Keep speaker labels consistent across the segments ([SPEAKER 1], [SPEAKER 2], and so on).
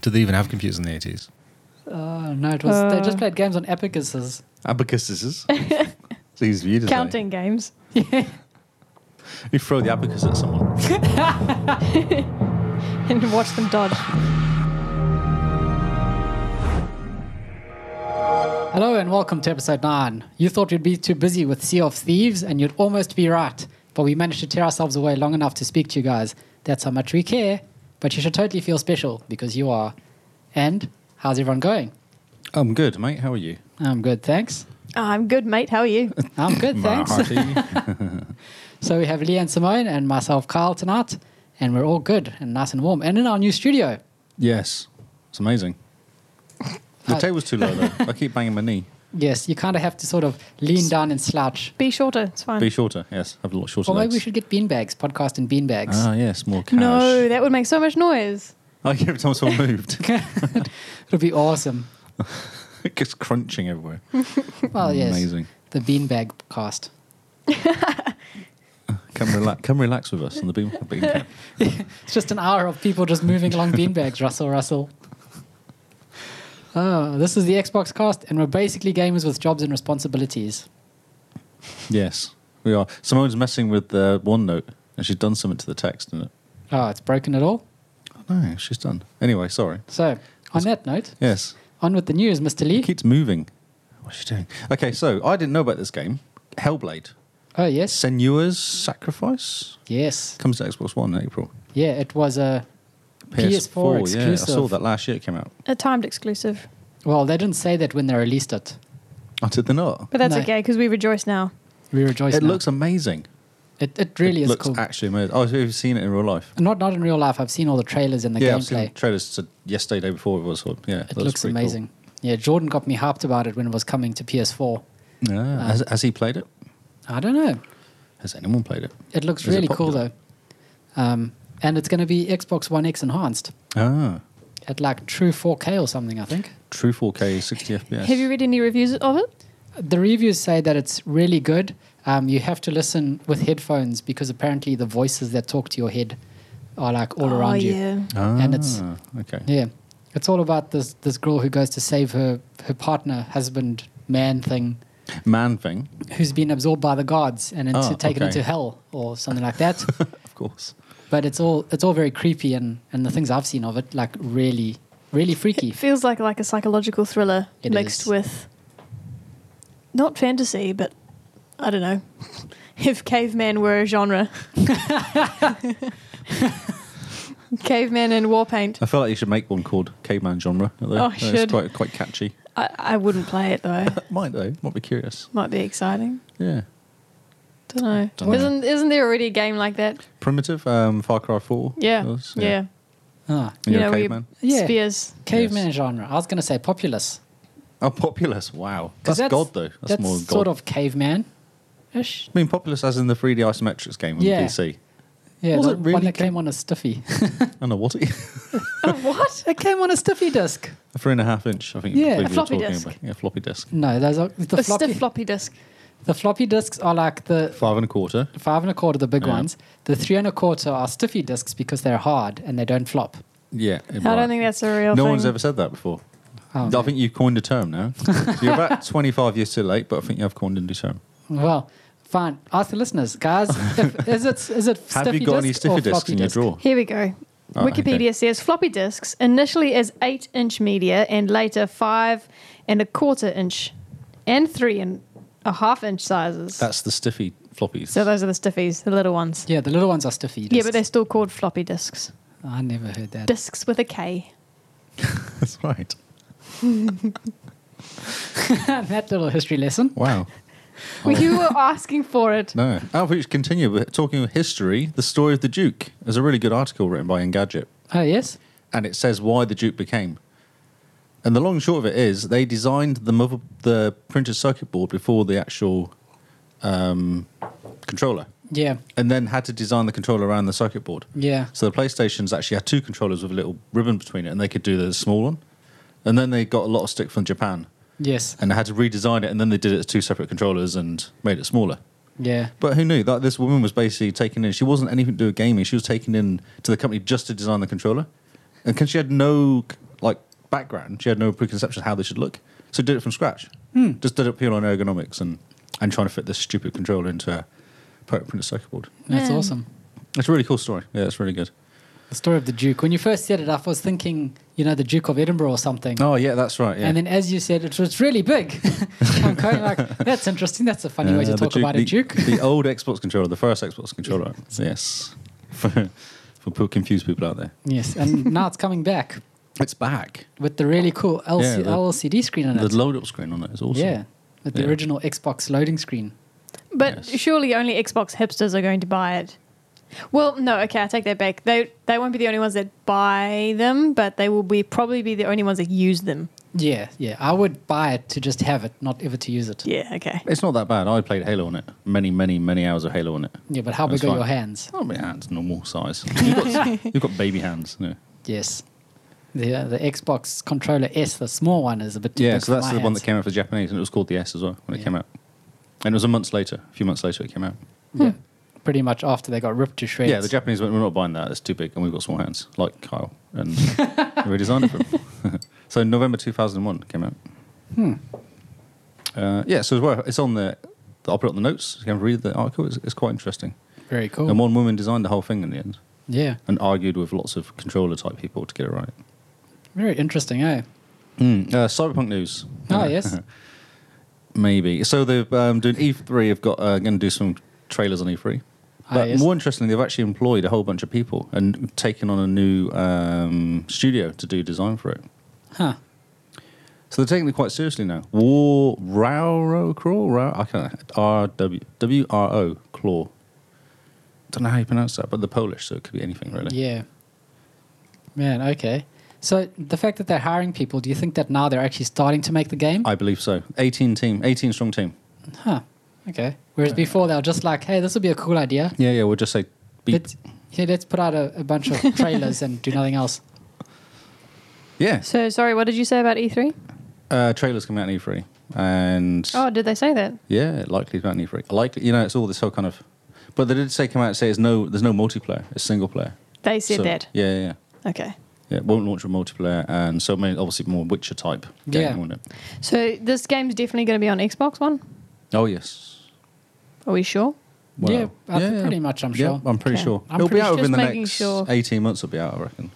[SPEAKER 1] Did they even have computers in the 80s?
[SPEAKER 2] Oh, no, it was. they just played games on apicuses.
[SPEAKER 1] Abacuses. These viewers.
[SPEAKER 3] Counting games.
[SPEAKER 1] You throw the abacus at someone.
[SPEAKER 3] and watch them dodge.
[SPEAKER 2] Hello and welcome to episode 9. You thought you'd be too busy with Sea of Thieves, and you'd almost be right, but we managed to tear ourselves away long enough to speak to you guys. That's how much we care, but you should totally feel special because you are. And how's everyone going?
[SPEAKER 1] I'm good, mate. How are you?
[SPEAKER 2] I'm good, thanks.
[SPEAKER 3] Oh, I'm good, mate. How are you?
[SPEAKER 2] I'm good, thanks.
[SPEAKER 1] Marty.
[SPEAKER 2] So we have Lee and Simone and myself, Kyle, tonight, and we're all good and nice and warm and in our new studio.
[SPEAKER 1] yes. It's amazing. The
[SPEAKER 2] Hi.
[SPEAKER 1] table's too low, though. I keep banging my knee.
[SPEAKER 2] Yes, you kind of have to sort of lean down and slouch.
[SPEAKER 3] Be shorter. It's fine.
[SPEAKER 1] Be shorter. Yes. Have a lot shorter
[SPEAKER 2] Or maybe
[SPEAKER 1] legs.
[SPEAKER 2] we should get beanbags, podcast in beanbags.
[SPEAKER 1] Ah, yes. More cash. Oh,
[SPEAKER 3] no, that would make so much noise.
[SPEAKER 1] Like every time someone moved,
[SPEAKER 2] It'll be awesome.
[SPEAKER 1] it gets crunching everywhere.
[SPEAKER 2] Well, Oh, yes.
[SPEAKER 1] Amazing.
[SPEAKER 2] The beanbag cast.
[SPEAKER 1] Come, relax. come relax with us on the beam. beam cap.
[SPEAKER 2] It's just an hour of people just moving along beanbags, Russell, Russell. Oh, this is the Xbox cast, and we're basically gamers with jobs and responsibilities.
[SPEAKER 1] Yes, we are. Simone's messing with uh, OneNote, and she's done something to the text in it.
[SPEAKER 2] Oh, it's broken at all.
[SPEAKER 1] No, she's done. Anyway, sorry.
[SPEAKER 2] So, on that note,
[SPEAKER 1] Yes,
[SPEAKER 2] on with the news, Mr.
[SPEAKER 1] it
[SPEAKER 2] Lee.
[SPEAKER 1] keeps moving. What's she doing? Okay, so I didn't know about this game, Hellblade.
[SPEAKER 2] Oh, yes.
[SPEAKER 1] Senua's Sacrifice
[SPEAKER 2] Yes.
[SPEAKER 1] comes to Xbox One in April.
[SPEAKER 2] Yeah, it was a
[SPEAKER 1] yeah,
[SPEAKER 2] PS4,
[SPEAKER 1] I
[SPEAKER 2] exclusive.
[SPEAKER 1] saw that last year it came out.
[SPEAKER 3] A timed exclusive.
[SPEAKER 2] Well, they didn't say that when they released it.
[SPEAKER 1] Oh, did they not?
[SPEAKER 3] But that's
[SPEAKER 2] No.
[SPEAKER 3] okay because we rejoice now.
[SPEAKER 2] We rejoice.
[SPEAKER 1] It
[SPEAKER 2] now.
[SPEAKER 1] looks amazing.
[SPEAKER 2] It, it really
[SPEAKER 1] it
[SPEAKER 2] is
[SPEAKER 1] looks
[SPEAKER 2] cool.
[SPEAKER 1] actually amazing. Oh, so you've seen it in real life?
[SPEAKER 2] not not in real life. I've seen all the trailers and the
[SPEAKER 1] yeah, I've seen
[SPEAKER 2] gameplay.
[SPEAKER 1] trailers to yesterday, day before it was. sort of- Yeah, that
[SPEAKER 2] It
[SPEAKER 1] was
[SPEAKER 2] looks
[SPEAKER 1] pretty cool.
[SPEAKER 2] amazing. Yeah, Jordan got me hyped about it when it was coming to PS4.
[SPEAKER 1] Yeah. Ah,
[SPEAKER 2] Um,
[SPEAKER 1] has, has he played it?
[SPEAKER 2] I don't know.
[SPEAKER 1] Has anyone played it?
[SPEAKER 2] It looks
[SPEAKER 1] Is it
[SPEAKER 2] really cool
[SPEAKER 1] popular?
[SPEAKER 2] though. Um, and it's going to be Xbox One X enhanced
[SPEAKER 1] Ah,
[SPEAKER 2] at like true 4K or something, I think.
[SPEAKER 1] true 4K, 60 FPS.
[SPEAKER 3] Have you read any reviews of it?
[SPEAKER 2] The reviews say that it's really good. Um, you have to listen with headphones because apparently the voices that talk to your head are like all around you.
[SPEAKER 1] Ah,
[SPEAKER 2] and it's-
[SPEAKER 1] okay.
[SPEAKER 2] Yeah, it's all about this this girl who goes to save her her partner, husband, man thing,
[SPEAKER 1] Man thing,
[SPEAKER 2] who's been absorbed by the gods and into,
[SPEAKER 1] Ah,
[SPEAKER 2] taken
[SPEAKER 1] okay.
[SPEAKER 2] into hell or something like that.
[SPEAKER 1] of course.
[SPEAKER 2] but it's all it's all very creepy and and the things I've seen of it like really really freaky.
[SPEAKER 3] It feels like like a psychological thriller
[SPEAKER 2] It
[SPEAKER 3] mixed
[SPEAKER 2] is.
[SPEAKER 3] with not fantasy, but I don't know. if caveman were a genre. caveman and war paint.
[SPEAKER 1] I feel like you should make one called Caveman Genre. although
[SPEAKER 3] Oh, I
[SPEAKER 1] it's
[SPEAKER 3] should.
[SPEAKER 1] quite, quite catchy.
[SPEAKER 3] I, I wouldn't play it though.
[SPEAKER 1] Might though, might be curious.
[SPEAKER 3] Might be exciting.
[SPEAKER 1] Yeah.
[SPEAKER 3] Don't know.
[SPEAKER 1] Dunno.
[SPEAKER 3] Isn't isn't there already a game like that?
[SPEAKER 1] Primitive, um, Far Cry 4.
[SPEAKER 3] Yeah.
[SPEAKER 1] was,
[SPEAKER 3] yeah.
[SPEAKER 2] Ah,
[SPEAKER 1] And
[SPEAKER 3] You
[SPEAKER 1] Oh, you're a
[SPEAKER 3] know, we-
[SPEAKER 1] caveman.
[SPEAKER 2] Yeah.
[SPEAKER 3] Spears.
[SPEAKER 2] caveman genre. I was going to say populace.
[SPEAKER 1] Oh, Populous, wow.
[SPEAKER 2] 'Cause
[SPEAKER 1] That's, God though. That's,
[SPEAKER 2] that's
[SPEAKER 1] more God.
[SPEAKER 2] sort of caveman ish.
[SPEAKER 1] I mean, Populous as in the 3D isometrics game on
[SPEAKER 2] Yeah.
[SPEAKER 1] PC.
[SPEAKER 2] Yeah,
[SPEAKER 1] Was
[SPEAKER 2] the
[SPEAKER 1] it really
[SPEAKER 2] one that
[SPEAKER 1] ca-
[SPEAKER 2] came on a stiffy.
[SPEAKER 1] I don't know what it is.
[SPEAKER 3] Oh, what?
[SPEAKER 2] it came on a stiffy disc.
[SPEAKER 1] A three and a half inch, I think.
[SPEAKER 2] Yeah.
[SPEAKER 1] I believe
[SPEAKER 2] A
[SPEAKER 1] we were
[SPEAKER 3] floppy
[SPEAKER 1] talking
[SPEAKER 3] disk.
[SPEAKER 1] about. Yeah, floppy disk.
[SPEAKER 2] No, those are the
[SPEAKER 3] a
[SPEAKER 2] floppy.
[SPEAKER 3] stiff floppy disk.
[SPEAKER 2] the floppy discs are like the
[SPEAKER 1] Five and a quarter.
[SPEAKER 2] five and a quarter, the big
[SPEAKER 1] Yeah.
[SPEAKER 2] ones. The three and a quarter are stiffy discs because they're hard and they don't flop.
[SPEAKER 1] Yeah.
[SPEAKER 3] I
[SPEAKER 1] right.
[SPEAKER 3] don't think that's a real
[SPEAKER 1] no
[SPEAKER 3] thing.
[SPEAKER 1] one's ever said that before.
[SPEAKER 2] Oh,
[SPEAKER 1] I think you've coined a term now. You're about 25 years too late, but I think you have coined a new term.
[SPEAKER 2] Well, fine. Ask the listeners, guys. If, is it is it
[SPEAKER 1] Have
[SPEAKER 2] stiffy
[SPEAKER 1] you got any
[SPEAKER 2] disc
[SPEAKER 1] stiffy
[SPEAKER 2] or
[SPEAKER 1] discs
[SPEAKER 2] floppy
[SPEAKER 1] in your
[SPEAKER 2] disc?
[SPEAKER 1] drawer?
[SPEAKER 3] Here we go.
[SPEAKER 1] Ah,
[SPEAKER 3] Wikipedia
[SPEAKER 1] okay.
[SPEAKER 3] says floppy disks initially as eight inch media and later five and a quarter inch and three and a half inch sizes.
[SPEAKER 1] That's the stiffy floppies.
[SPEAKER 3] so those are the stiffies, the little ones.
[SPEAKER 2] Yeah, the little ones are stiffy. Discs.
[SPEAKER 3] Yeah, but they're still called floppy disks.
[SPEAKER 2] I never heard that.
[SPEAKER 3] Disks with a K.
[SPEAKER 1] That's right.
[SPEAKER 2] that little history lesson.
[SPEAKER 1] Wow. Oh.
[SPEAKER 3] You were asking for it.
[SPEAKER 1] No. Oh, we should continue with talking of history. The story of the Duke. There's a really good article written by Engadget,
[SPEAKER 2] Oh yes.
[SPEAKER 1] and it says why the Duke became. And the long and short of it is, they designed the mother, the printed circuit board before the actual um, controller,
[SPEAKER 2] Yeah.
[SPEAKER 1] and then had to design the controller around the circuit board.
[SPEAKER 2] Yeah.
[SPEAKER 1] So the PlayStation's actually had two controllers with a little ribbon between it, and they could do the small one. And then they got a lot of stick from Japan,
[SPEAKER 2] Yes.
[SPEAKER 1] and they had to redesign it, and then they did it as two separate controllers and made it smaller.
[SPEAKER 2] Yeah.
[SPEAKER 1] But who knew that this woman was basically taken in? She wasn't anything to do with gaming. She was taken in to the company just to design the controller, and because she had no like background. She had no preconception how they should look, so did it from scratch. Just did it pure on ergonomics and and trying to fit this stupid controller into a power printed circuit board.
[SPEAKER 2] That's
[SPEAKER 3] Yeah.
[SPEAKER 2] awesome.
[SPEAKER 1] It's a really cool story. Yeah, it's really good.
[SPEAKER 2] The story of the Duke. When you first said it, I was thinking, you know, the Duke of Edinburgh or something.
[SPEAKER 1] Oh yeah, that's right. Yeah.
[SPEAKER 2] And then as you said, it was really big. I'm going like, that's interesting. That's a funny way
[SPEAKER 1] Uh,
[SPEAKER 2] to
[SPEAKER 1] the
[SPEAKER 2] talk about a
[SPEAKER 1] the-
[SPEAKER 2] Duke.
[SPEAKER 1] the old Xbox controller, the first Xbox controller. yes, for for po- confused people out there.
[SPEAKER 2] yes. And now it's coming back
[SPEAKER 1] It's back.
[SPEAKER 2] with the really cool LC-
[SPEAKER 1] Yeah, the-
[SPEAKER 2] LCD screen on it.
[SPEAKER 1] The load up screen on it is awesome.
[SPEAKER 2] Yeah. With the
[SPEAKER 1] Yeah.
[SPEAKER 2] original Xbox loading screen.
[SPEAKER 3] But
[SPEAKER 1] Yes.
[SPEAKER 3] surely only Xbox hipsters are going to buy it. Well, no, okay, I take that back. They they won't be the only ones that buy them, but they will be probably be the only ones that use them.
[SPEAKER 2] Yeah, yeah. I would buy it to just have it, not ever to use it. Yeah,
[SPEAKER 3] Yeah, okay.
[SPEAKER 1] It's not that bad. I played Halo on it. Many, many, many hours of Halo on it.
[SPEAKER 2] but how
[SPEAKER 1] That's
[SPEAKER 2] big are
[SPEAKER 1] fine.
[SPEAKER 2] your hands?
[SPEAKER 1] Oh, my hands, normal size. You've got, you've got baby hands. Yeah,
[SPEAKER 2] Yes. The, uh, the Xbox controller S, the small one, is a bit too
[SPEAKER 1] yeah
[SPEAKER 2] big
[SPEAKER 1] so
[SPEAKER 2] for
[SPEAKER 1] that's
[SPEAKER 2] my
[SPEAKER 1] the one
[SPEAKER 2] hands.
[SPEAKER 1] that came out for Japanese, and it was called the S as well when
[SPEAKER 2] Yeah.
[SPEAKER 1] it came out. And it was a month later, a few months later, it came out.
[SPEAKER 2] Yeah. Pretty much after they got ripped to shreds.
[SPEAKER 1] Yeah, the Japanese went, we're not buying that. It's too big, and we've got small hands, like Kyle, and they redesigned it for him. so November 2001 came out. Hmm. Uh, yeah, so it's, worth- it's on the. I'll put it on the notes. You can read the article. It's, it's quite interesting.
[SPEAKER 2] Very cool.
[SPEAKER 1] And one woman designed the whole thing in the end,
[SPEAKER 2] yeah.
[SPEAKER 1] and argued with lots of controller type people to get it right.
[SPEAKER 2] Very interesting, eh?
[SPEAKER 1] Mm. Uh, Cyberpunk news.
[SPEAKER 2] Oh, yes.
[SPEAKER 1] Maybe. So they're um, doing E3. Have got uh, going to do some trailers on E3.
[SPEAKER 2] Ah,
[SPEAKER 1] But
[SPEAKER 2] yes.
[SPEAKER 1] more interestingly, they've actually employed a whole bunch of people and taken on a new um, studio to do design for it.
[SPEAKER 2] Huh.
[SPEAKER 1] So they're taking it quite seriously now. War Rauro Claw Ra- I can't R W W R O Claw. Don't know how you pronounce that, but the Polish, so it could be anything really.
[SPEAKER 2] Yeah. Man, okay. So the fact that they're hiring people, do you think that now they're actually starting to make the game?
[SPEAKER 1] I believe so. Eighteen team, eighteen strong team.
[SPEAKER 2] huh. Okay. Whereas before they were just like, hey, this would be a cool idea.
[SPEAKER 1] Yeah, yeah. We'll just say beep.
[SPEAKER 2] Let's, yeah, let's put out a, a bunch of trailers and do nothing else.
[SPEAKER 1] yeah.
[SPEAKER 3] So sorry, what did you say about E E3?
[SPEAKER 1] Uh, trailers coming out in E3, and
[SPEAKER 3] Oh, did they say that?
[SPEAKER 1] yeah, likely to out in E3. Likely, you know, it's all this whole kind of. But they did say come out and say it's no, there's no multiplayer. It's single player.
[SPEAKER 3] They said
[SPEAKER 1] So-
[SPEAKER 3] that.
[SPEAKER 1] Yeah, yeah, yeah.
[SPEAKER 3] Okay.
[SPEAKER 1] Yeah, it won't launch with multiplayer, and so many, obviously more Witcher type game,
[SPEAKER 2] Yeah.
[SPEAKER 1] won't it?
[SPEAKER 3] So this game's definitely going to be on Xbox One.
[SPEAKER 1] Oh yes.
[SPEAKER 3] Are we sure?
[SPEAKER 2] Yeah, I think pretty much, I'm
[SPEAKER 1] Yeah,
[SPEAKER 2] sure.
[SPEAKER 1] I'm pretty
[SPEAKER 3] Okay.
[SPEAKER 1] sure.
[SPEAKER 2] I'm
[SPEAKER 1] It'll
[SPEAKER 2] pretty
[SPEAKER 1] be out
[SPEAKER 3] sure-
[SPEAKER 1] within the
[SPEAKER 3] Just making
[SPEAKER 1] next
[SPEAKER 3] sure.
[SPEAKER 1] 18 months. It'll be out, I reckon.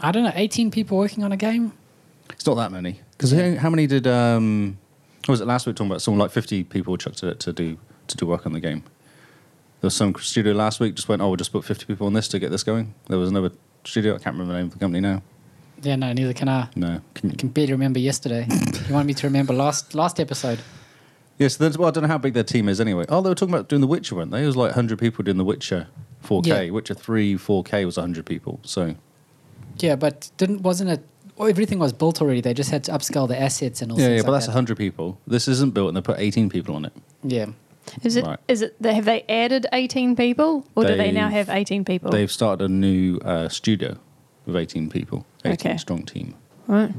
[SPEAKER 2] I don't know, 18 people working on a game?
[SPEAKER 1] It's not that many. Because how many did? Um, what was it last week talking about? Someone like 50 people chucked it to do to do work on the game. There was some studio last week just went, oh, we'll just put 50 people on this to get this going. There was another studio. I can't remember the name of the company now.
[SPEAKER 2] Yeah, no, neither can I.
[SPEAKER 1] No. Can you-
[SPEAKER 2] I can barely remember yesterday. you wanted me to remember last last episode.
[SPEAKER 1] Yes, there's, well, I don't know how big their team is anyway. Oh, they were talking about doing The Witcher, weren't they? It was like 100 people doing The Witcher 4K.
[SPEAKER 2] Yeah.
[SPEAKER 1] Witcher 3 4K was 100 people. So,
[SPEAKER 2] Yeah, but didn't wasn't it? oh, Everything was built already. They just had to upscale the assets and all.
[SPEAKER 1] yeah, yeah,
[SPEAKER 2] things
[SPEAKER 1] but
[SPEAKER 2] like
[SPEAKER 1] that's
[SPEAKER 2] that.
[SPEAKER 1] 100 people. This isn't built, and they put 18 people on it.
[SPEAKER 2] Yeah,
[SPEAKER 3] Is it?
[SPEAKER 1] Right.
[SPEAKER 3] Is it? they- Have they added eighteen people, or do they now
[SPEAKER 1] They've-
[SPEAKER 3] have eighteen people?
[SPEAKER 2] Oh.
[SPEAKER 1] They've started a new uh, studio with 18 people, 18
[SPEAKER 3] Okay.
[SPEAKER 1] strong team.
[SPEAKER 3] Right.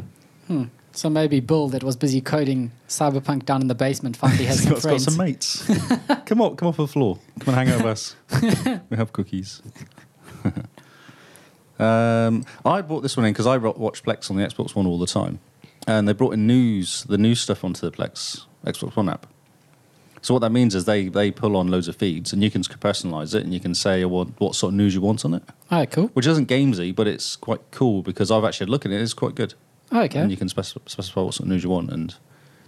[SPEAKER 2] so maybe Bill, that was busy coding Cyberpunk down in the basement, finally has
[SPEAKER 1] He's
[SPEAKER 2] some
[SPEAKER 1] got, got
[SPEAKER 2] friends.
[SPEAKER 1] some mates. come on, come off the floor. Come and hang out with us. we have cookies. um, I bought this one in because I ro- watch Plex on the Xbox One all the time, and they brought in news, the news stuff onto the Plex Xbox One app. So what that means is they they pull on loads of feeds, and you can personalize it, and you can say what what sort of news you want on it,
[SPEAKER 2] oh, cool.
[SPEAKER 1] which isn't gamesy, but it's quite cool because I've actually had a look at it. It's quite good.
[SPEAKER 2] Oh, okay.
[SPEAKER 1] And you can specif- specify what sort of news you want, and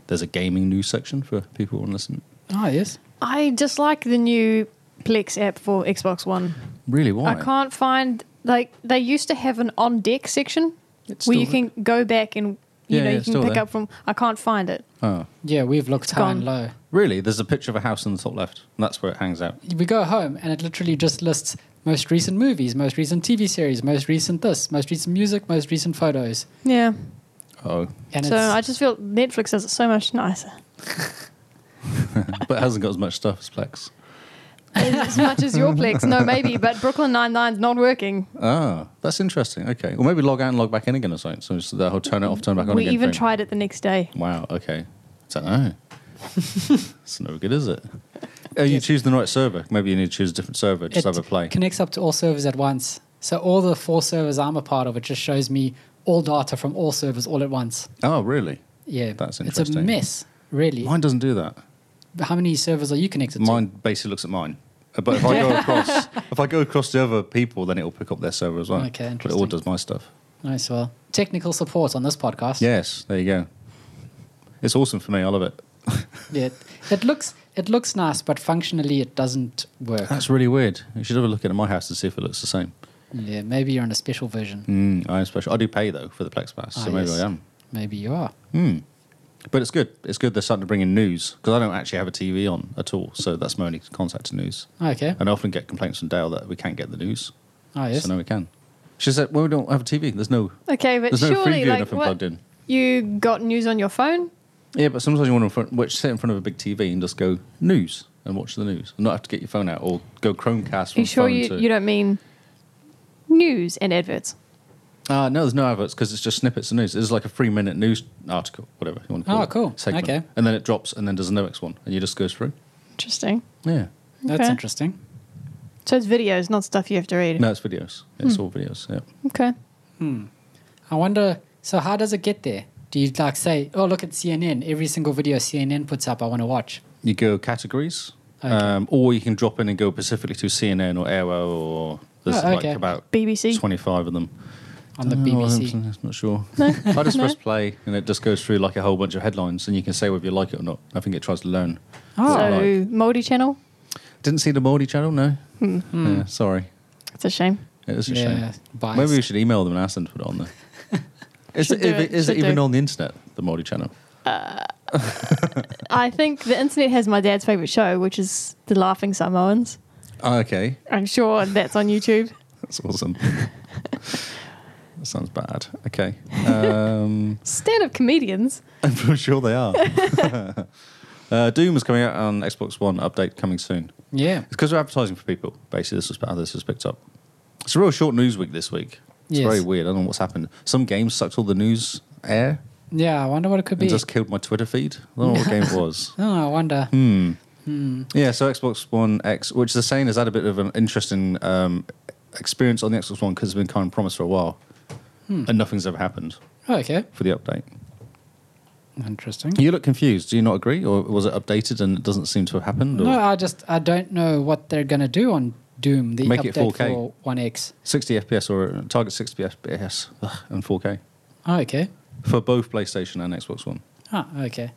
[SPEAKER 1] there's a gaming news section for people who want to listen.
[SPEAKER 2] oh, yes.
[SPEAKER 3] I dislike the new Plex app for Xbox One.
[SPEAKER 1] Really, why?
[SPEAKER 3] I can't find like they used to have an on deck section
[SPEAKER 1] It's
[SPEAKER 3] where
[SPEAKER 1] still
[SPEAKER 3] you can go back and you
[SPEAKER 1] Yeah,
[SPEAKER 3] know
[SPEAKER 1] yeah,
[SPEAKER 3] you
[SPEAKER 1] it's
[SPEAKER 3] can
[SPEAKER 1] still
[SPEAKER 3] pick
[SPEAKER 1] there.
[SPEAKER 3] up from. I can't find it.
[SPEAKER 1] Oh.
[SPEAKER 2] Yeah, we've looked high and
[SPEAKER 3] gone.
[SPEAKER 2] low.
[SPEAKER 1] Really? There's a picture of a house in the top left, and that's where it hangs out.
[SPEAKER 2] We go home and it literally just lists most recent movies, most recent TV series, most recent this, most recent music, most recent photos.
[SPEAKER 3] Yeah.
[SPEAKER 1] Oh.
[SPEAKER 2] And
[SPEAKER 3] so
[SPEAKER 2] it's,
[SPEAKER 3] I just feel Netflix does it so much nicer.
[SPEAKER 1] but it hasn't got as much stuff as Plex.
[SPEAKER 3] as much as your Plex. No, maybe, but Brooklyn Nine Nine's not working.
[SPEAKER 1] Ah, that's interesting. Okay. Or maybe log out and log back in again or something. So it's the whole turn it off, turn back on
[SPEAKER 3] we
[SPEAKER 1] again.
[SPEAKER 3] even
[SPEAKER 1] thing.
[SPEAKER 3] tried it the next day.
[SPEAKER 1] Wow, okay. I don't know. it's no good, is it? Oh, you choose the right server. Maybe you need to choose a different server, just
[SPEAKER 2] it
[SPEAKER 1] have a play.
[SPEAKER 2] connects up to all servers at once. So all the four servers I'm a part of, it just shows me all data from all servers all at once.
[SPEAKER 1] Oh, really?
[SPEAKER 2] Yeah,
[SPEAKER 1] That's
[SPEAKER 2] It's a
[SPEAKER 1] interesting.
[SPEAKER 2] mess, really.
[SPEAKER 1] Mine doesn't do that.
[SPEAKER 2] How many servers are you connected
[SPEAKER 1] Mine basically looks at mine. Uh, But if I go across, if I go across the other people, then it'll pick up their server as well.
[SPEAKER 2] Okay,
[SPEAKER 1] But it all
[SPEAKER 2] interesting.
[SPEAKER 1] does my stuff.
[SPEAKER 2] to? Nice. Well, technical support on this podcast.
[SPEAKER 1] Yes, there you go. It's awesome for me. I love it.
[SPEAKER 2] Yeah, it looks it looks nice, but functionally it doesn't work.
[SPEAKER 1] That's really weird. You should have a look at my house to see if it looks the same.
[SPEAKER 2] Yeah, maybe you're on a special version.
[SPEAKER 1] Mm, I am special. I do pay though for the Plex Pass,
[SPEAKER 2] Ah,
[SPEAKER 1] so maybe
[SPEAKER 2] yes.
[SPEAKER 1] I am.
[SPEAKER 2] Maybe you are.
[SPEAKER 1] But it's good. It's good. They're starting to bring in news because I don't actually have a TV on at all, so that's my only contact to news.
[SPEAKER 2] Okay.
[SPEAKER 1] And I often get complaints from Dale that we can't get the news.
[SPEAKER 2] Oh yes.
[SPEAKER 1] So now we can. She said, "Well, we don't have a TV. There's no,
[SPEAKER 3] Okay, but
[SPEAKER 1] there's no
[SPEAKER 3] surely,
[SPEAKER 1] freeview or
[SPEAKER 3] like,
[SPEAKER 1] nothing
[SPEAKER 3] what,
[SPEAKER 1] plugged in."
[SPEAKER 3] you got news on your phone?
[SPEAKER 1] Yeah, but sometimes you want to front, which sit in front of a big TV and just go news and watch the news, and not have to get your phone out or go Chromecast from
[SPEAKER 3] you sure
[SPEAKER 1] phone
[SPEAKER 3] you,
[SPEAKER 1] to.
[SPEAKER 3] you don't mean news and adverts?
[SPEAKER 1] Uh, no, there's no adverts because it's just snippets of news. It's like a three minute news article, whatever you want to call
[SPEAKER 2] Oh,
[SPEAKER 1] it.
[SPEAKER 2] cool.
[SPEAKER 1] Segment.
[SPEAKER 2] Okay.
[SPEAKER 1] And then it drops and then does the next one and you just goes through.
[SPEAKER 3] Interesting.
[SPEAKER 1] Yeah.
[SPEAKER 2] That's
[SPEAKER 3] Okay.
[SPEAKER 2] interesting.
[SPEAKER 3] So it's videos, not stuff you have to read.
[SPEAKER 1] No, it's videos. It's all videos. Yeah.
[SPEAKER 3] Okay.
[SPEAKER 2] I wonder. So how does it get there? Do you like say, oh look at CNN? Every single video CNN puts up, I want to watch.
[SPEAKER 1] You go categories,
[SPEAKER 2] Okay.
[SPEAKER 1] um, or you can drop in and go specifically to CNN or Aero or there's
[SPEAKER 2] Oh, okay.
[SPEAKER 1] like about
[SPEAKER 3] BBC.
[SPEAKER 1] 25 of them.
[SPEAKER 2] On the
[SPEAKER 1] Oh,
[SPEAKER 2] BBC.
[SPEAKER 1] I'm s- not sure. I just press play and it just goes through like a whole bunch of headlines and you can say whether you like it or not. I think it tries to learn.
[SPEAKER 2] Oh.
[SPEAKER 1] what I
[SPEAKER 3] so
[SPEAKER 1] like.
[SPEAKER 3] multi channel.
[SPEAKER 1] Didn't see the Morty channel, no. Yeah, sorry.
[SPEAKER 3] It's a shame.
[SPEAKER 1] It is a
[SPEAKER 2] Yeah,
[SPEAKER 1] shame.
[SPEAKER 2] biased.
[SPEAKER 1] Maybe we should email them and ask them to put it on there. is
[SPEAKER 3] Should
[SPEAKER 1] it,
[SPEAKER 3] do
[SPEAKER 1] if
[SPEAKER 3] it,
[SPEAKER 1] it- is it
[SPEAKER 3] should do
[SPEAKER 1] even
[SPEAKER 3] it.
[SPEAKER 1] on the internet, the Maori channel?
[SPEAKER 3] I think the internet has my dad's favorite show, which is The Laughing Samoans.
[SPEAKER 1] Oh, okay.
[SPEAKER 3] I'm sure that's on YouTube.
[SPEAKER 1] That's awesome. that sounds bad. Okay. Um,
[SPEAKER 3] Stand up comedians.
[SPEAKER 1] I'm pretty sure they are. uh, Doom is coming out on Xbox One update coming soon.
[SPEAKER 2] Yeah.
[SPEAKER 1] It's because we're advertising for people. Basically, this was how this was picked up. It's a real short news week this week. It's
[SPEAKER 2] Yes.
[SPEAKER 1] very weird. I don't know what's happened. Some games sucked all the news air
[SPEAKER 2] Yeah. I wonder what it could be.
[SPEAKER 1] and just killed my Twitter feed. I don't know what game it was.
[SPEAKER 2] oh, I wonder.
[SPEAKER 1] Hmm. Yeah, so Xbox One X, which they're saying has had a bit of an interesting um, experience on the Xbox One because it's been kind of promised for a while,
[SPEAKER 2] Hmm.
[SPEAKER 1] and nothing's ever happened
[SPEAKER 2] Oh, okay.
[SPEAKER 1] for the update.
[SPEAKER 2] Interesting.
[SPEAKER 1] You look confused. Do you not agree, or was it updated and it doesn't seem to have happened? Or
[SPEAKER 2] No, I just I don't know what they're gonna do on Doom. The
[SPEAKER 1] Make it
[SPEAKER 2] update
[SPEAKER 1] 4K.
[SPEAKER 2] for One X.
[SPEAKER 1] 60 FPS or target 60 FPS ugh, and 4K
[SPEAKER 2] Oh, okay.
[SPEAKER 1] for both PlayStation and Xbox One.
[SPEAKER 2] Ah, okay.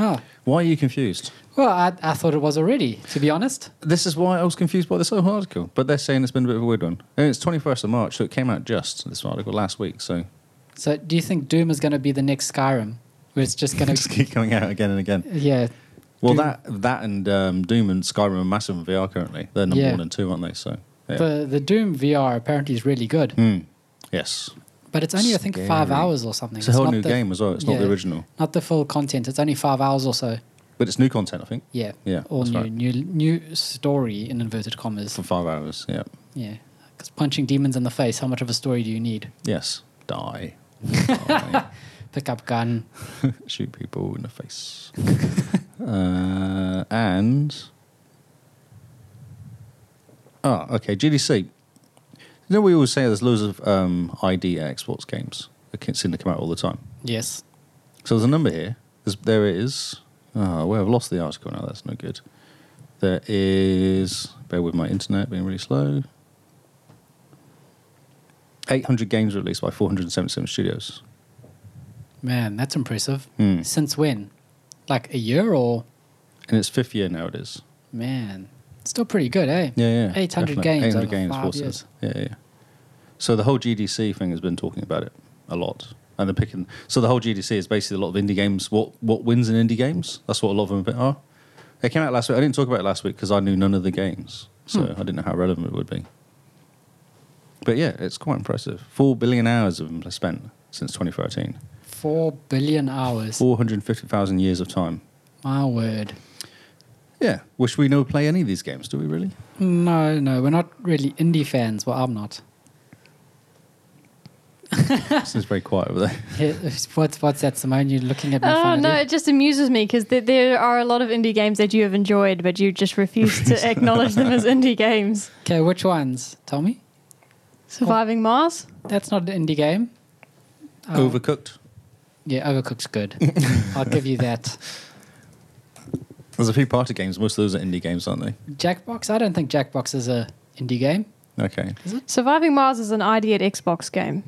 [SPEAKER 2] Oh,
[SPEAKER 1] Why are you confused?
[SPEAKER 2] well, I, I thought it was already, to be honest.
[SPEAKER 1] This is why I was confused by this whole article, but they're saying it's been a bit of a weird one. And it's 21st of March, so it came out just this article last week. So
[SPEAKER 2] So, do you think Doom is going to be the next Skyrim, where it's just going
[SPEAKER 1] just
[SPEAKER 2] to,
[SPEAKER 1] keep coming out again and again.
[SPEAKER 2] yeah,
[SPEAKER 1] Well,
[SPEAKER 2] Doom.
[SPEAKER 1] that that and um, Doom and Skyrim are massive in VR currently. They're number
[SPEAKER 2] Yeah.
[SPEAKER 1] one and two, aren't they? So, yeah.
[SPEAKER 2] the the Doom VR apparently is really good,
[SPEAKER 1] Hmm. yes,
[SPEAKER 2] but it's only I think five
[SPEAKER 1] Scary.
[SPEAKER 2] hours or something.
[SPEAKER 1] it's a whole
[SPEAKER 2] not
[SPEAKER 1] new
[SPEAKER 2] the-
[SPEAKER 1] game as well. It's not
[SPEAKER 2] yeah.
[SPEAKER 1] the original,
[SPEAKER 2] not the full content. It's only five hours or so.
[SPEAKER 1] but it's new content, I think,
[SPEAKER 2] Yeah,
[SPEAKER 1] Yeah,
[SPEAKER 2] All
[SPEAKER 1] that's
[SPEAKER 2] new,
[SPEAKER 1] right.
[SPEAKER 2] new, new story in inverted commas.
[SPEAKER 1] for five hours. Yeah,
[SPEAKER 2] Yeah, because punching demons in the face. How much of a story do you need?
[SPEAKER 1] yes, die, Die.
[SPEAKER 2] Pick up gun.
[SPEAKER 1] shoot people in the face, uh, and ah, okay, GDC. You know, we always say there's loads of um, ID exports games that seem to come out all the time.
[SPEAKER 2] Yes.
[SPEAKER 1] So there's a number here. There's, there is. Oh, well, I've lost the article now. That's no good. There is. Bear with my internet being really slow. 800 games released by 477 studios.
[SPEAKER 2] Man, that's impressive.
[SPEAKER 1] Hmm.
[SPEAKER 2] Since when? Like a year or
[SPEAKER 1] In its fifth year now, it is.
[SPEAKER 2] man, still pretty good, eh?
[SPEAKER 1] Yeah, yeah.
[SPEAKER 2] 800
[SPEAKER 1] definitely.
[SPEAKER 2] games
[SPEAKER 1] 800
[SPEAKER 2] over
[SPEAKER 1] games,
[SPEAKER 2] five
[SPEAKER 1] four
[SPEAKER 2] years.
[SPEAKER 1] sets. Yeah, yeah, yeah. So the whole GDC thing has been talking about it a lot. And they're picking. So the whole GDC is basically a lot of indie games. What what wins in indie games? That's what a lot of them are. They came out last week. I didn't talk about it last week because I knew none of the games. So
[SPEAKER 2] Hmm.
[SPEAKER 1] I didn't know how relevant it would be. But yeah, it's quite impressive. Four billion hours of them are spent since 2013.
[SPEAKER 2] Four billion hours.
[SPEAKER 1] 450,000 years of time.
[SPEAKER 2] My word.
[SPEAKER 1] Yeah. Wish we know play any of these games, do we really?
[SPEAKER 2] No, no, we're not really indie fans. Well, I'm not.
[SPEAKER 1] this is very quiet over there.
[SPEAKER 2] Here- What's, what's that, Simone? You're looking at me
[SPEAKER 3] Oh,
[SPEAKER 2] funny.
[SPEAKER 3] no, it just amuses me because th- there are a lot of indie games that you have enjoyed, but you just refuse to acknowledge them as indie games.
[SPEAKER 2] Okay, which ones? Tell me.
[SPEAKER 3] Surviving Mars?
[SPEAKER 2] That's not an indie game. Oh,
[SPEAKER 1] Overcooked.
[SPEAKER 2] yeah, Overcooked's good. I'll give you that.
[SPEAKER 1] There's a few party games. Most of those are indie games, aren't they?
[SPEAKER 2] Jackbox. I don't think Jackbox is a indie game.
[SPEAKER 1] Okay.
[SPEAKER 3] Surviving Mars is an ID at Xbox game.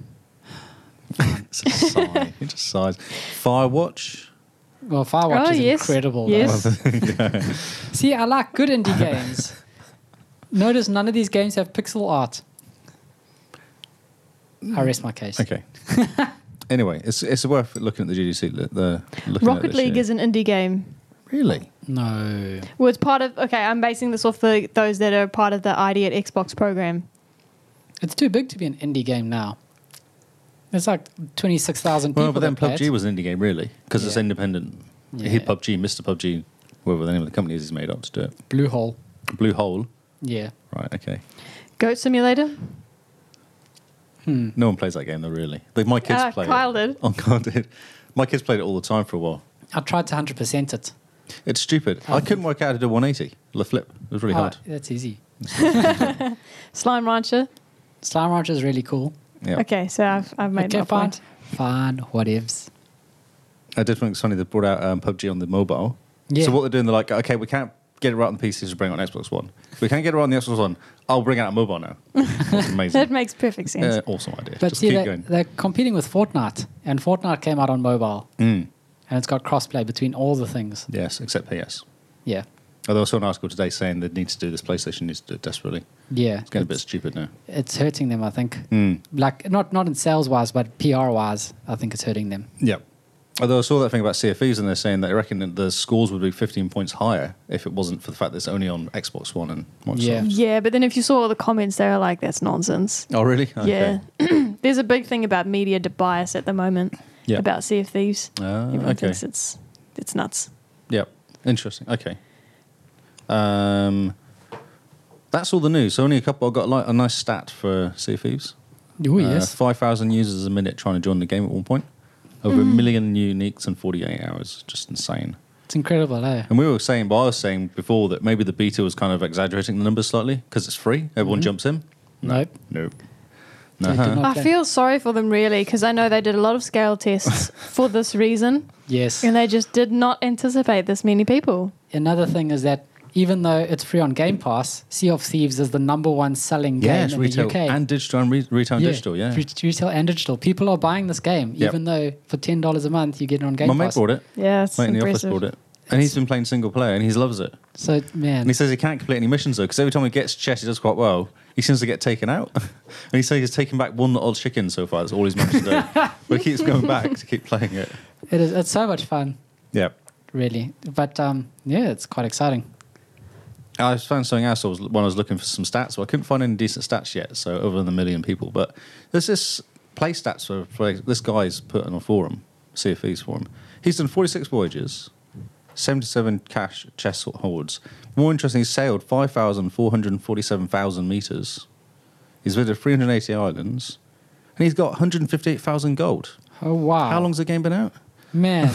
[SPEAKER 1] It's a sigh. it just sighs. Firewatch.
[SPEAKER 2] Well, Firewatch
[SPEAKER 3] Oh,
[SPEAKER 2] is
[SPEAKER 3] yes.
[SPEAKER 2] incredible. though.
[SPEAKER 3] Yes.
[SPEAKER 2] See, I like good indie games. Notice none of these games have pixel art. I rest my case.
[SPEAKER 1] Okay. anyway, it's it's worth looking at the GDC. li- The looking at
[SPEAKER 3] Rocket
[SPEAKER 1] this
[SPEAKER 3] League
[SPEAKER 1] year.
[SPEAKER 3] is an indie game.
[SPEAKER 1] really.
[SPEAKER 2] No.
[SPEAKER 3] Well, it's part of. Okay, I'm basing this off the those that are part of the ID at Xbox program.
[SPEAKER 2] It's too big to be an indie game now. It's like 26,000 people.
[SPEAKER 1] Well, but then
[SPEAKER 2] that play
[SPEAKER 1] PUBG
[SPEAKER 2] it.
[SPEAKER 1] was an indie game, really, because it's
[SPEAKER 2] Yeah.
[SPEAKER 1] independent. He
[SPEAKER 2] Yeah.
[SPEAKER 1] PUBG, Mr. PUBG, whoever the name of the company is, he's made up to do it.
[SPEAKER 2] Blue Hole.
[SPEAKER 1] Blue Hole.
[SPEAKER 2] Yeah.
[SPEAKER 1] Right. Okay.
[SPEAKER 3] Goat Simulator.
[SPEAKER 2] Hmm.
[SPEAKER 1] No one plays that game though, really. They, my kids
[SPEAKER 3] Ah,
[SPEAKER 1] play
[SPEAKER 3] Kyle
[SPEAKER 1] it.
[SPEAKER 3] did.
[SPEAKER 1] Oh, God, did. My kids played it all the time for a while.
[SPEAKER 2] I tried to 100% it.
[SPEAKER 1] It's stupid.
[SPEAKER 3] Oh.
[SPEAKER 1] I couldn't work out how to do 180. The flip. It was really
[SPEAKER 2] Oh,
[SPEAKER 1] hard.
[SPEAKER 2] That's easy.
[SPEAKER 3] Slime Rancher.
[SPEAKER 2] Slime Rancher is really cool.
[SPEAKER 1] Yeah.
[SPEAKER 3] Okay, so I've, I've made
[SPEAKER 2] okay,
[SPEAKER 3] my
[SPEAKER 2] fine.
[SPEAKER 3] point.
[SPEAKER 2] Fine, whatevs.
[SPEAKER 1] I did think it's funny they brought out um, PUBG on the mobile.
[SPEAKER 2] Yeah.
[SPEAKER 1] So what they're doing, they're like, okay, we can't get it right on the PC, so bring it on Xbox One. We can't get it right on the Xbox One. I'll bring out a mobile now. That's
[SPEAKER 3] That
[SPEAKER 1] amazing.
[SPEAKER 3] makes perfect sense.
[SPEAKER 1] uh, awesome idea.
[SPEAKER 2] But
[SPEAKER 1] Just
[SPEAKER 2] see,
[SPEAKER 1] keep
[SPEAKER 2] they,
[SPEAKER 1] going.
[SPEAKER 2] they're competing with Fortnite, and Fortnite came out on mobile,
[SPEAKER 1] Mm.
[SPEAKER 2] and it's got crossplay between all the things.
[SPEAKER 1] Yes, except PS.
[SPEAKER 2] Yeah.
[SPEAKER 1] Although I saw an article today saying they need to do this. PlayStation needs to do it desperately.
[SPEAKER 2] Yeah.
[SPEAKER 1] It's getting a bit stupid now.
[SPEAKER 2] it's hurting them, I think.
[SPEAKER 1] Mm.
[SPEAKER 2] Like not not in sales wise, but PR wise, I think it's hurting them.
[SPEAKER 1] Yeah. Although I saw that thing about CFEs and they're saying that they reckon that the scores would be 15 points higher if it wasn't for the fact that it's only on Xbox One and Microsoft.
[SPEAKER 2] Yeah.
[SPEAKER 3] yeah, but then if you saw all the comments, they were like, "That's nonsense."
[SPEAKER 1] Oh, really?
[SPEAKER 3] Yeah, there's a big thing about media de- bias at the moment
[SPEAKER 1] Yeah.
[SPEAKER 3] about Sea of Thieves.
[SPEAKER 1] Ah,
[SPEAKER 3] Everyone
[SPEAKER 1] okay.
[SPEAKER 3] thinks it's it's nuts.
[SPEAKER 1] Yep. Interesting. Okay. Um, that's all the news. So only a couple. I got like a nice stat for Sea of Thieves. Uh,
[SPEAKER 2] Oh
[SPEAKER 1] Five thousand users a minute trying to join the game at one point. Over
[SPEAKER 2] Mm-hmm.
[SPEAKER 1] a million uniques in forty-eight hours. Just insane.
[SPEAKER 2] it's incredible, eh?
[SPEAKER 1] And we were saying, well, I was saying before that maybe the beta was kind of exaggerating the numbers slightly because it's free. Everyone
[SPEAKER 2] Mm-hmm.
[SPEAKER 1] jumps in.
[SPEAKER 2] Nope.
[SPEAKER 1] Nope. Uh-huh.
[SPEAKER 2] They did
[SPEAKER 1] No.
[SPEAKER 2] not
[SPEAKER 3] I
[SPEAKER 2] play-
[SPEAKER 3] feel sorry for them really because I know they did a lot of scale tests for this reason,
[SPEAKER 2] yes.
[SPEAKER 3] and they just did not anticipate this many people.
[SPEAKER 2] Another thing is that even though it's free on Game Pass, Sea of Thieves is the number one selling
[SPEAKER 1] Yes,
[SPEAKER 2] game in
[SPEAKER 1] retail
[SPEAKER 2] the UK.
[SPEAKER 1] and digital and re- retail and digital. Yeah.
[SPEAKER 2] re- retail and digital. People are buying this game,
[SPEAKER 1] Yep.
[SPEAKER 2] even though for ten dollars a month you get it on Game
[SPEAKER 1] My mate
[SPEAKER 2] Pass.
[SPEAKER 1] bought it.
[SPEAKER 3] Yeah, it's
[SPEAKER 1] Mate in the office
[SPEAKER 3] impressive.
[SPEAKER 1] bought it, and he's been playing single player and he loves it.
[SPEAKER 2] So man,
[SPEAKER 1] And he says he can't complete any missions though, because every time he gets chess, he does quite well. He seems to get taken out. and he says he's taken back one odd chicken so far. That's all he's managed to do. but he keeps going back to keep playing it.
[SPEAKER 2] it is it's so much fun,
[SPEAKER 1] Yeah.
[SPEAKER 2] really. But um, yeah, it's quite exciting.
[SPEAKER 1] I found something else I was, when I was looking for some stats. Well, I couldn't find any decent stats yet, so other than the million people. But there's this play stats for play, this guy's put on a forum, CFE's forum. He's done 46 voyages, 77 cash chess hordes. More interesting, he's sailed 5,447,000 meters. He's visited 380 islands, and he's got 158,000 gold.
[SPEAKER 2] Oh wow!
[SPEAKER 1] How long's the game been out?
[SPEAKER 2] man?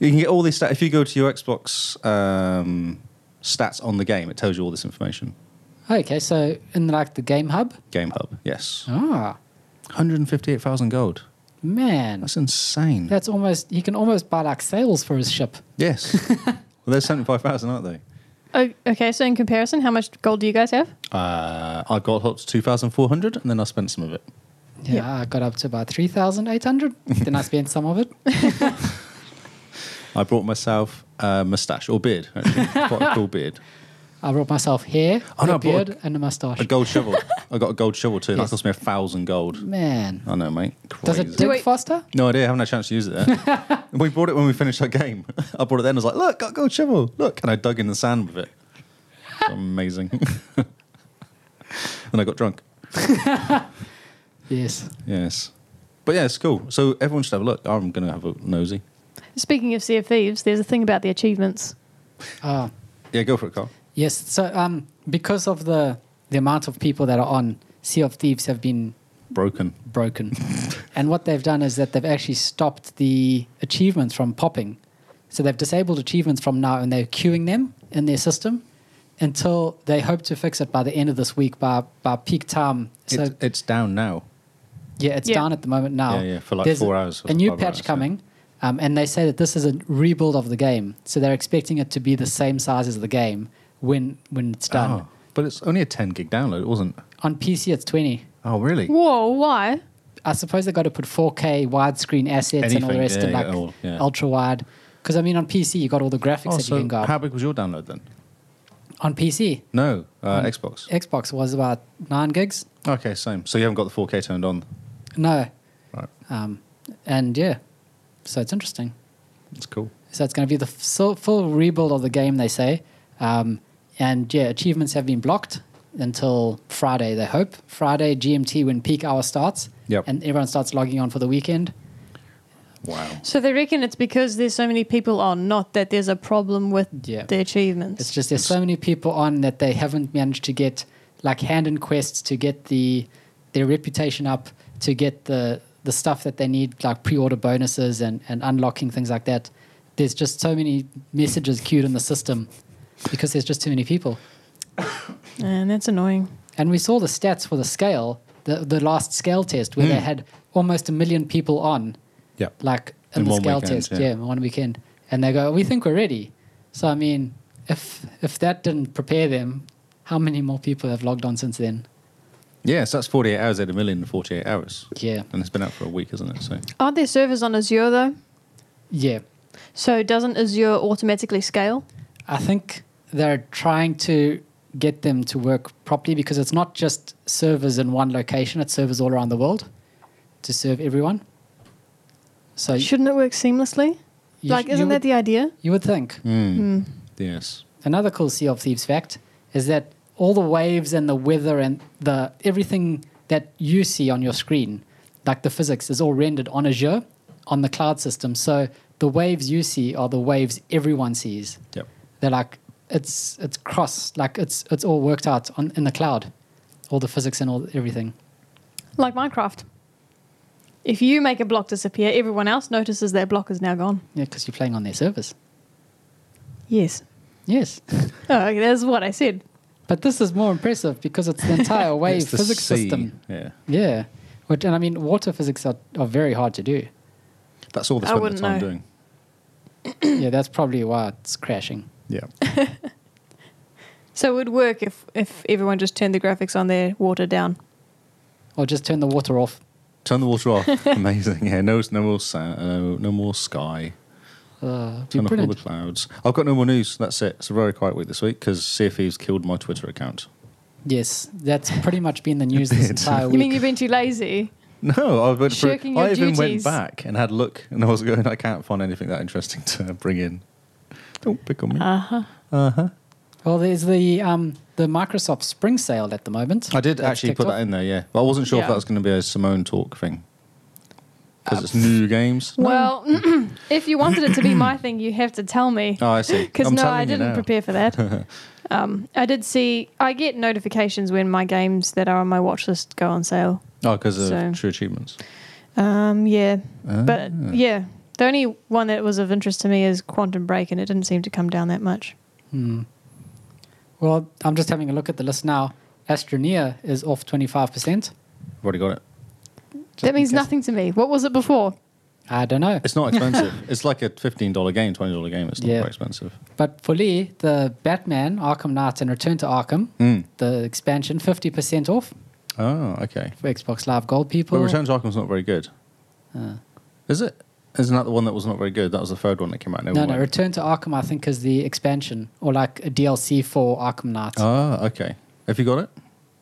[SPEAKER 1] You can get all these stats if you go to your Xbox um, stats on the game. It tells you all this information.
[SPEAKER 2] okay, so in like the Game Hub.
[SPEAKER 1] Game Hub, yes, one
[SPEAKER 2] Ah,
[SPEAKER 1] hundred and fifty-eight thousand gold.
[SPEAKER 2] man.
[SPEAKER 1] That's insane.
[SPEAKER 2] That's almost he can almost buy like sails for his ship.
[SPEAKER 1] Yes. well, they're seventy-five thousand, aren't they?
[SPEAKER 3] Oh, okay, so in comparison, how much gold do you guys have?
[SPEAKER 1] Uh, I got up to two thousand four hundred, and then I spent some of it.
[SPEAKER 2] Yeah, I got up to about three thousand eight hundred. then I spent some of it.
[SPEAKER 1] I brought myself a mustache or beard. Actually. Quite a cool beard.
[SPEAKER 2] I brought myself hair,
[SPEAKER 1] Oh, no,
[SPEAKER 2] a
[SPEAKER 1] I bought a-
[SPEAKER 2] beard, and a mustache.
[SPEAKER 1] A gold shovel. I got a gold shovel too. and
[SPEAKER 2] Yes.
[SPEAKER 1] That cost me a thousand gold.
[SPEAKER 2] man,
[SPEAKER 1] I know, mate. Crazy.
[SPEAKER 2] does it dig
[SPEAKER 3] Wait.
[SPEAKER 2] faster?
[SPEAKER 1] No idea. I haven't had a chance to use it there. we bought it when we finished our game. I bought it then. I was like, look, got a gold shovel. Look. And I dug in the sand with it. It's amazing. and I got drunk.
[SPEAKER 2] Yes.
[SPEAKER 1] Yes. But yeah, it's cool. So everyone should have a look. I'm going to have a nosy.
[SPEAKER 3] Speaking of Sea of Thieves, there's a thing about the achievements.
[SPEAKER 2] Ah,
[SPEAKER 1] Yeah, go for it, Carl.
[SPEAKER 2] yes. So um, because of the the amount of people that are on Sea of Thieves have been
[SPEAKER 1] Broken.
[SPEAKER 2] broken, and what they've done is that they've actually stopped the achievements from popping. So they've disabled achievements from now, and they're queuing them in their system until they hope to fix it by the end of this week, by by peak time. So
[SPEAKER 1] it's, it's down now.
[SPEAKER 2] Yeah, it's
[SPEAKER 3] Yeah.
[SPEAKER 2] down at the moment now.
[SPEAKER 1] Yeah, yeah, for like
[SPEAKER 2] There's
[SPEAKER 1] four hours or
[SPEAKER 2] A new
[SPEAKER 1] five
[SPEAKER 2] patch
[SPEAKER 1] hours, yeah.
[SPEAKER 2] coming, um, and they say that this is a rebuild of the game, so they're expecting it to be the same size as the game when when it's done.
[SPEAKER 1] Oh, but it's only a 10 gig download, it wasn't.
[SPEAKER 2] On PC, it's twenty.
[SPEAKER 1] Oh, really?
[SPEAKER 3] Whoa, why?
[SPEAKER 2] I suppose they got to put 4K widescreen assets and all the
[SPEAKER 1] Anything,
[SPEAKER 2] rest,
[SPEAKER 1] yeah,
[SPEAKER 2] and
[SPEAKER 1] yeah,
[SPEAKER 2] like
[SPEAKER 1] all, yeah.
[SPEAKER 2] ultra wide. Because I mean, on PC, you got all the graphics
[SPEAKER 1] Oh,
[SPEAKER 2] that you
[SPEAKER 1] so
[SPEAKER 2] can go up.
[SPEAKER 1] how big was your download then?
[SPEAKER 2] on PC.
[SPEAKER 1] No, uh, Xbox.
[SPEAKER 2] Xbox was about nine gigs.
[SPEAKER 1] Okay, same. So you haven't got the 4K turned on.
[SPEAKER 2] No,
[SPEAKER 1] Right,
[SPEAKER 2] um, and yeah, so it's interesting.
[SPEAKER 1] that's cool.
[SPEAKER 2] So it's going to be the f- so- full rebuild of the game, they say. Um, and yeah, achievements have been blocked until Friday, they hope. Friday GMT when peak hour starts,
[SPEAKER 1] Yep.
[SPEAKER 2] and everyone starts logging on for the weekend.
[SPEAKER 1] Wow.
[SPEAKER 3] So they reckon it's because there's so many people on, not that there's a problem with
[SPEAKER 2] Yeah.
[SPEAKER 3] the achievements.
[SPEAKER 2] It's just there's so many people on that they haven't managed to get like hand in quests to get the their reputation up, to get the the stuff that they need, like pre-order bonuses and, and unlocking things like that. There's just so many messages queued in the system because there's just too many people.
[SPEAKER 3] and that's annoying.
[SPEAKER 2] And we saw the stats for the scale, the, the last scale test
[SPEAKER 1] Hmm.
[SPEAKER 2] where they had almost a million people on,
[SPEAKER 1] Yeah.
[SPEAKER 2] like in,
[SPEAKER 1] In
[SPEAKER 2] the
[SPEAKER 1] one
[SPEAKER 2] scale
[SPEAKER 1] weekend,
[SPEAKER 2] test, yeah.
[SPEAKER 1] yeah.
[SPEAKER 2] in one weekend. And they go, we think we're ready. So I mean, if if that didn't prepare them, how many more people have logged on since then?
[SPEAKER 1] Yeah, so that's 48 hours, they had a million in 48 hours.
[SPEAKER 2] Yeah,
[SPEAKER 1] And it's been out for a week, isn't it? So
[SPEAKER 3] Aren't there servers on Azure though?
[SPEAKER 2] yeah.
[SPEAKER 3] So doesn't Azure automatically scale?
[SPEAKER 2] I think they're trying to get them to work properly because it's not just servers in one location; it's servers all around the world to serve everyone. So
[SPEAKER 3] Shouldn't it work seamlessly?
[SPEAKER 2] Uh, you
[SPEAKER 3] like,
[SPEAKER 2] sh- you
[SPEAKER 3] isn't that
[SPEAKER 2] would-
[SPEAKER 3] the idea?
[SPEAKER 2] you would think?
[SPEAKER 1] Hmm.
[SPEAKER 2] Hmm.
[SPEAKER 1] yes.
[SPEAKER 2] another cool Sea of Thieves fact is that all the waves and the weather and the everything that you see on your screen, like the physics, is all rendered on Azure on the cloud system. So the waves you see are the waves everyone sees.
[SPEAKER 1] Yep.
[SPEAKER 2] They're like it's it's cross like it's it's all worked out on in the cloud, all the physics and all everything.
[SPEAKER 3] Like Minecraft. If you make a block disappear, everyone else notices their block is now gone.
[SPEAKER 2] Yeah, because you're playing on their servers.
[SPEAKER 3] Yes.
[SPEAKER 2] Yes,
[SPEAKER 3] Oh, okay, that's what I said.
[SPEAKER 2] but this is more impressive because it's the entire wave
[SPEAKER 1] It's the
[SPEAKER 2] physics
[SPEAKER 1] sea.
[SPEAKER 2] system.
[SPEAKER 1] Yeah.
[SPEAKER 2] Yeah, which and I mean water physics are, are very hard to do.
[SPEAKER 1] That's all they
[SPEAKER 3] I
[SPEAKER 1] spent
[SPEAKER 3] wouldn't
[SPEAKER 1] their time
[SPEAKER 3] know.
[SPEAKER 1] doing.
[SPEAKER 2] yeah, that's probably why it's crashing.
[SPEAKER 1] Yeah.
[SPEAKER 3] So it would work if, if everyone just turned the graphics on their water down.
[SPEAKER 2] Or just turn the water off.
[SPEAKER 1] Turn the water off. Amazing. Yeah. No, no more sand. No, no more sky.
[SPEAKER 2] Uh,
[SPEAKER 1] Turn
[SPEAKER 2] be
[SPEAKER 1] off all the
[SPEAKER 2] brilliant.
[SPEAKER 1] clouds. I've got no more news. That's it. It's a very quiet week this week because CFE's killed my Twitter account.
[SPEAKER 2] Yes, that's pretty much been the news this
[SPEAKER 1] did.
[SPEAKER 2] entire
[SPEAKER 3] You mean
[SPEAKER 2] week.
[SPEAKER 3] you've been too lazy?
[SPEAKER 1] No, I went for,
[SPEAKER 3] Shirking your
[SPEAKER 1] I even went
[SPEAKER 3] duties.
[SPEAKER 1] back and had a look, and I was going. I can't find anything that interesting to bring in. Don't pick on me.
[SPEAKER 3] Uh huh.
[SPEAKER 2] Well, there's the um, the Microsoft spring sale at the moment.
[SPEAKER 1] I did
[SPEAKER 2] That's
[SPEAKER 1] actually
[SPEAKER 2] kicked
[SPEAKER 1] put
[SPEAKER 2] off.
[SPEAKER 1] that in there, yeah, but I wasn't sure if
[SPEAKER 3] Yeah.
[SPEAKER 1] that was going to be a Simone talk thing because
[SPEAKER 3] Uh,
[SPEAKER 1] it's new games.
[SPEAKER 3] Well, if you wanted it to be my thing, you have to tell me.
[SPEAKER 1] Oh, I see.
[SPEAKER 3] Because
[SPEAKER 1] I'm
[SPEAKER 3] no,
[SPEAKER 1] telling
[SPEAKER 3] I
[SPEAKER 1] you
[SPEAKER 3] didn't
[SPEAKER 1] now.
[SPEAKER 3] prepare for that. um, I did see. I get notifications when my games that are on my watch list go on sale.
[SPEAKER 1] Oh, because of
[SPEAKER 3] So-
[SPEAKER 1] True Achievements.
[SPEAKER 3] Um, yeah,
[SPEAKER 1] Ah.
[SPEAKER 3] but yeah, the only one that was of interest to me is Quantum Break, and it didn't seem to come down that much.
[SPEAKER 2] Well, I'm just having a look at the list now. Astroneer is off 25%.
[SPEAKER 1] I've already got it.
[SPEAKER 2] Just
[SPEAKER 3] That means
[SPEAKER 2] in case-
[SPEAKER 3] nothing to me. What was it before?
[SPEAKER 2] I don't know.
[SPEAKER 1] It's not expensive. it's like a fifteen dollar game, twenty dollar game. It's not
[SPEAKER 2] Yeah.
[SPEAKER 1] very expensive.
[SPEAKER 2] But for Lee, the Batman, Arkham Knight, and Return to Arkham,
[SPEAKER 1] Mm.
[SPEAKER 2] the expansion, 50% off
[SPEAKER 1] Oh, okay.
[SPEAKER 2] for Xbox Live Gold people.
[SPEAKER 1] But Return to Arkham's not very good,
[SPEAKER 2] Uh.
[SPEAKER 1] is it? Isn't that the one that was not very good? That was the third one that came out.
[SPEAKER 2] no, no,
[SPEAKER 1] one.
[SPEAKER 2] Return to Arkham, I think, is the expansion or like a DLC for Arkham Knight.
[SPEAKER 1] Ah, okay. Have you got it?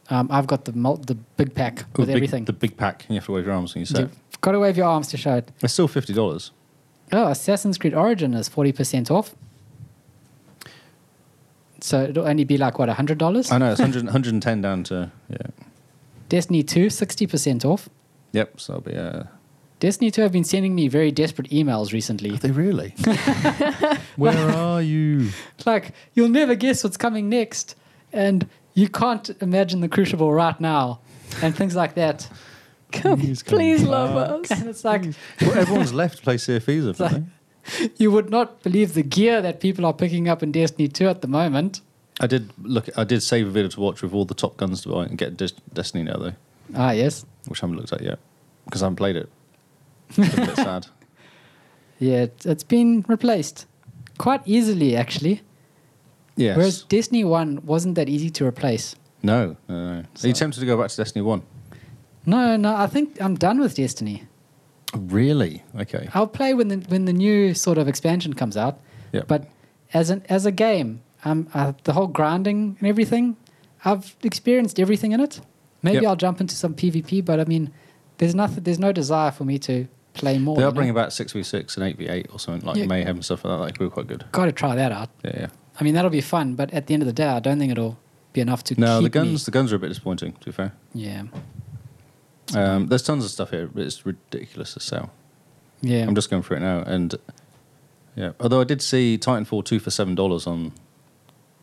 [SPEAKER 2] Um, I've got the mul- the big pack
[SPEAKER 1] Oh,
[SPEAKER 2] with
[SPEAKER 1] the big-
[SPEAKER 2] everything.
[SPEAKER 1] The big pack, and you have to wave your arms when you say. it.
[SPEAKER 2] You've got to wave your arms to show it.
[SPEAKER 1] It's still fifty dollars.
[SPEAKER 2] Oh, Assassin's Creed Origin is forty percent off. So it'll only be like what hundred dollars.
[SPEAKER 1] I know it's 100, 110 down to yeah.
[SPEAKER 2] Destiny 2, 60 percent off.
[SPEAKER 1] Yep, so that'll be uh,
[SPEAKER 2] Destiny two have been sending me very desperate emails recently.
[SPEAKER 1] they really? Where are you?
[SPEAKER 2] Like you'll never guess what's coming next, and you can't imagine the Crucible right now, and things like that.
[SPEAKER 3] Come,
[SPEAKER 1] Please
[SPEAKER 3] please,
[SPEAKER 1] come
[SPEAKER 3] love us.
[SPEAKER 2] And it's like
[SPEAKER 1] Well, everyone's left to play CFEs, haven't they?
[SPEAKER 2] you would not believe the gear that people are picking up in Destiny two at the moment.
[SPEAKER 1] I did look. I did save a video to watch with all the Top Guns to buy and get Des- Destiny now though,
[SPEAKER 2] Ah yes.
[SPEAKER 1] which I haven't looked at yet. because I haven't played it. It's a bit sad.
[SPEAKER 2] Yeah, it, it's been replaced quite easily, actually.
[SPEAKER 1] Yes.
[SPEAKER 2] Whereas Destiny 1 wasn't that easy to replace.
[SPEAKER 1] no, no, no. Are
[SPEAKER 2] So-
[SPEAKER 1] you tempted to go back to Destiny 1?
[SPEAKER 2] No, no, I think I'm done with Destiny.
[SPEAKER 1] Really? Okay.
[SPEAKER 2] I'll play when the, when the new sort of expansion comes out.
[SPEAKER 1] Yeah.
[SPEAKER 2] But as, an, as a game, um, uh, the whole grinding and everything, I've experienced everything in it. Maybe
[SPEAKER 1] Yep.
[SPEAKER 2] I'll jump into some PvP, but I mean, there's, nothing, there's no desire for me to play more.
[SPEAKER 1] They
[SPEAKER 2] you
[SPEAKER 1] are
[SPEAKER 2] know?
[SPEAKER 1] bringing back 6v6 and 8v8 or something, like
[SPEAKER 2] Yeah.
[SPEAKER 1] Mayhem and stuff like that. Like, we were quite good.
[SPEAKER 2] Gotta try that out.
[SPEAKER 1] Yeah, yeah.
[SPEAKER 2] I mean, that'll be fun, but at the end of the day, I don't think it'll be enough to
[SPEAKER 1] No,
[SPEAKER 2] keep
[SPEAKER 1] the
[SPEAKER 2] me-
[SPEAKER 1] guns, the guns are a bit disappointing, to be fair.
[SPEAKER 2] Yeah.
[SPEAKER 1] Um, there's tons of stuff here. but It's ridiculous to sell.
[SPEAKER 2] Yeah.
[SPEAKER 1] I'm just going for it now. And yeah, although I did see Titanfall two for seven dollars on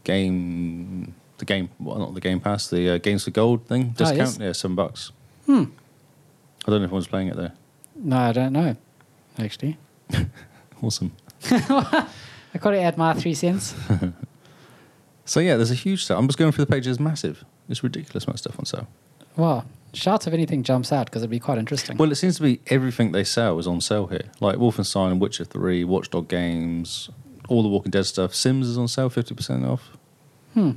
[SPEAKER 1] game the game well, not the Game Pass the uh, Games for Gold thing
[SPEAKER 2] Oh,
[SPEAKER 1] discount.
[SPEAKER 2] yes.
[SPEAKER 1] Yeah, seven bucks.
[SPEAKER 2] Hmm.
[SPEAKER 1] I don't know if anyone's playing it there.
[SPEAKER 2] No, I don't know, actually.
[SPEAKER 1] Awesome.
[SPEAKER 2] I gotta add my three cents.
[SPEAKER 1] So yeah, there's a huge sale. I'm just going through the pages. Massive. It's ridiculous amount of stuff on sale.
[SPEAKER 2] Well, shout if anything jumps out because it'd be quite interesting.
[SPEAKER 1] Well, it seems to be everything they sell is on sale here. Like Wolfenstein and Witcher Three, Watchdog games, all the Walking Dead stuff. Sims is on sale, fifty percent off.
[SPEAKER 2] Hmm.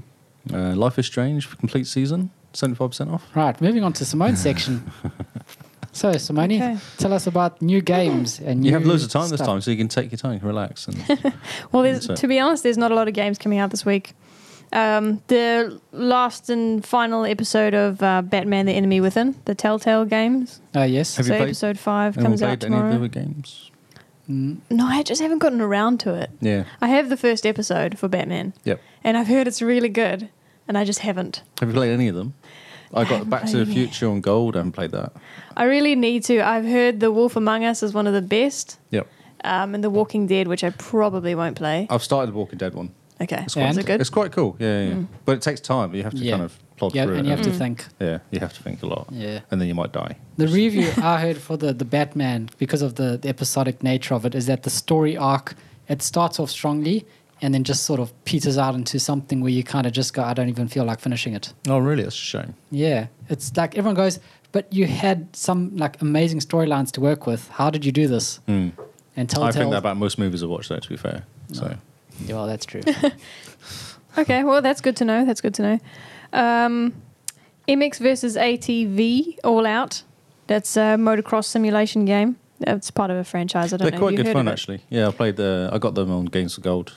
[SPEAKER 1] Uh, Life is Strange for complete season, seventy five percent off.
[SPEAKER 2] Right, moving on to Simone's section. So, Simone,
[SPEAKER 3] Okay.
[SPEAKER 2] tell us about new games and new
[SPEAKER 1] You have loads of time this
[SPEAKER 2] stuff.
[SPEAKER 1] time, so you can take your time, relax, and
[SPEAKER 3] Well, there's,
[SPEAKER 1] So-
[SPEAKER 3] to be honest, there's not a lot of games coming out this week. Um, the last and final episode of uh, Batman: The Enemy Within, the Telltale games.
[SPEAKER 2] Oh yes.
[SPEAKER 1] Have you
[SPEAKER 3] so
[SPEAKER 1] played-
[SPEAKER 3] episode five
[SPEAKER 1] anyone
[SPEAKER 3] comes out
[SPEAKER 1] played any of the
[SPEAKER 3] tomorrow.
[SPEAKER 1] other games?
[SPEAKER 2] Mm,
[SPEAKER 3] No, I just haven't gotten around to it.
[SPEAKER 1] Yeah.
[SPEAKER 3] I have the first episode for Batman,
[SPEAKER 1] Yep.
[SPEAKER 3] and I've heard it's really good, and I just haven't.
[SPEAKER 1] Have you played any of them? I got
[SPEAKER 3] haven't
[SPEAKER 1] Back to the
[SPEAKER 3] played any.
[SPEAKER 1] Future on Gold. I haven't played that.
[SPEAKER 3] I really need to. I've heard The Wolf Among Us is one of the best,
[SPEAKER 1] Yep.
[SPEAKER 3] um, and The Walking Dead, which I probably won't play.
[SPEAKER 1] I've started the Walking Dead one.
[SPEAKER 3] Okay,
[SPEAKER 1] Oh, It's
[SPEAKER 2] quite-
[SPEAKER 3] is it good? Mm.
[SPEAKER 1] It's quite cool. Yeah, yeah. yeah. But it takes time. You have to
[SPEAKER 2] Yeah.
[SPEAKER 1] kind of plod
[SPEAKER 2] yeah,
[SPEAKER 1] through
[SPEAKER 2] and
[SPEAKER 1] it.
[SPEAKER 2] you have
[SPEAKER 1] and-
[SPEAKER 2] to think.
[SPEAKER 1] yeah, you have to think a lot,
[SPEAKER 2] Yeah.
[SPEAKER 1] and then you might die.
[SPEAKER 2] The review I heard for the, the Batman, because of the, the episodic nature of it, is that the story arc it starts off strongly and then just sort of peters out into something where you kind of just go, I don't even feel like finishing it.
[SPEAKER 1] Oh, really? That's a shame.
[SPEAKER 2] Yeah, it's like everyone goes, but you had some like amazing storylines to work with. How did you do this? And Telltale.
[SPEAKER 1] I Mm. think that about most movies I watch, though. To be fair,
[SPEAKER 3] Oh.
[SPEAKER 1] so
[SPEAKER 2] Yeah, well, that's true.
[SPEAKER 3] Okay, well, that's good to know. That's good to know. Um, MX versus ATV All Out. That's a motocross simulation game. It's part of a franchise. I don't
[SPEAKER 1] they're
[SPEAKER 3] know. if
[SPEAKER 1] quite
[SPEAKER 3] you
[SPEAKER 1] good
[SPEAKER 3] heard
[SPEAKER 1] fun,
[SPEAKER 3] of it.
[SPEAKER 1] actually. Yeah, I played the. I got them on Games for Gold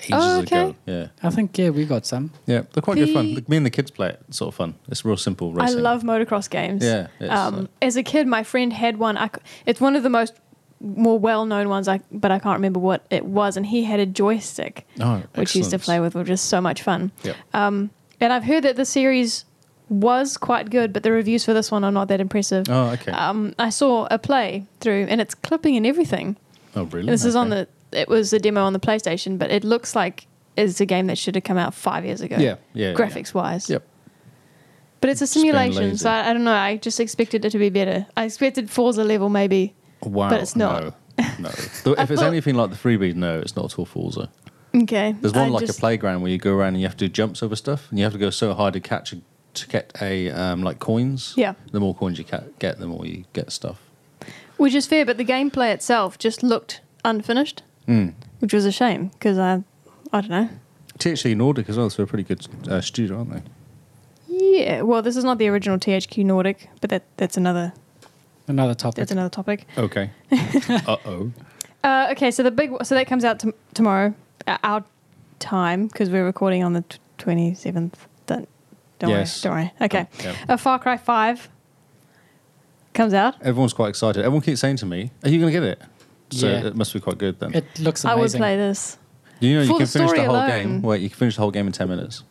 [SPEAKER 1] ages
[SPEAKER 3] Oh,
[SPEAKER 1] ago.
[SPEAKER 3] okay.
[SPEAKER 1] Yeah,
[SPEAKER 2] I think yeah, we got some.
[SPEAKER 1] yeah, they're quite good fun.
[SPEAKER 3] The-
[SPEAKER 1] Me and the kids play it. It's sort of fun. It's real simple
[SPEAKER 3] I
[SPEAKER 1] racing.
[SPEAKER 3] love motocross games.
[SPEAKER 1] Yeah, it's,
[SPEAKER 3] Um,
[SPEAKER 1] uh,
[SPEAKER 3] as a kid, my friend had one. I c it's one of the most more well-known ones, I, but I can't remember what it was. And he had a joystick,
[SPEAKER 1] Oh,
[SPEAKER 3] which he used to
[SPEAKER 1] excellent.
[SPEAKER 3] play with, which is so much fun.
[SPEAKER 1] Yep.
[SPEAKER 3] Um, and I've heard that the series was quite good, but the reviews for this one are not that impressive.
[SPEAKER 1] Oh, okay.
[SPEAKER 3] Um, I saw a play through, and it's clipping and everything.
[SPEAKER 1] oh, really?
[SPEAKER 3] This is on
[SPEAKER 1] Okay.
[SPEAKER 3] the. It was a demo on the PlayStation, but it looks like it's a game that should have come out five years ago.
[SPEAKER 1] Yeah, yeah, yeah.
[SPEAKER 3] Graphics wise.
[SPEAKER 1] Yep.
[SPEAKER 3] But it's a
[SPEAKER 1] been
[SPEAKER 3] simulation,
[SPEAKER 1] lazy.
[SPEAKER 3] so I, I don't know. I just expected it to be better. I expected Forza level maybe.
[SPEAKER 1] Wow.
[SPEAKER 3] but it's not.
[SPEAKER 1] No. no. Though if it's
[SPEAKER 3] thought-
[SPEAKER 1] anything like the freebies, no, it's not at all Forza.
[SPEAKER 3] Okay.
[SPEAKER 1] There's one
[SPEAKER 3] I
[SPEAKER 1] like
[SPEAKER 3] just-
[SPEAKER 1] a playground where you go around and you have to do jumps over stuff, and you have to go so high to catch a, to get a um, like coins.
[SPEAKER 3] Yeah.
[SPEAKER 1] The more coins you ca- get, the more you get stuff.
[SPEAKER 3] Which is fair, but the gameplay itself just looked unfinished,
[SPEAKER 1] Mm.
[SPEAKER 3] which was a shame because I, I don't know.
[SPEAKER 1] THC E Nordic as well, so they're a pretty good uh, studio, aren't they?
[SPEAKER 3] Yeah. Well, this is not the original THQ Nordic, but that that's another
[SPEAKER 2] Another topic.
[SPEAKER 3] that's another topic.
[SPEAKER 1] Okay. uh oh.
[SPEAKER 3] Uh, okay, so the big so that comes out tom tomorrow uh, our time because we're recording on the twenty seventh. Don't don't
[SPEAKER 1] Yes.
[SPEAKER 3] worry, don't worry. Okay,
[SPEAKER 1] Yeah.
[SPEAKER 3] uh, Far Cry Five comes out.
[SPEAKER 1] Everyone's quite excited. Everyone keeps saying to me, "Are you going to get it?" So
[SPEAKER 2] Yeah.
[SPEAKER 1] it must be quite good then.
[SPEAKER 2] It looks
[SPEAKER 3] I
[SPEAKER 2] amazing.
[SPEAKER 3] would play this.
[SPEAKER 1] You know, you
[SPEAKER 3] For
[SPEAKER 1] can
[SPEAKER 3] the
[SPEAKER 1] finish the
[SPEAKER 3] story
[SPEAKER 1] whole
[SPEAKER 3] alone.
[SPEAKER 1] game. Wait, you can finish the whole game in 10 minutes.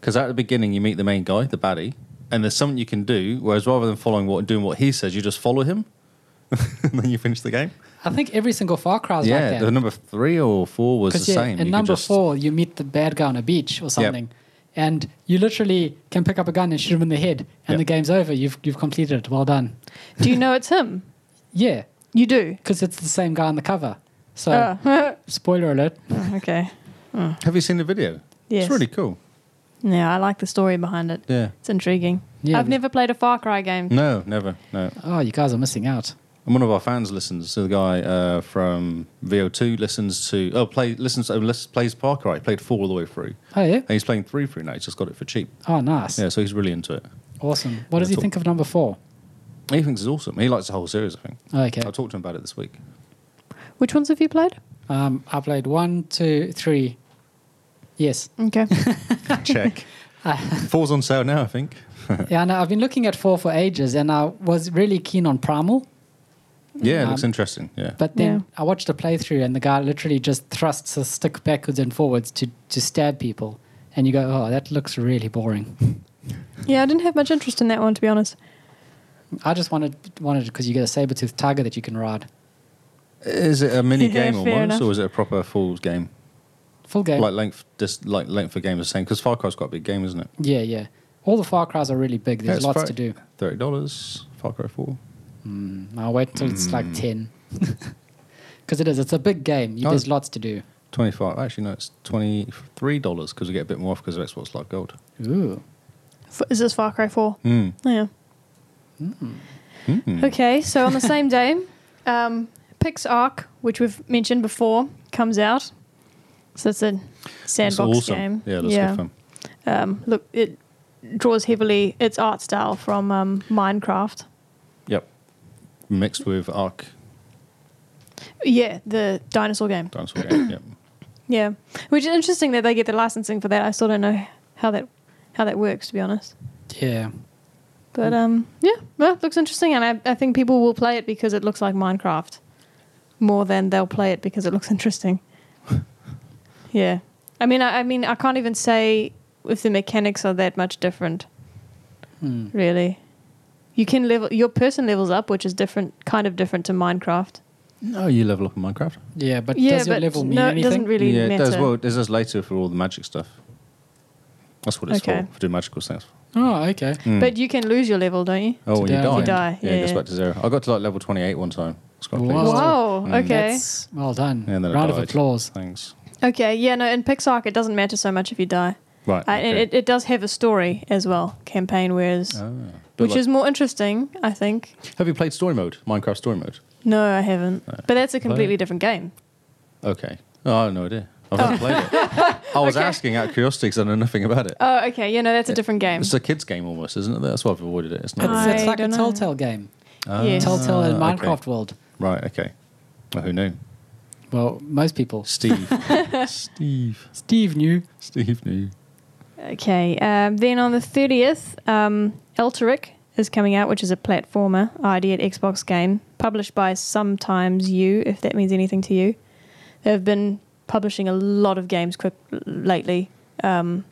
[SPEAKER 1] Because at the beginning, you meet the main guy, the baddie, and there's something you can do, whereas rather than following what doing what he says, you just follow him and then you finish the game.
[SPEAKER 2] I think every single Far Cry is
[SPEAKER 1] yeah,
[SPEAKER 2] like
[SPEAKER 1] the
[SPEAKER 2] that.
[SPEAKER 1] number three or four was the
[SPEAKER 2] yeah,
[SPEAKER 1] same. You
[SPEAKER 2] in
[SPEAKER 1] could
[SPEAKER 2] number
[SPEAKER 1] just-
[SPEAKER 2] four, you meet the bad guy on a beach or something, and you literally can pick up a gun and shoot him in the head, and
[SPEAKER 1] Yep.
[SPEAKER 2] the game's over. You've you've completed it. Well done.
[SPEAKER 3] Do you know it's him?
[SPEAKER 2] Yeah,
[SPEAKER 3] You do.
[SPEAKER 2] because it's the same guy on the cover. So
[SPEAKER 3] Oh.
[SPEAKER 2] spoiler alert.
[SPEAKER 3] Oh, okay.
[SPEAKER 1] Have you seen the video?
[SPEAKER 3] Yes.
[SPEAKER 1] It's really cool.
[SPEAKER 3] Yeah, I like the story behind it.
[SPEAKER 1] Yeah.
[SPEAKER 3] It's intriguing.
[SPEAKER 2] Yeah,
[SPEAKER 3] I've
[SPEAKER 2] there's-
[SPEAKER 3] never played a Far Cry game.
[SPEAKER 1] No, never. No.
[SPEAKER 2] Oh, you guys are missing out.
[SPEAKER 1] And one of our fans listens. So the guy uh, from VO2 listens to oh play listens oh, lis- plays Far Cry. Played four all the way through,
[SPEAKER 2] Oh yeah.
[SPEAKER 1] and he's playing three through now. He's just got it for cheap.
[SPEAKER 2] Oh, nice.
[SPEAKER 1] Yeah, so he's really into it.
[SPEAKER 2] Awesome. What
[SPEAKER 1] That's
[SPEAKER 2] does he
[SPEAKER 1] all.
[SPEAKER 2] think of number four?
[SPEAKER 1] He thinks it's awesome. He likes the whole series. I think.
[SPEAKER 2] Oh, okay.
[SPEAKER 1] I talked to him about it this week.
[SPEAKER 3] Which ones have you played?
[SPEAKER 2] Um, I played one, two, three. Yes.
[SPEAKER 3] Okay.
[SPEAKER 1] Check.
[SPEAKER 2] Uh,
[SPEAKER 1] Four's on sale now, I think.
[SPEAKER 2] yeah, and I've been looking at four for ages, and I was really keen on Primal,
[SPEAKER 1] Yeah, it
[SPEAKER 2] Um,
[SPEAKER 1] looks interesting. Yeah.
[SPEAKER 2] but then
[SPEAKER 3] Yeah.
[SPEAKER 2] I watched a playthrough, and the guy literally just thrusts his stick backwards and forwards to to stab people, and you go, "Oh, that looks really boring."
[SPEAKER 3] yeah, I didn't have much interest in that one to be honest.
[SPEAKER 2] I just wanted wanted because you get a saber toothed tiger that you can ride.
[SPEAKER 1] Is it a mini
[SPEAKER 3] Yeah,
[SPEAKER 1] game
[SPEAKER 3] fair
[SPEAKER 1] almost,
[SPEAKER 3] enough.
[SPEAKER 1] or is it a proper full game?
[SPEAKER 2] Full game.
[SPEAKER 1] Like length, just like length of game is the same because Far Cry's quite a big game, isn't it?
[SPEAKER 2] yeah, yeah. All the Far Cries are really big. There's
[SPEAKER 1] Yeah, it's
[SPEAKER 2] lots
[SPEAKER 1] fri-
[SPEAKER 2] to do.
[SPEAKER 1] Thirty dollars, Far Cry Four.
[SPEAKER 2] Mm, I'll wait till it's like ten, because it is. It's a big game. You,
[SPEAKER 1] Oh.
[SPEAKER 2] there's lots to do.
[SPEAKER 1] 25 actually no it's $23 because we get a bit more off because of xbox live gold
[SPEAKER 2] Ooh.
[SPEAKER 3] F- is this Far Cry 4?
[SPEAKER 1] mm.
[SPEAKER 3] Yeah.
[SPEAKER 1] Mm.
[SPEAKER 3] Okay, so on the same day, um, PixArc, which we've mentioned before, comes out. So it's a
[SPEAKER 1] That's
[SPEAKER 3] sandbox game.
[SPEAKER 1] yeah that's good fun
[SPEAKER 3] Um, look, it draws heavily its art style from um, Minecraft.
[SPEAKER 1] yep mixed with arc
[SPEAKER 3] Yeah, the dinosaur game.
[SPEAKER 1] dinosaur game yep
[SPEAKER 3] Yeah, which is interesting that they get the licensing for that. I still don't know how that how that works, to be honest.
[SPEAKER 2] Yeah.
[SPEAKER 3] But
[SPEAKER 2] Hmm.
[SPEAKER 3] um, yeah, well, it looks interesting, and I, I think people will play it because it looks like Minecraft more than they'll play it because it looks interesting. yeah, I mean, I, I mean, I can't even say if the mechanics are that much different,
[SPEAKER 2] Hmm.
[SPEAKER 3] really. You can level your person levels up, which is different, kind of different to Minecraft.
[SPEAKER 1] no Oh, you level up in minecraft
[SPEAKER 2] Yeah, but
[SPEAKER 3] yeah,
[SPEAKER 2] does your level mean
[SPEAKER 3] no, it
[SPEAKER 2] anything?
[SPEAKER 3] doesn't really
[SPEAKER 1] yeah it
[SPEAKER 3] matter.
[SPEAKER 1] does well it does later for all the magic stuff that's what it's
[SPEAKER 3] Okay.
[SPEAKER 1] for for doing magical stuff
[SPEAKER 2] Oh, okay.
[SPEAKER 1] Mm.
[SPEAKER 3] But you can lose your level, don't you?
[SPEAKER 1] oh when you die,
[SPEAKER 2] To die.
[SPEAKER 3] die,
[SPEAKER 1] yeah,
[SPEAKER 3] yeah,
[SPEAKER 1] it goes
[SPEAKER 3] yeah.
[SPEAKER 1] back to zero i got to like level 28 one time it's quite
[SPEAKER 2] Wow.
[SPEAKER 1] pleased.
[SPEAKER 3] Wow.
[SPEAKER 1] Mm.
[SPEAKER 3] Okay.
[SPEAKER 2] That's well done.
[SPEAKER 1] and then I
[SPEAKER 2] Round of
[SPEAKER 1] died.
[SPEAKER 2] applause.
[SPEAKER 1] thanks
[SPEAKER 3] Okay, yeah, no, in Pixarc it doesn't matter so much if you die.
[SPEAKER 1] right
[SPEAKER 3] I, and
[SPEAKER 1] Uh, okay.
[SPEAKER 3] Uh, it, it does have a story as well, campaign, whereas,
[SPEAKER 1] Ah. But
[SPEAKER 3] which
[SPEAKER 1] like-
[SPEAKER 3] is more interesting, I think.
[SPEAKER 1] have you played story mode minecraft story mode
[SPEAKER 3] No, I haven't.
[SPEAKER 1] Uh,
[SPEAKER 3] But that's a completely
[SPEAKER 1] it.
[SPEAKER 3] different game.
[SPEAKER 1] Okay. Oh, I have no idea. I've never played it. I was asking out of curiosity because I know nothing about it.
[SPEAKER 3] Oh, okay, yeah, no, that's a different game.
[SPEAKER 1] It's a kids' game almost, isn't it? That's why I've avoided it. It's not.
[SPEAKER 3] I
[SPEAKER 2] It's, it's like a
[SPEAKER 3] don't know.
[SPEAKER 2] Telltale game.
[SPEAKER 1] Ah,
[SPEAKER 3] yes.
[SPEAKER 2] Telltale in
[SPEAKER 1] okay.
[SPEAKER 2] Minecraft world.
[SPEAKER 1] Right. Okay. Well, who knew?
[SPEAKER 2] Well, most people.
[SPEAKER 1] Steve. Steve.
[SPEAKER 2] Steve knew.
[SPEAKER 1] Steve knew.
[SPEAKER 3] Okay, um, then on the 30th, um, Elteric is coming out, which is a platformer ID at Xbox game, published by Sometimes You, if that means anything to you. They've been publishing a lot of games quick lately. Um,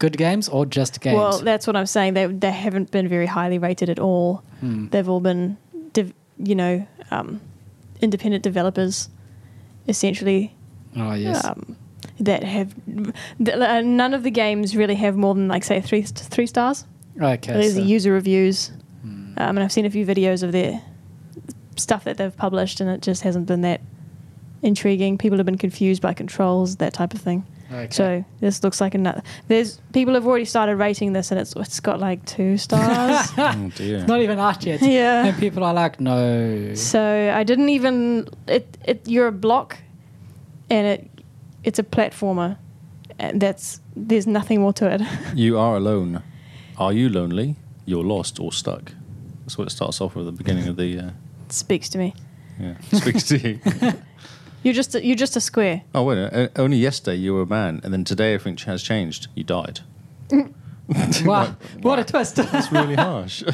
[SPEAKER 2] Good games or just games?
[SPEAKER 3] Well, that's what I'm saying. They they haven't been very highly rated at all.
[SPEAKER 2] Hmm.
[SPEAKER 3] They've all been, div- you know, um, independent developers, essentially.
[SPEAKER 2] oh, yes.
[SPEAKER 3] Um, that have that, uh, none of the games really have more than like say three three stars.
[SPEAKER 2] okay.
[SPEAKER 3] There's
[SPEAKER 2] So,
[SPEAKER 3] the user reviews,
[SPEAKER 2] Hmm.
[SPEAKER 3] um, and I've seen a few videos of their stuff that they've published, and it just hasn't been that intriguing. People have been confused by controls, that type of thing.
[SPEAKER 2] okay.
[SPEAKER 3] So this looks like another. There's people have already started rating this, and it's it's got like two stars.
[SPEAKER 1] oh dear.
[SPEAKER 2] it's not even out yet.
[SPEAKER 3] yeah.
[SPEAKER 2] And people are like, no.
[SPEAKER 3] So I didn't even it it you're a block, and it it's a platformer, and that's there's nothing more to it.
[SPEAKER 1] You are alone. Are you lonely? You're lost or stuck. That's what it starts off with at the beginning of the. Uh,
[SPEAKER 3] it speaks to me.
[SPEAKER 1] yeah. Speaks to you.
[SPEAKER 3] You're just a, you're just a square.
[SPEAKER 1] Oh wait. a minute. Uh, only yesterday you were a man, and then today everything has changed. You died.
[SPEAKER 2] wow. What a twist.
[SPEAKER 1] That's really harsh.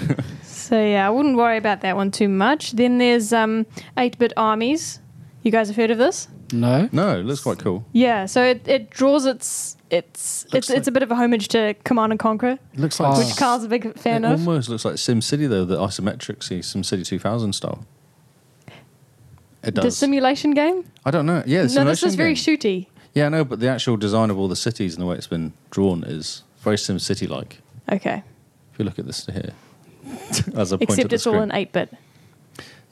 [SPEAKER 3] So yeah, I wouldn't worry about that one too much. Then there's um eight bit armies. You guys have heard of this?
[SPEAKER 2] no.
[SPEAKER 1] no, it looks quite cool.
[SPEAKER 3] Yeah. So it, it draws its it's it's,
[SPEAKER 1] Looks like-
[SPEAKER 3] it's a bit of a homage to Command and Conquer,
[SPEAKER 1] Looks
[SPEAKER 2] like-
[SPEAKER 3] which Carl's a big fan
[SPEAKER 1] it
[SPEAKER 3] of.
[SPEAKER 1] almost looks like SimCity though, the isometric see SimCity 2000 style. It
[SPEAKER 3] The
[SPEAKER 1] does.
[SPEAKER 3] simulation game?
[SPEAKER 1] I don't know. Yeah, the
[SPEAKER 3] no, this
[SPEAKER 1] simulation
[SPEAKER 3] is very
[SPEAKER 1] game.
[SPEAKER 3] shooty.
[SPEAKER 1] Yeah, I know, but the actual design of all the cities and the way it's been drawn is very SimCity like.
[SPEAKER 3] Okay.
[SPEAKER 1] If you look at this here, as a point at
[SPEAKER 3] Except
[SPEAKER 1] the
[SPEAKER 3] it's all
[SPEAKER 1] screen.
[SPEAKER 3] in 8 bit.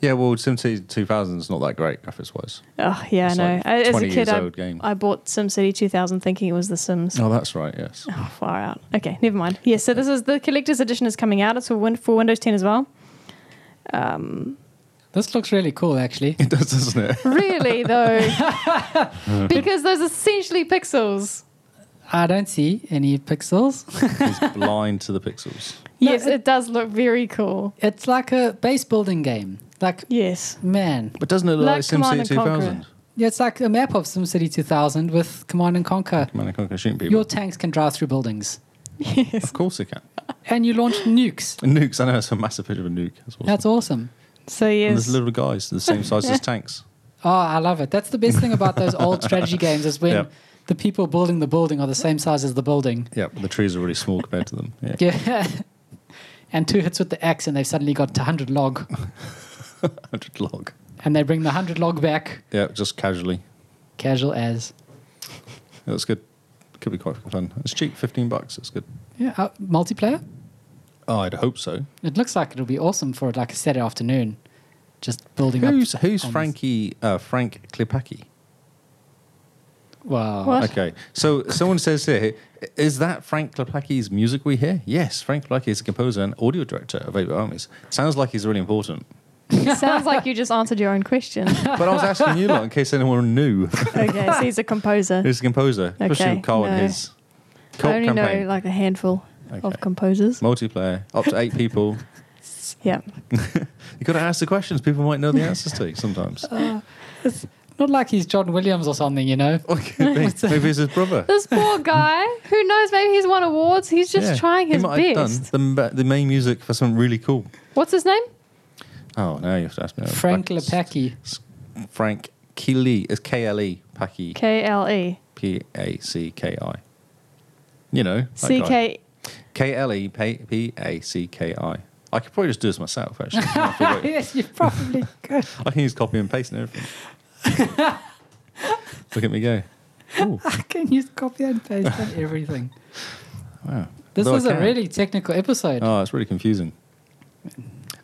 [SPEAKER 1] Yeah, well, SimCity 2000 is not that great graphics wise.
[SPEAKER 3] Oh yeah, I
[SPEAKER 1] It's
[SPEAKER 3] know.
[SPEAKER 1] like
[SPEAKER 3] I- As a
[SPEAKER 1] 20
[SPEAKER 3] kid,
[SPEAKER 1] years
[SPEAKER 3] I,
[SPEAKER 1] old game.
[SPEAKER 3] I bought SimCity 2000 thinking it was The Sims.
[SPEAKER 1] Oh, that's right. Yes.
[SPEAKER 3] Oh, far out. Okay, never mind. Yeah, so this is the collector's edition is coming out. It's for, win- for Windows 10 as well. Um,
[SPEAKER 2] This looks really cool, actually.
[SPEAKER 1] It does, doesn't it?
[SPEAKER 3] really though, because those are essentially pixels.
[SPEAKER 2] I don't see any pixels.
[SPEAKER 1] He's blind to the pixels.
[SPEAKER 2] No,
[SPEAKER 3] Yes,
[SPEAKER 2] it-
[SPEAKER 3] it does look very cool.
[SPEAKER 2] It's like a base building game. Like,
[SPEAKER 3] Yes.
[SPEAKER 2] man,
[SPEAKER 1] But doesn't it look
[SPEAKER 3] Like
[SPEAKER 1] like,
[SPEAKER 3] Command
[SPEAKER 1] SimCity
[SPEAKER 3] and Conquer.
[SPEAKER 1] 2000?
[SPEAKER 2] yeah, it's like a map of SimCity 2000 with Command and Conquer.
[SPEAKER 1] Command and Conquer shooting people.
[SPEAKER 2] Your tanks can drive through buildings,
[SPEAKER 1] Of course it can.
[SPEAKER 2] and you launch nukes.
[SPEAKER 1] And nukes. I know it's a massive picture of a nuke. That's awesome.
[SPEAKER 2] That's awesome.
[SPEAKER 3] So
[SPEAKER 1] And there's
[SPEAKER 3] yes.
[SPEAKER 1] little guys the same size as tanks.
[SPEAKER 2] Oh, I love it. That's the best thing about those old strategy games is when
[SPEAKER 1] Yep.
[SPEAKER 2] the people building the building are the same size as the building.
[SPEAKER 1] Yeah, but the trees are really small compared to them. Yeah.
[SPEAKER 2] Yeah. and two hits with the axe, and they've suddenly got to 100 log.
[SPEAKER 1] 100 log.
[SPEAKER 2] And they bring the 100 log back,
[SPEAKER 1] Yeah, just casually.
[SPEAKER 2] casual as.
[SPEAKER 1] Yeah, That's good. Could be quite fun. It's cheap, 15 bucks. That's good.
[SPEAKER 2] Yeah, uh, multiplayer?
[SPEAKER 1] Oh, I'd hope so.
[SPEAKER 2] It looks like it'll be awesome for like a Saturday afternoon, just building
[SPEAKER 1] Who's
[SPEAKER 2] up.
[SPEAKER 1] who's
[SPEAKER 2] on this-
[SPEAKER 1] Frankie uh, Frank Klipacki?
[SPEAKER 2] Wow.
[SPEAKER 3] What?
[SPEAKER 1] Okay, so someone says here, is that Frank Klipacki's music we hear? Yes, Frank Klipacki is a composer and audio director of Eight Bit Armies. Sounds like he's really important.
[SPEAKER 3] Sounds like you just answered your own question.
[SPEAKER 1] But I was asking you lot in case anyone knew
[SPEAKER 3] okay, so he's a composer.
[SPEAKER 1] who's a composer, especially
[SPEAKER 3] Okay,
[SPEAKER 1] with Carl and
[SPEAKER 3] no.
[SPEAKER 1] his
[SPEAKER 3] I
[SPEAKER 1] cult
[SPEAKER 3] only
[SPEAKER 1] campaign.
[SPEAKER 3] know like a handful
[SPEAKER 1] Okay.
[SPEAKER 3] of composers.
[SPEAKER 1] Multiplayer, up to eight people.
[SPEAKER 3] Yeah.
[SPEAKER 1] You got to ask the questions. People might know the answers to sometimes.
[SPEAKER 3] Uh,
[SPEAKER 2] Not like he's John Williams or something, you know?
[SPEAKER 1] Or could be- maybe it's his brother.
[SPEAKER 3] This poor guy, who knows, maybe he's won awards. He's just
[SPEAKER 1] Yeah,
[SPEAKER 3] trying
[SPEAKER 1] he
[SPEAKER 3] his
[SPEAKER 1] might have
[SPEAKER 3] best.
[SPEAKER 1] done the, the main music for something really cool.
[SPEAKER 3] What's his name?
[SPEAKER 1] Oh, now you have to ask me.
[SPEAKER 2] Frank
[SPEAKER 1] Back-
[SPEAKER 2] Lepacki.
[SPEAKER 1] Frank Keeley. It's K L E. Packy.
[SPEAKER 3] K L E.
[SPEAKER 1] P A C K I. You know.
[SPEAKER 3] C K.
[SPEAKER 1] K L E P A C K I. I could probably just do this myself, actually. I don't have to wait.
[SPEAKER 2] yes, you probably could.
[SPEAKER 1] I can just copy and paste and everything. Look at me go. Ooh,
[SPEAKER 2] I can use copy and paste on everything.
[SPEAKER 1] wow.
[SPEAKER 2] This
[SPEAKER 1] Though I
[SPEAKER 2] is a
[SPEAKER 1] can.
[SPEAKER 2] really technical episode.
[SPEAKER 1] Oh, it's really confusing.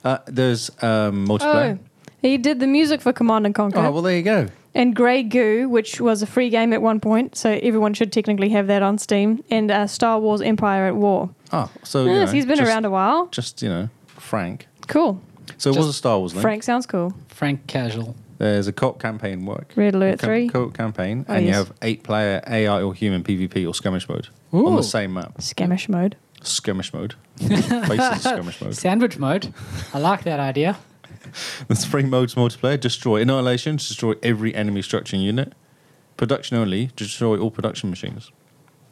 [SPEAKER 1] Uh, there's um, multiplayer.
[SPEAKER 3] Oh, he did the music for Command and Conquer
[SPEAKER 1] Oh, well, there you go.
[SPEAKER 3] and Grey Goo, which was a free game at one point, so everyone should technically have that on Steam, and uh, Star Wars Empire at War.
[SPEAKER 1] Ah, so you
[SPEAKER 3] yes,
[SPEAKER 1] know,
[SPEAKER 3] he's been
[SPEAKER 1] just-
[SPEAKER 3] around a while.
[SPEAKER 1] Just you know, Frank.
[SPEAKER 3] Cool.
[SPEAKER 1] So it was
[SPEAKER 2] Just
[SPEAKER 1] a Star Wars link.
[SPEAKER 3] Frank sounds cool.
[SPEAKER 2] Frank Casual.
[SPEAKER 1] There's a co-op campaign work.
[SPEAKER 3] Red Alert
[SPEAKER 1] Co-
[SPEAKER 3] 3.
[SPEAKER 1] Co-op campaign,
[SPEAKER 3] Oh,
[SPEAKER 1] and you
[SPEAKER 3] yes.
[SPEAKER 1] have eight-player AI or human PvP or skirmish mode on
[SPEAKER 2] Ooh.
[SPEAKER 1] the same map.
[SPEAKER 3] Skamish mode.
[SPEAKER 1] Skirmish mode. Places skirmish mode.
[SPEAKER 2] Sandwich mode. I like that idea.
[SPEAKER 1] There's three modes multiplayer: destroy annihilation, destroy every enemy structure and unit. Production only, destroy all production machines.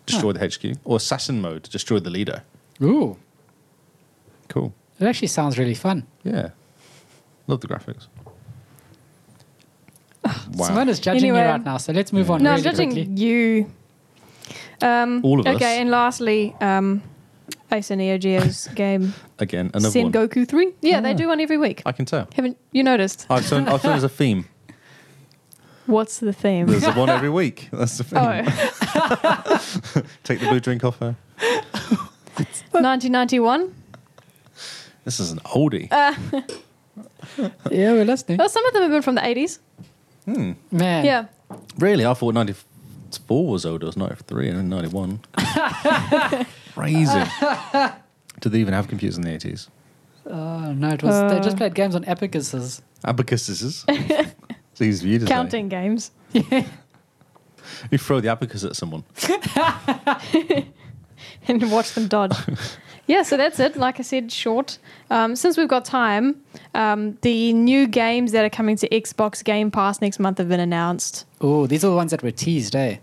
[SPEAKER 1] Destroy the HQ or assassin mode, destroy the leader.
[SPEAKER 2] Ooh,
[SPEAKER 1] Cool.
[SPEAKER 2] it actually sounds really fun.
[SPEAKER 1] Yeah. Love the graphics. Wow.
[SPEAKER 2] Simone is judging
[SPEAKER 3] Anyway.
[SPEAKER 2] you right now, so let's move on.
[SPEAKER 3] No,
[SPEAKER 2] really
[SPEAKER 3] I'm judging
[SPEAKER 2] quickly.
[SPEAKER 3] you. Um,
[SPEAKER 1] All of us.
[SPEAKER 3] Okay, and lastly, um, Ace and Neo Geo's game
[SPEAKER 1] Again, another one.
[SPEAKER 3] Sengoku 3. Yeah, they
[SPEAKER 1] Ah.
[SPEAKER 3] do one every week.
[SPEAKER 1] I can tell.
[SPEAKER 3] Haven't you noticed?
[SPEAKER 1] I've done, I've done as a theme.
[SPEAKER 3] What's the theme?
[SPEAKER 1] There's a one every week. That's the theme.
[SPEAKER 3] oh,
[SPEAKER 1] Take the blue drink off her.
[SPEAKER 3] 1991.
[SPEAKER 1] This is an oldie.
[SPEAKER 2] Yeah, we're listening.
[SPEAKER 3] Well, Oh, some of them have been from the 80s.
[SPEAKER 2] Man,
[SPEAKER 3] Yeah.
[SPEAKER 1] really, I thought 94 was older. It was 93 and then 91. Crazy. Did they even have computers in the 80s?
[SPEAKER 2] Oh, no, it was. they just played games on apicuses.
[SPEAKER 1] Abacuses. it's easy for you to say.
[SPEAKER 3] Counting games.
[SPEAKER 1] You throw the abacus at someone.
[SPEAKER 3] and watch them dodge. yeah, so that's it. Like I said, short. Um, since we've got time, um, the new games that are coming to Xbox Game Pass next month have been announced.
[SPEAKER 2] Oh, these are the ones that were teased, eh?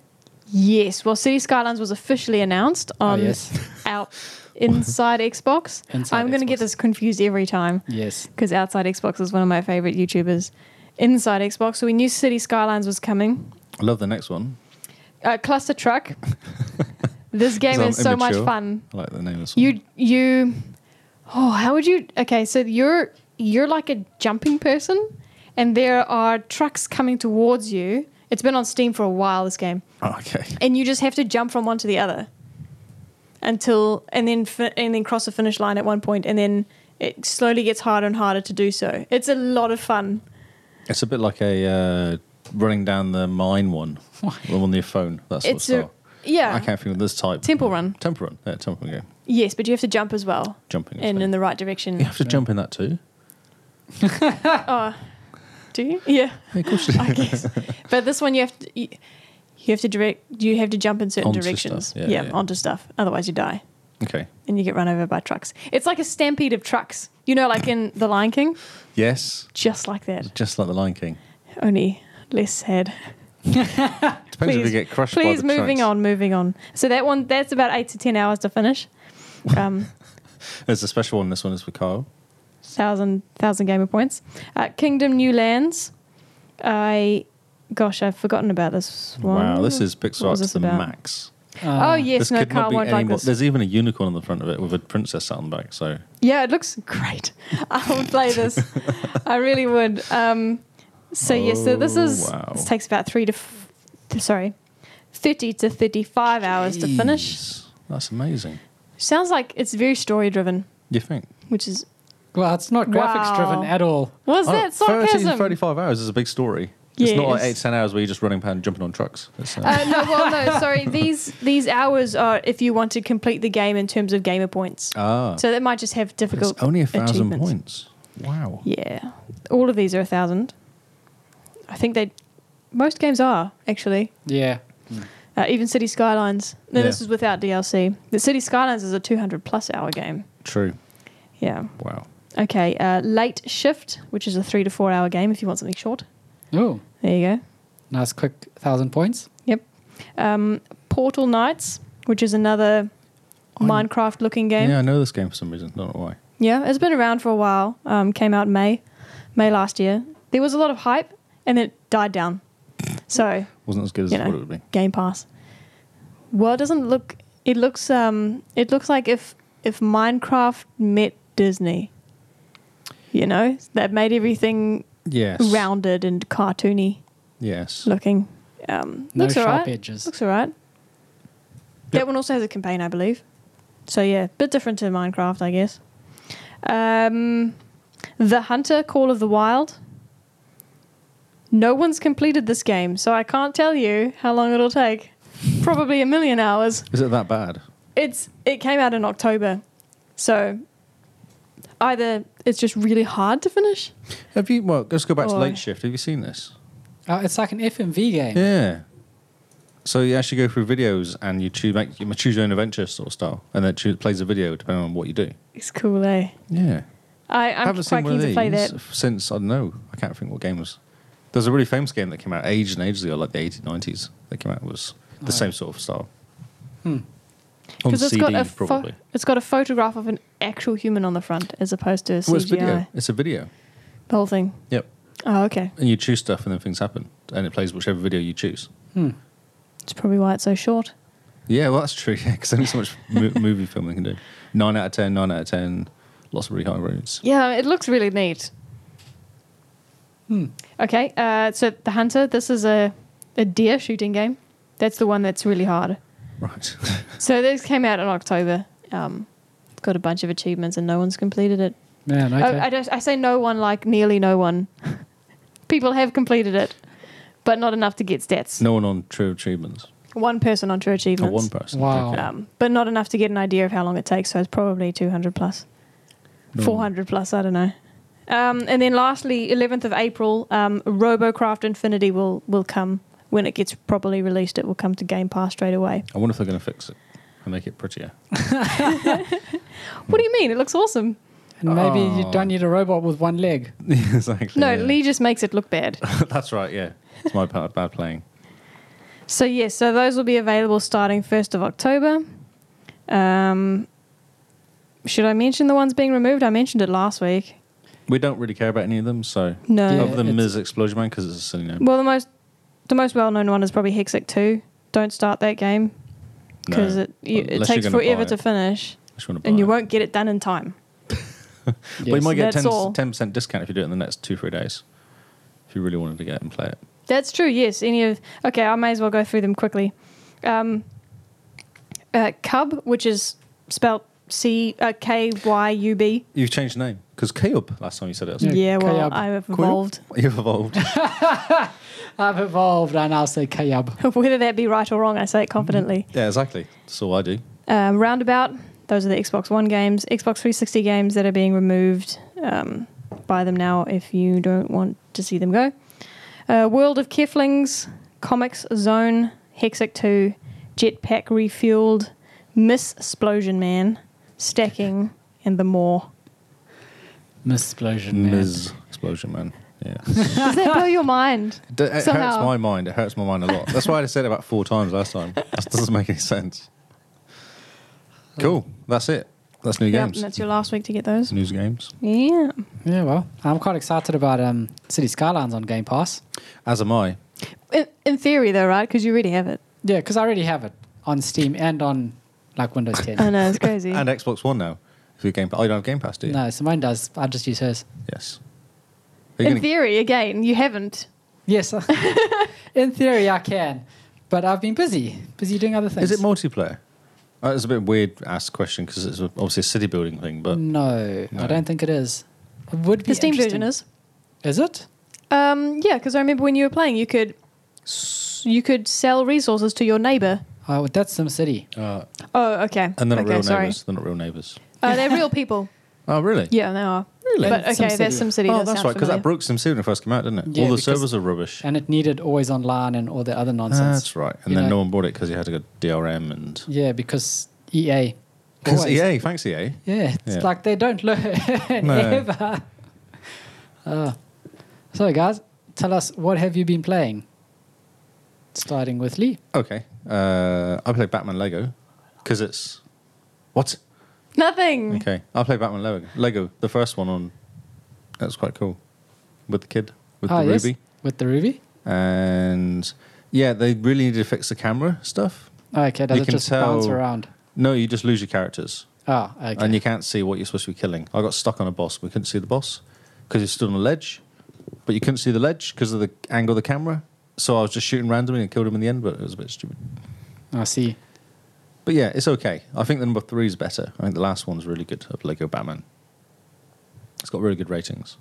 [SPEAKER 3] Yes, well, City Skylines was officially announced
[SPEAKER 1] Oh,
[SPEAKER 3] on
[SPEAKER 2] yes.
[SPEAKER 3] out inside Xbox.
[SPEAKER 2] Inside
[SPEAKER 3] I'm going to get
[SPEAKER 2] Xbox.
[SPEAKER 3] this confused every time
[SPEAKER 2] Yes.
[SPEAKER 3] because outside Xbox is one of my favorite YouTubers. Inside Xbox, so we knew City Skylines was coming.
[SPEAKER 1] I love the next one.
[SPEAKER 3] Uh, Cluster Truck. this game is
[SPEAKER 1] Because I'm
[SPEAKER 3] so much
[SPEAKER 1] um, immature.
[SPEAKER 3] fun.
[SPEAKER 1] I like the name of this one.
[SPEAKER 3] You you Oh, how would you Okay, so you're you're like a jumping person and there are trucks coming towards you. It's been on Steam for a while this game.
[SPEAKER 1] Oh, okay.
[SPEAKER 3] And you just have to jump from one to the other until and then fi- and then cross the finish line at one point and then it slowly gets harder and harder to do so. It's a lot of fun.
[SPEAKER 1] It's a bit like a uh, running down the mine one, the one on your phone. That sort
[SPEAKER 3] It's
[SPEAKER 1] of
[SPEAKER 3] a-
[SPEAKER 1] style.
[SPEAKER 3] Yeah.
[SPEAKER 1] I can't think of this type.
[SPEAKER 3] Temple Run.
[SPEAKER 1] Temple Run. Yeah, Temple Run game.
[SPEAKER 3] Yes, but you have to jump as well
[SPEAKER 1] Jumping.
[SPEAKER 3] and in
[SPEAKER 1] And
[SPEAKER 3] the right direction.
[SPEAKER 1] you have to jump in that too.
[SPEAKER 3] Oh, do you? Yeah,
[SPEAKER 1] Yeah, of course you do.
[SPEAKER 3] I guess. but this one you have to you, you have to direct you have to jump in certain
[SPEAKER 1] Onto stuff,
[SPEAKER 3] directions.
[SPEAKER 1] yeah, yeah.
[SPEAKER 3] onto stuff. Otherwise you die
[SPEAKER 1] Okay.
[SPEAKER 3] and you get run over by trucks. It's like a stampede of trucks. You know like in The Lion King,
[SPEAKER 1] Yes.
[SPEAKER 3] just like that.
[SPEAKER 1] Just like the Lion King.
[SPEAKER 3] Only less sad.
[SPEAKER 1] Depends if
[SPEAKER 3] Please-
[SPEAKER 1] you get crushed by
[SPEAKER 3] Please
[SPEAKER 1] the
[SPEAKER 3] moving
[SPEAKER 1] trucks.
[SPEAKER 3] on, moving on. So that one that's about 8 to 10 hours to finish. Um
[SPEAKER 1] There's a special one. This one is for Kyle.
[SPEAKER 3] thousand thousand gamer points. Uh, Kingdom New Lands. I, gosh, I've forgotten about this one.
[SPEAKER 1] Wow, this is
[SPEAKER 3] What
[SPEAKER 1] Pixar
[SPEAKER 3] was
[SPEAKER 1] to
[SPEAKER 3] this
[SPEAKER 1] the
[SPEAKER 3] about?
[SPEAKER 1] max.
[SPEAKER 2] yeah.
[SPEAKER 3] Oh yes,
[SPEAKER 1] this
[SPEAKER 3] no,
[SPEAKER 1] could not
[SPEAKER 3] Carl
[SPEAKER 1] be
[SPEAKER 3] won't like
[SPEAKER 1] any more-
[SPEAKER 3] this.
[SPEAKER 1] There's even a unicorn on the front of it with a princess sat on the back. So
[SPEAKER 3] Yeah, it looks great. I would play this. I really would. Um, so yes, so this is
[SPEAKER 1] Oh, wow.
[SPEAKER 3] this takes about three to, f- th- sorry, thirty to thirty-five hours to finish.
[SPEAKER 1] Jeez, That's amazing.
[SPEAKER 3] Sounds like it's very story-driven,
[SPEAKER 1] You think?
[SPEAKER 3] which is
[SPEAKER 2] Well, it's not graphics driven
[SPEAKER 3] Wow.
[SPEAKER 2] at all.
[SPEAKER 3] was
[SPEAKER 1] Oh,
[SPEAKER 3] that
[SPEAKER 1] 30
[SPEAKER 3] sarcasm?
[SPEAKER 1] to 35 hours is a big story. It's not like
[SPEAKER 3] Yes.
[SPEAKER 1] 8 to 10 hours where you're just running around and jumping on trucks. It's, uh,
[SPEAKER 3] Uh, no, well, no, sorry. These these hours are if you want to complete the game in terms of gamer points.
[SPEAKER 1] ah,
[SPEAKER 3] So that might just have
[SPEAKER 1] but it's
[SPEAKER 3] difficult.
[SPEAKER 1] only a thousand
[SPEAKER 3] achievements.
[SPEAKER 1] points. Wow.
[SPEAKER 3] Yeah, all of these are a thousand. I think they, most games are actually.
[SPEAKER 2] Yeah.
[SPEAKER 3] Uh, even City Skylines. No, this
[SPEAKER 1] Yeah.
[SPEAKER 3] is without DLC. The City Skylines is a 200 plus hour game.
[SPEAKER 1] True.
[SPEAKER 3] Yeah.
[SPEAKER 1] Wow.
[SPEAKER 3] Okay. Uh, Late Shift, which is a three to four hour game if you want something short.
[SPEAKER 2] Oh,
[SPEAKER 3] There you go.
[SPEAKER 2] nice quick thousand points.
[SPEAKER 3] Yep. Um, Portal Knights, which is another
[SPEAKER 1] I'm-
[SPEAKER 3] Minecraft looking game.
[SPEAKER 1] Yeah, I
[SPEAKER 3] Yeah.
[SPEAKER 1] know this game for some reason. Don't know why.
[SPEAKER 3] It's been around for a while. Um, came out in May, May last year. There was a lot of hype and it died down. So
[SPEAKER 1] Wasn't as good as
[SPEAKER 3] You
[SPEAKER 1] I
[SPEAKER 3] know.
[SPEAKER 1] thought it would be.
[SPEAKER 3] Game Pass. Well, it doesn't look. It looks. Um, it looks like if if Minecraft met Disney. You know, that made everything
[SPEAKER 1] Yes.
[SPEAKER 3] rounded and cartoony
[SPEAKER 1] Yes.
[SPEAKER 3] looking. Um,
[SPEAKER 2] No
[SPEAKER 3] looks
[SPEAKER 2] sharp
[SPEAKER 3] alright.
[SPEAKER 2] edges.
[SPEAKER 3] Looks alright. That one also has a campaign, I believe. So yeah, bit different to Minecraft, I guess. Um, the Hunter: Call of the Wild. No one's completed this game, so I can't tell you how long it'll take. Probably a million hours.
[SPEAKER 1] Is it that bad?
[SPEAKER 3] It's it came out in October, so either it's just really hard to finish.
[SPEAKER 1] Have you, well, let's go back to
[SPEAKER 3] Or-
[SPEAKER 1] Late Shift. Have you seen this?
[SPEAKER 2] Uh, it's like an FMV game.
[SPEAKER 1] Yeah. So you actually go through videos and you choose, make, you choose your own adventure sort of style, and then it choose, plays a video depending on what you do.
[SPEAKER 3] It's cool, eh?
[SPEAKER 1] Yeah.
[SPEAKER 3] I, I'm
[SPEAKER 1] haven't
[SPEAKER 3] quite
[SPEAKER 1] seen one
[SPEAKER 3] keen
[SPEAKER 1] of
[SPEAKER 3] to
[SPEAKER 1] these
[SPEAKER 3] play that.
[SPEAKER 1] since I don't know. I can't think what game was. There's a really famous game that came out ages and ages ago, like the 80s, 90s. That came out was the same sort of style. Hmm. On
[SPEAKER 3] Because it's
[SPEAKER 1] CD,
[SPEAKER 3] got a pho-
[SPEAKER 1] probably.
[SPEAKER 3] it's got a photograph of an actual human on the front as opposed to a CGI.
[SPEAKER 1] Well, Oh, it's video. It's a video.
[SPEAKER 3] The whole thing.
[SPEAKER 1] Yep.
[SPEAKER 3] Oh, okay.
[SPEAKER 1] And you choose stuff, and then things happen, and it plays whichever video you choose.
[SPEAKER 3] It's probably why it's so short.
[SPEAKER 1] Yeah, well, that's true. Yeah, because there's only so much mo- movie film they can do. Nine out of ten. Nine out of ten. Lots of really high roads.
[SPEAKER 3] Yeah, it looks really neat. Okay, uh, so the hunter. This is a a deer shooting game. That's the one that's really hard.
[SPEAKER 1] Right.
[SPEAKER 3] So this came out in October. Um, got a bunch of achievements and no one's completed it.
[SPEAKER 2] Man,
[SPEAKER 3] I-
[SPEAKER 2] okay.
[SPEAKER 3] Oh, I, don't, I say no one like nearly no one. People have completed it, but not enough to get stats.
[SPEAKER 1] no one on True Achievements.
[SPEAKER 3] One person on True
[SPEAKER 1] Or
[SPEAKER 3] Achievements.
[SPEAKER 1] one person.
[SPEAKER 2] Wow.
[SPEAKER 1] Okay.
[SPEAKER 3] um, but not enough to get an idea of how long it takes. So it's probably 200 plus, 400 plus. I don't know. Um, and then lastly, 11th of April, um, RoboCraft Infinity will will come when it gets properly released. It will come to Game Pass straight away.
[SPEAKER 1] I wonder if they're going to fix it and make it prettier.
[SPEAKER 3] What do you mean? It looks awesome.
[SPEAKER 2] and maybe you
[SPEAKER 1] Oh.
[SPEAKER 2] don't need a robot with one leg.
[SPEAKER 1] exactly.
[SPEAKER 3] No,
[SPEAKER 1] yeah.
[SPEAKER 3] Lee just makes it look bad.
[SPEAKER 1] That's right. Yeah, it's my part, bad playing.
[SPEAKER 3] So yes, so those will be available starting 1st of October. Um, should I mention the ones being removed? I mentioned it last week.
[SPEAKER 1] We don't really care about any of them, so
[SPEAKER 3] No.
[SPEAKER 2] Yeah,
[SPEAKER 1] other than
[SPEAKER 2] it's-
[SPEAKER 1] Ms. Explosion Man because it's a silly name.
[SPEAKER 3] Well, the most the most well known one is probably Hexic Two. Don't start that game because
[SPEAKER 1] No.
[SPEAKER 3] it you, it
[SPEAKER 1] Unless you're
[SPEAKER 3] takes
[SPEAKER 1] gonna
[SPEAKER 3] forever
[SPEAKER 1] buy
[SPEAKER 3] to
[SPEAKER 1] it.
[SPEAKER 3] finish,
[SPEAKER 1] Just wanna
[SPEAKER 3] and
[SPEAKER 1] buy
[SPEAKER 3] you
[SPEAKER 1] it.
[SPEAKER 3] won't get it done in time.
[SPEAKER 1] But you
[SPEAKER 2] Yes.
[SPEAKER 1] might get
[SPEAKER 3] That's all.
[SPEAKER 1] 10 percent discount if you do it in the next two three days. If you really wanted to get it and play it,
[SPEAKER 3] That's true. Yes. Any of okay, I may as well go through them quickly. Um, uh, Cub, which is spelt C uh, K Y U B.
[SPEAKER 1] You've changed the name because Kayub last time you said it.
[SPEAKER 2] Yeah,
[SPEAKER 1] wasn't
[SPEAKER 3] Yeah, well,
[SPEAKER 2] Kayab.
[SPEAKER 3] I've
[SPEAKER 1] Cool.
[SPEAKER 3] evolved.
[SPEAKER 1] it? You've evolved.
[SPEAKER 2] I've evolved. I now say Kayab.
[SPEAKER 3] Whether that be right or wrong, I say it confidently.
[SPEAKER 1] yeah, exactly. That's all I do.
[SPEAKER 3] Um, roundabout. Those are the Xbox One games, Xbox 360 games that are being removed. Um, buy them now if you don't want to see them go. Uh, World of Keflings, Comics Zone, Hexic 2, Jetpack Refueled, Miss Splosion Man, Stacking, and the more.
[SPEAKER 2] Miss Explosion. Man.
[SPEAKER 1] Ms. Explosion Man. Yeah.
[SPEAKER 3] Does that blow your mind?
[SPEAKER 1] D- It hurts
[SPEAKER 3] Somehow.
[SPEAKER 1] my mind. It hurts my mind a lot. That's why I said it about four times last time. That doesn't make any sense. Cool. That's it. That's new
[SPEAKER 3] Yep,
[SPEAKER 1] games.
[SPEAKER 3] and that's your last week to get those.
[SPEAKER 1] News games.
[SPEAKER 3] Yeah.
[SPEAKER 2] Yeah, well, I'm quite excited about um, City Skylines on Game Pass.
[SPEAKER 1] As am I.
[SPEAKER 3] In, in theory, though, right? Because you already have it.
[SPEAKER 2] Yeah, because I already have it on Steam and on like Windows 10.
[SPEAKER 3] I know, it's crazy.
[SPEAKER 1] And Xbox One now. If you game, oh, you don't have Game Pass, do you?
[SPEAKER 2] No, Simone does. I just use hers.
[SPEAKER 1] Yes. Are you
[SPEAKER 3] in
[SPEAKER 1] gonna-
[SPEAKER 3] theory, again, you haven't.
[SPEAKER 2] Yes, in theory I can, but I've been busy, busy doing other things.
[SPEAKER 1] is it multiplayer? Uh, it's a bit weird asked question because it's a- obviously a city building thing, but
[SPEAKER 3] Mm.
[SPEAKER 2] No,
[SPEAKER 1] No.
[SPEAKER 2] I don't think it is. It would be
[SPEAKER 3] The Steam
[SPEAKER 2] interesting-
[SPEAKER 3] version is.
[SPEAKER 2] Is it?
[SPEAKER 3] Um, yeah, because I remember when you were playing, you could s- you could sell resources to your neighbor.
[SPEAKER 2] Oh, well, that's SimCity.
[SPEAKER 1] uh,
[SPEAKER 3] Oh, okay.
[SPEAKER 1] and they're not
[SPEAKER 3] okay,
[SPEAKER 1] real
[SPEAKER 3] sorry.
[SPEAKER 1] neighbors. They're not real neighbors.
[SPEAKER 3] Uh, they're real people.
[SPEAKER 1] Oh, really?
[SPEAKER 3] Yeah, they are.
[SPEAKER 1] Really?
[SPEAKER 3] But okay,
[SPEAKER 2] SimCity.
[SPEAKER 3] there's some city.
[SPEAKER 1] oh,
[SPEAKER 3] that
[SPEAKER 1] that's
[SPEAKER 3] sounds
[SPEAKER 1] right. Because that
[SPEAKER 3] familiar.
[SPEAKER 1] broke some when it first came out, didn't it?
[SPEAKER 2] Yeah,
[SPEAKER 1] All the
[SPEAKER 2] because-
[SPEAKER 1] servers are rubbish.
[SPEAKER 2] and it needed always online and all the other nonsense.
[SPEAKER 1] That's right. And
[SPEAKER 2] You
[SPEAKER 1] then no
[SPEAKER 2] know.
[SPEAKER 1] one bought it because you had to go DRM and.
[SPEAKER 2] Yeah, because EA.
[SPEAKER 1] Because
[SPEAKER 2] always-
[SPEAKER 1] EA, thanks EA.
[SPEAKER 2] Yeah, it's
[SPEAKER 1] E Yeah.
[SPEAKER 2] like they don't learn
[SPEAKER 1] No.
[SPEAKER 2] ever. Uh, so, guys, tell us what have you been playing? Starting with Lee.
[SPEAKER 1] Okay. Uh, I play Batman Lego because it's. What?
[SPEAKER 2] Mm.
[SPEAKER 3] Nothing.
[SPEAKER 1] Okay. I play Batman Lego. Lego, the first one on. That's quite cool. With the kid, with
[SPEAKER 2] Ah,
[SPEAKER 1] the
[SPEAKER 2] yes,
[SPEAKER 1] Ruby.
[SPEAKER 2] With the Ruby.
[SPEAKER 1] And yeah, they really need to fix the camera stuff.
[SPEAKER 2] Okay, does
[SPEAKER 1] You
[SPEAKER 2] it
[SPEAKER 1] can
[SPEAKER 2] just bounce
[SPEAKER 1] tell-
[SPEAKER 2] around?
[SPEAKER 1] No, you just lose your characters.
[SPEAKER 2] Ah, okay.
[SPEAKER 1] and you can't see what you're supposed to be killing. I got stuck on a boss. We couldn't see the boss because it stood on a ledge, but you couldn't see the ledge because of the angle of the camera. So I was just shooting randomly and killed him in the end, but it was a bit stupid.
[SPEAKER 2] I see.
[SPEAKER 1] But yeah, it's okay. I think the number three is better. I think the last one's really good of Lego Batman. It's got really good ratings.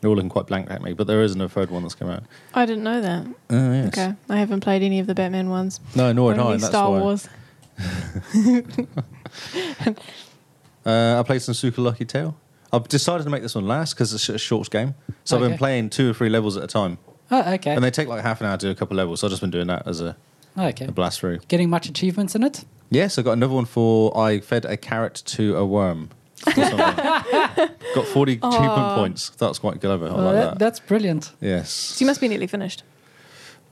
[SPEAKER 1] They're all looking quite blank at me, but there isn't a third one that's come out.
[SPEAKER 3] I didn't know that.
[SPEAKER 1] Oh, yes.
[SPEAKER 3] Okay, I haven't played any of the Batman ones.
[SPEAKER 1] No, nor had I.
[SPEAKER 3] Only
[SPEAKER 1] and That's
[SPEAKER 3] Star
[SPEAKER 1] why.
[SPEAKER 3] Wars.
[SPEAKER 1] Uh, I played some Super Lucky Tail. I've decided to make this one last because it's a short game. So I've
[SPEAKER 2] Okay.
[SPEAKER 1] been playing two or three levels at a time.
[SPEAKER 2] Oh, okay. Ah,
[SPEAKER 1] And they take like half an hour to do a couple levels. So I've just been doing that as a,
[SPEAKER 2] okay.
[SPEAKER 1] a blast through.
[SPEAKER 2] Getting much achievements in it?
[SPEAKER 1] Yes, I got another one for I fed a carrot to a worm. or something. got 40 achievement points. That's quite clever. I
[SPEAKER 2] Well,
[SPEAKER 1] like
[SPEAKER 2] that-
[SPEAKER 1] that.
[SPEAKER 2] That's brilliant.
[SPEAKER 1] Yes.
[SPEAKER 3] So you must be nearly finished.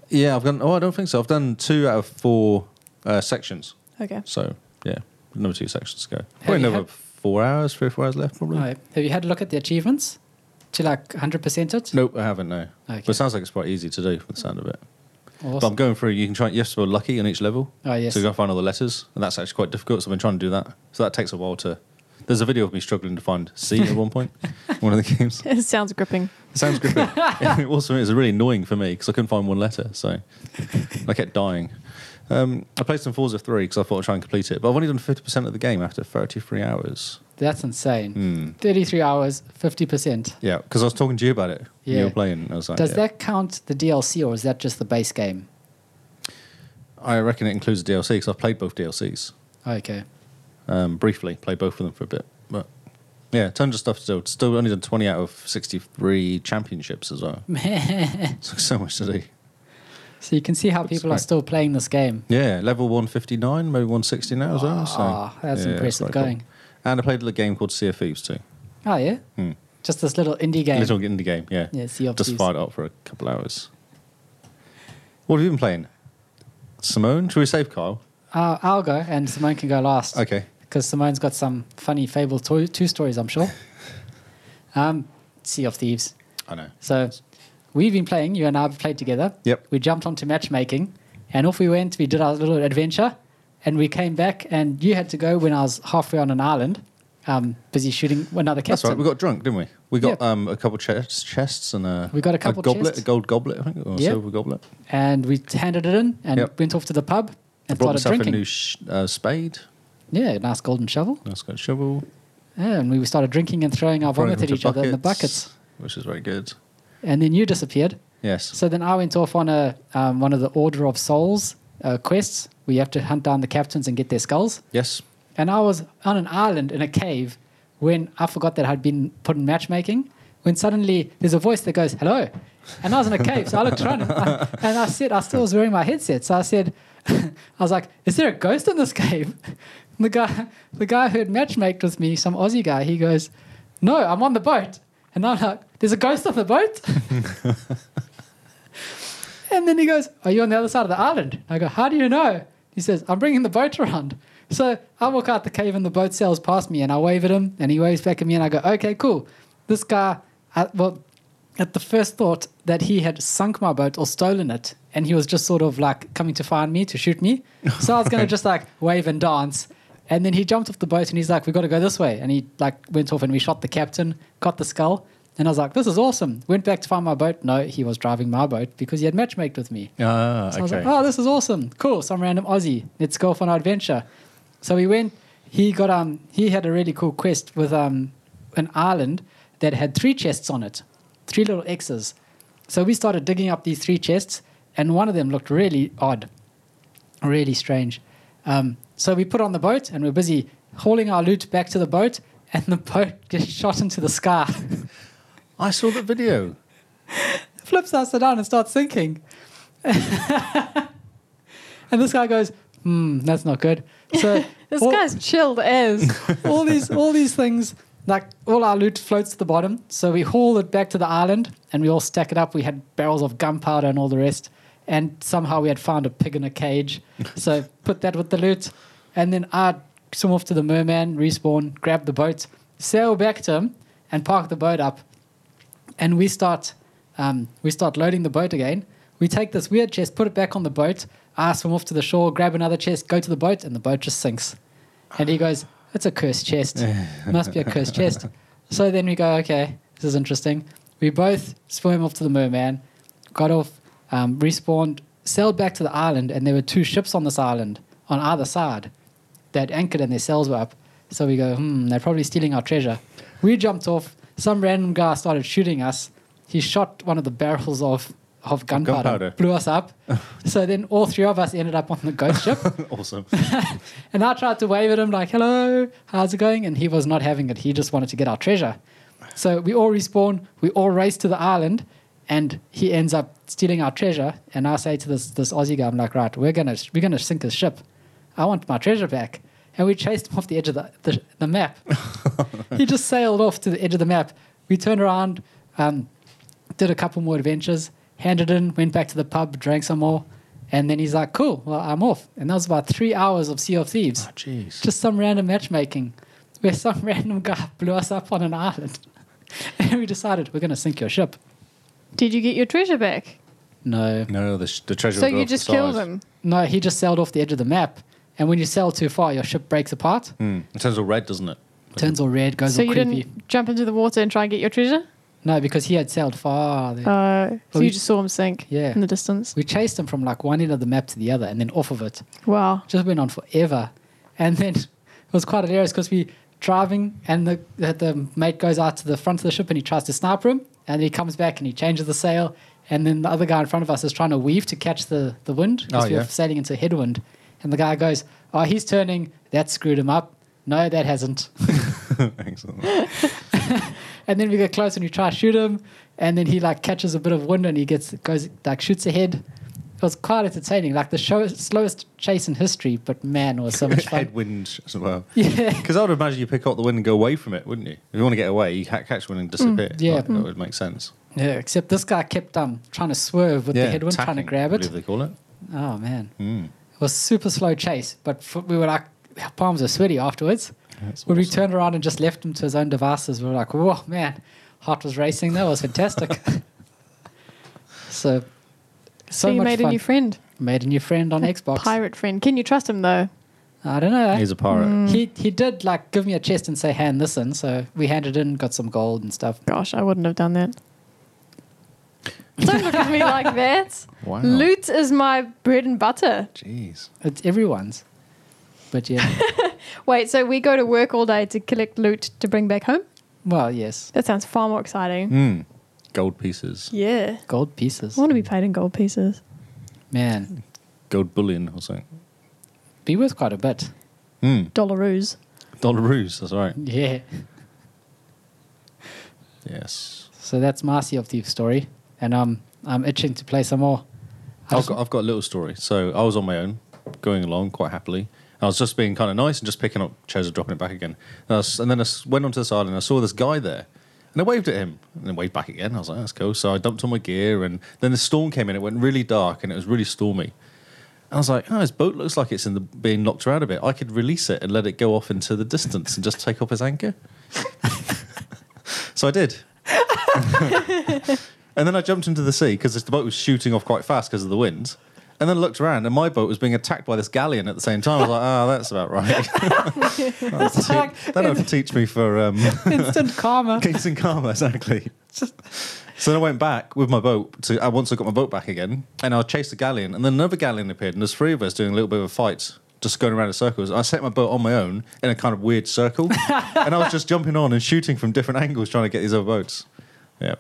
[SPEAKER 1] yeah, I've done. Oh, I don't think so. I've done two out of four uh, sections.
[SPEAKER 3] Okay.
[SPEAKER 1] So yeah, another two sections to go.
[SPEAKER 2] you
[SPEAKER 1] Probably another
[SPEAKER 2] had- Oh,
[SPEAKER 1] four hours, three or four hours left, probably.
[SPEAKER 2] Right. Have you had a look at the achievements? To like 100% it?
[SPEAKER 1] Nope, I haven't. No,
[SPEAKER 2] Okay.
[SPEAKER 1] but it sounds like it's quite easy to do from the sound of it. But I'm
[SPEAKER 2] Awesome.
[SPEAKER 1] going through. You can try. Yes, for lucky on each level.
[SPEAKER 2] Oh, yes.
[SPEAKER 1] So you got to find all the letters, and that's actually quite difficult. So I've been trying to do that. So that takes a while to. There's a video of me struggling to find C at one point, one of the games.
[SPEAKER 3] It sounds gripping.
[SPEAKER 1] It sounds gripping. it also is really annoying for me because I couldn't find one letter, so I kept dying. Um, I played some Forza 3 because I thought I'd try and complete it, but I've only done 50% of the game after 33 hours.
[SPEAKER 2] That's insane.
[SPEAKER 1] Hmm.
[SPEAKER 2] 33 hours, 50%.
[SPEAKER 1] Yeah, because I was talking to you about it. Yeah.
[SPEAKER 2] Yeah.
[SPEAKER 1] You were playing. and I was like,
[SPEAKER 2] Does
[SPEAKER 1] yeah.
[SPEAKER 2] that count the DLC or is that just the base game?
[SPEAKER 1] I reckon it includes the DLC because I've played both DLCs
[SPEAKER 2] Okay.
[SPEAKER 1] um, briefly, played both of them for a bit. But yeah, tons of stuff to do. Still only done 20 out of 63 championships as well. so, so much to do.
[SPEAKER 2] So you can see how people are
[SPEAKER 1] great.
[SPEAKER 2] still playing this game.
[SPEAKER 1] Yeah, level 159, maybe 160 now as well. So,
[SPEAKER 2] Ah, that's
[SPEAKER 1] yeah,
[SPEAKER 2] impressive
[SPEAKER 1] quite cool.
[SPEAKER 2] going.
[SPEAKER 1] And I played a game called Sea of Thieves too.
[SPEAKER 2] Oh, yeah?
[SPEAKER 1] Hmm.
[SPEAKER 2] Just this little indie game.
[SPEAKER 1] Little indie game, yeah.
[SPEAKER 2] Yeah, Sea of
[SPEAKER 1] Just
[SPEAKER 2] Thieves.
[SPEAKER 1] fired up for a couple hours. What have you been playing? Simone? Should we save Kyle?
[SPEAKER 2] Uh, I'll go and Simone can go last.
[SPEAKER 1] Okay.
[SPEAKER 2] Because Simone's got some funny fable to- two stories, I'm sure. um, sea of Thieves.
[SPEAKER 1] I know.
[SPEAKER 2] So we've been playing, you and I have played together.
[SPEAKER 1] Yep.
[SPEAKER 2] We jumped onto matchmaking and off we went. We did our little adventure and we came back and you had to go when I was halfway on an island, um, busy shooting another captain.
[SPEAKER 1] That's right. We got drunk, didn't we? We got
[SPEAKER 2] Yeah.
[SPEAKER 1] um, a couple chests, chests and a,
[SPEAKER 2] We got a couple
[SPEAKER 1] goblet,
[SPEAKER 2] chests.
[SPEAKER 1] a gold goblet, I think, or a
[SPEAKER 2] Yeah.
[SPEAKER 1] silver goblet.
[SPEAKER 2] and we handed it in and
[SPEAKER 1] Yep.
[SPEAKER 2] went off to the pub
[SPEAKER 1] I
[SPEAKER 2] and
[SPEAKER 1] brought
[SPEAKER 2] started
[SPEAKER 1] myself
[SPEAKER 2] drinking.
[SPEAKER 1] a new sh- uh, spade.
[SPEAKER 2] Yeah, nice golden shovel.
[SPEAKER 1] That's got a shovel.
[SPEAKER 2] Yeah, and we started drinking and throwing our
[SPEAKER 1] Throwing
[SPEAKER 2] vomit at
[SPEAKER 1] into
[SPEAKER 2] each other in the buckets.
[SPEAKER 1] Which is very good.
[SPEAKER 2] And then you disappeared.
[SPEAKER 1] Yes.
[SPEAKER 2] So then I went off on a um, one of the Order of Souls uh, quests where you have to hunt down the captains and get their skulls.
[SPEAKER 1] Yes.
[SPEAKER 2] And I was on an island in a cave when I forgot that I'd been put in matchmaking. When suddenly there's a voice that goes, "Hello," and I was in a cave, so I looked around and I, and I said, "I still was wearing my headset." So I said, "I was like, is there a ghost in this cave?" And the guy, the guy who had matchmaked with me, some Aussie guy, he goes, "No, I'm on the boat," and I'm like, "There's a ghost on the boat." And then he goes, Are you on the other side of the island? And I go, How do you know? He says, I'm bringing the boat around. So I walk out the cave and the boat sails past me and I wave at him and he waves back at me and I go, Okay, cool. This guy, I, well, at the first thought that he had sunk my boat or stolen it and he was just sort of like coming to find me to shoot me. So I was going to just like wave and dance. And then he jumped off the boat and he's like, We got to go this way. And he like went off and we shot the captain, got the skull. And I was like, this is awesome. Went back to find my boat. No, he was driving my boat because he had matchmaked with me.
[SPEAKER 1] Ah,
[SPEAKER 2] So I was
[SPEAKER 1] okay.
[SPEAKER 2] like, oh, this is awesome. Cool. Some random Aussie. Let's go off on our adventure. So we went. He got um he had a really cool quest with um an island that had three chests on it, three little X's. So we started digging up these three chests, and one of them looked really odd, really strange. Um, so we put on the boat and we're busy hauling our loot back to the boat, and the boat just shot into the sky.
[SPEAKER 1] I saw the video.
[SPEAKER 2] flips upside down and starts sinking. and this guy goes, hmm, that's not good. So
[SPEAKER 3] This
[SPEAKER 2] all,
[SPEAKER 3] guy's chilled as.
[SPEAKER 2] all these all these things, like all our loot floats to the bottom. So we haul it back to the island and we all stack it up. We had barrels of gunpowder and all the rest. And somehow we had found a pig in a cage. So put that with the loot. And then I swim off to the merman, respawn, grab the boat, sail back to him, and park the boat up and we start um, we start loading the boat again. We take this weird chest, put it back on the boat. I swim off to the shore, grab another chest, go to the boat, and the boat just sinks. And he goes, "It's a cursed chest. Must be a cursed chest." So then we go, "Okay, this is interesting." We both swim off to the merman, got off, um, respawned, sailed back to the island, and there were two ships on this island on either side that anchored and their sails were up. So we go, hmm, they're probably stealing our treasure. We jumped off. Some random guy started shooting us. He shot one of the barrels of, of gunpowder,
[SPEAKER 1] gunpowder.
[SPEAKER 2] blew us up. so then all three of us ended up on the ghost ship.
[SPEAKER 1] awesome. Ah,
[SPEAKER 2] And I tried to wave at him, like, hello, how's it going? And he was not having it. He just wanted to get our treasure. So we all respawn, we all race to the island, and he ends up stealing our treasure. And I say to this, this Aussie guy, I'm like, right, we're going to we're gonna sink his ship. I want my treasure back. And we chased him off the edge of the, the, the map. he just sailed off to the edge of the map. We turned around, um, did a couple more adventures, handed in, went back to the pub, drank some more. And then he's like, cool, well, I'm off. And that was about three hours of Sea of Thieves.
[SPEAKER 1] Ah, Jeez.
[SPEAKER 2] Just some random matchmaking where some random guy blew us up on an island. and we decided we're going to sink your ship.
[SPEAKER 3] Did you get your treasure back?
[SPEAKER 2] No.
[SPEAKER 1] no, the, sh- the treasure.
[SPEAKER 3] so
[SPEAKER 1] will go
[SPEAKER 3] you
[SPEAKER 1] off the
[SPEAKER 3] just killed
[SPEAKER 1] sides.
[SPEAKER 3] him.
[SPEAKER 2] No, he just sailed off the edge of the map. And when you sail too far, your ship breaks apart,
[SPEAKER 1] Hmm. It turns all red, doesn't it?
[SPEAKER 2] turns all red, goes
[SPEAKER 3] So
[SPEAKER 2] all
[SPEAKER 3] you
[SPEAKER 2] creepy.
[SPEAKER 3] didn't jump into the water and try and get your treasure?
[SPEAKER 2] No, because he had sailed far. There.
[SPEAKER 3] Uh, so
[SPEAKER 2] Well,
[SPEAKER 3] you
[SPEAKER 2] you-
[SPEAKER 3] just saw him sink
[SPEAKER 2] Yeah.
[SPEAKER 3] in the distance.
[SPEAKER 2] we chased him from like one end of the map to the other and then off of it.
[SPEAKER 3] Wow.
[SPEAKER 2] just went on forever. And then it was quite hilarious because we driving and the the- the mate goes out to the front of the ship and he tries to sniper him and he comes back and he changes the sail and then the other guy in front of us is trying to weave to catch the, the wind because
[SPEAKER 1] Oh,
[SPEAKER 2] we we're
[SPEAKER 1] yeah.
[SPEAKER 2] sailing into headwind and the guy goes oh he's turning that screwed him up no that hasn't
[SPEAKER 1] Excellent.
[SPEAKER 2] and then we get close and we try to shoot him and then he like catches a bit of wind and he gets goes like shoots ahead it was quite entertaining like the show, slowest chase in history but man it was so much fun
[SPEAKER 1] Headwind as well.
[SPEAKER 2] yeah
[SPEAKER 1] Because I would imagine you pick up the wind and go away from it, wouldn't you? If you want to get away, you ha- catch wind and disappear.
[SPEAKER 2] Mm. yeah.
[SPEAKER 1] Like, that would make sense.
[SPEAKER 2] Yeah, except this guy kept um trying to swerve with the headwind, trying to
[SPEAKER 1] tacking,
[SPEAKER 2] grab
[SPEAKER 1] I
[SPEAKER 2] it.
[SPEAKER 1] believe they call it.
[SPEAKER 2] Oh man,
[SPEAKER 1] Mm.
[SPEAKER 2] it was super slow chase, but f we were like, our palms were sweaty afterwards.
[SPEAKER 1] That's
[SPEAKER 2] when we
[SPEAKER 1] awesome.
[SPEAKER 2] turned around and just left him to his own devices, we were like, whoa man, heart was racing. That was fantastic. so, so,
[SPEAKER 3] So, you
[SPEAKER 2] much
[SPEAKER 3] made
[SPEAKER 2] fun.
[SPEAKER 3] a new friend.
[SPEAKER 2] made a new friend on Xbox.
[SPEAKER 3] Pirate friend. Can you trust him though?
[SPEAKER 2] I don't know. eh?
[SPEAKER 1] He's a pirate.
[SPEAKER 2] he he did like give me a chest and say hand this in, so we handed in, got some gold and stuff.
[SPEAKER 3] Gosh, I wouldn't have done that. Don't look at me like that.
[SPEAKER 1] Wow.
[SPEAKER 3] Loot is my bread and butter.
[SPEAKER 1] Jeez.
[SPEAKER 2] It's everyone's. But yeah,
[SPEAKER 3] Wait, so we go to work all day to collect loot to bring back home?
[SPEAKER 2] well, yes,
[SPEAKER 3] That sounds far more exciting.
[SPEAKER 1] Mm. Gold pieces,
[SPEAKER 3] Yeah.
[SPEAKER 2] gold pieces.
[SPEAKER 3] I want to be paid in gold pieces.
[SPEAKER 2] Man,
[SPEAKER 1] gold bullion or something.
[SPEAKER 2] be worth quite a bit.
[SPEAKER 1] Mm.
[SPEAKER 3] Dollaroos.
[SPEAKER 1] Dollaroos, that's right.
[SPEAKER 2] Yeah.
[SPEAKER 1] Yes.
[SPEAKER 2] So that's my Sea of Thieves story, and um, I'm itching to play some more. I
[SPEAKER 1] I've
[SPEAKER 2] just-
[SPEAKER 1] got, I've got a little story. So I was on my own, going along quite happily. I was just being kind of nice and just picking up chairs and dropping it back again. And, I was- and then I s- went onto this island and I saw this guy there. And I waved at him and then waved back again. I was like, that's cool. So I dumped all my gear and then the storm came in. It went really dark and it was really stormy. I was like, oh, his boat looks like it's in the, being knocked around a bit. I could release it and let it go off into the distance and just take up his anchor. so I did. And then I jumped into the sea because the boat was shooting off quite fast because of the wind. And then looked around, and my boat was being attacked by this galleon at the same time. I was like, "Ah, that's about right." that'll, te- that'll teach me for um,
[SPEAKER 2] Instant karma.
[SPEAKER 1] Kingston Karma, exactly. so then I went back with my boat. To uh, once I got my boat back again, and I chased the galleon, and then another galleon appeared, and there's three of us doing a little bit of a fight, just going around in circles. I set my boat on my own in a kind of weird circle, and I was just jumping on and shooting from different angles trying to get these other boats. Yeah.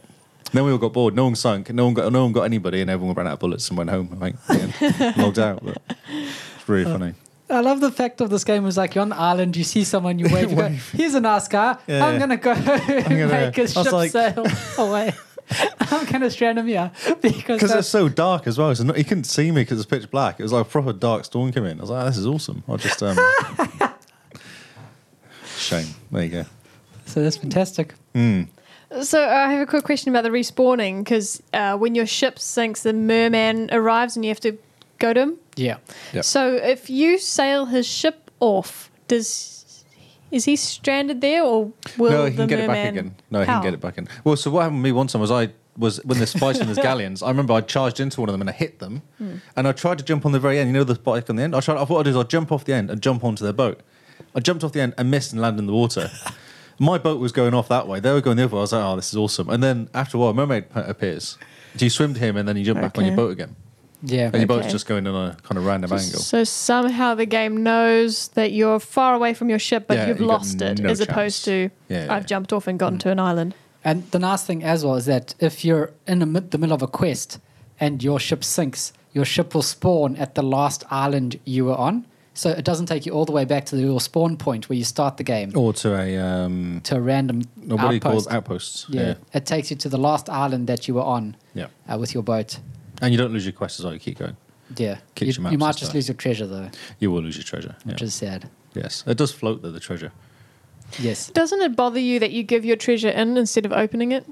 [SPEAKER 1] Then we all got bored. No one sunk. No one got. No one got anybody, and everyone ran out of bullets and went home. I think, yeah, logged out. But it's really funny.
[SPEAKER 2] I love the fact of this game was like you're on the island, you see someone, you wave, you go, he's a nice guy.
[SPEAKER 1] Yeah,
[SPEAKER 2] I'm
[SPEAKER 1] yeah.
[SPEAKER 2] gonna go
[SPEAKER 1] gonna-
[SPEAKER 2] make
[SPEAKER 1] I
[SPEAKER 2] a
[SPEAKER 1] was
[SPEAKER 2] ship
[SPEAKER 1] like-
[SPEAKER 2] sail away. I'm gonna strand him here because
[SPEAKER 1] Because it's
[SPEAKER 2] that's,
[SPEAKER 1] so dark as well. So no, he couldn't see me because it's pitch black. It was like a proper dark storm came in. I was like, "Ah, this is awesome. I'll just. Um... Shame. There you go.
[SPEAKER 2] so that's fantastic.
[SPEAKER 3] So uh, I have a quick question about the respawning because uh, when your ship sinks, the merman arrives and you have to go to him.
[SPEAKER 2] Yeah,
[SPEAKER 1] Yep.
[SPEAKER 3] So if you sail his ship off, does is he stranded there or will
[SPEAKER 1] no,
[SPEAKER 3] the
[SPEAKER 1] he can get it back
[SPEAKER 3] merman-
[SPEAKER 1] again. No, he
[SPEAKER 3] How?
[SPEAKER 1] can get it back in. Well, so what happened to me one time was I was when this fight in those galleons. I remember I charged into one of them and I hit them,
[SPEAKER 3] Hmm.
[SPEAKER 1] and I tried to jump on the very end. You know the bike on the end. I tried. I thought I'd do is I'd jump off the end and jump onto their boat. I jumped off the end and missed and landed in the water. My boat was going off that way. They were going the other way. I was like, oh, this is awesome. And then after a while, a mermaid p- appears. So you swim to him and then you jump back on
[SPEAKER 3] Okay.
[SPEAKER 1] your boat again.
[SPEAKER 2] yeah.
[SPEAKER 1] And your boat's
[SPEAKER 3] Okay.
[SPEAKER 1] just going on a kind of random angle.
[SPEAKER 3] So somehow the game knows that you're far away from your ship, but
[SPEAKER 1] Yeah,
[SPEAKER 3] you've
[SPEAKER 1] you got
[SPEAKER 3] lost it,
[SPEAKER 1] no
[SPEAKER 3] as opposed to
[SPEAKER 1] chance. Yeah, yeah.
[SPEAKER 3] I've
[SPEAKER 1] Mm.
[SPEAKER 3] jumped off and gotten to an island.
[SPEAKER 2] And the nice thing as well is that if you're in the, mid- the middle of a quest and your ship sinks, your ship will spawn at the last island you were on. So it doesn't take you all the way back to your spawn point where you start the game
[SPEAKER 1] Or to a, um,
[SPEAKER 2] to a random
[SPEAKER 1] what do you call
[SPEAKER 2] outpost.
[SPEAKER 1] it? Outposts.
[SPEAKER 2] yeah. it takes you to the last island that you were on
[SPEAKER 1] Yeah.
[SPEAKER 2] uh, with your boat.
[SPEAKER 1] And you don't lose your quest as well. You keep going.
[SPEAKER 2] Yeah,
[SPEAKER 1] Kicks your
[SPEAKER 2] you,
[SPEAKER 1] maps
[SPEAKER 2] you might
[SPEAKER 1] and
[SPEAKER 2] just
[SPEAKER 1] stuff.
[SPEAKER 2] lose your treasure though,
[SPEAKER 1] You will lose your treasure. Yeah.
[SPEAKER 2] which is sad.
[SPEAKER 1] yes. It does float, though, the treasure.
[SPEAKER 2] Yes,
[SPEAKER 3] Doesn't it bother you that you give your treasure in instead of opening it?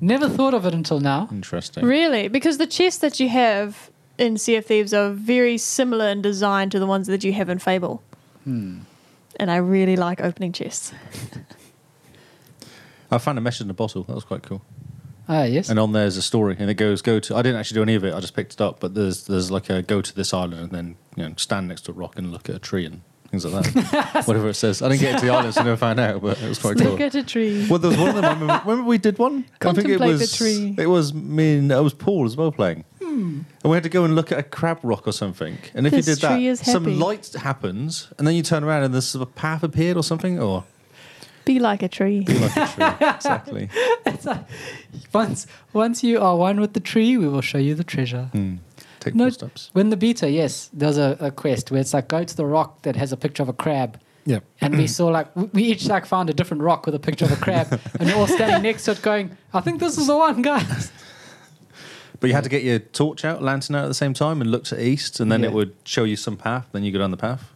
[SPEAKER 2] never thought of it until now.
[SPEAKER 1] Interesting.
[SPEAKER 3] Really? Because the chests that you have in Sea of Thieves are very similar in design to the ones that you have in Fable.
[SPEAKER 1] Hmm.
[SPEAKER 3] And I really like opening chests.
[SPEAKER 1] I found a message in a bottle. That was quite cool.
[SPEAKER 2] Ah, yes.
[SPEAKER 1] And on there's a story, and it goes, "Go to." I didn't actually do any of it. I just picked it up. But there's there's like a go to this island, and then you know stand next to a rock and look at a tree and things like that. Whatever it says. I didn't get to the island, so I never found out. But it was quite cool.
[SPEAKER 3] Look at a tree.
[SPEAKER 1] Well, there was one of them. I remember, remember we did one. I think it
[SPEAKER 3] Contemplate the
[SPEAKER 1] was,
[SPEAKER 3] tree. Hmm.
[SPEAKER 1] It was me and it was Paul as well playing. And we had to go and look at a crab rock or something. And if
[SPEAKER 3] This
[SPEAKER 1] you did that,
[SPEAKER 3] tree is
[SPEAKER 1] some
[SPEAKER 3] happy.
[SPEAKER 1] light happens, and then you turn around and there's sort of a path appeared or something, or
[SPEAKER 3] Be like a tree.
[SPEAKER 1] like a tree. exactly.
[SPEAKER 2] once, once you are one with the tree, we will show you the treasure.
[SPEAKER 1] Take
[SPEAKER 2] No,
[SPEAKER 1] four steps.
[SPEAKER 2] When the beta, yes, there's a, a quest where it's like go to the rock that has a picture of a crab.
[SPEAKER 1] Yeah.
[SPEAKER 2] And we saw like w- we each like found a different rock with a picture of a crab, and we're all standing next to it, going, "I think this is the one, guys."
[SPEAKER 1] But you had to get your torch out, lantern out at the same time, and look to east, and then
[SPEAKER 2] Yeah.
[SPEAKER 1] it would show you some path. Then you go down the path.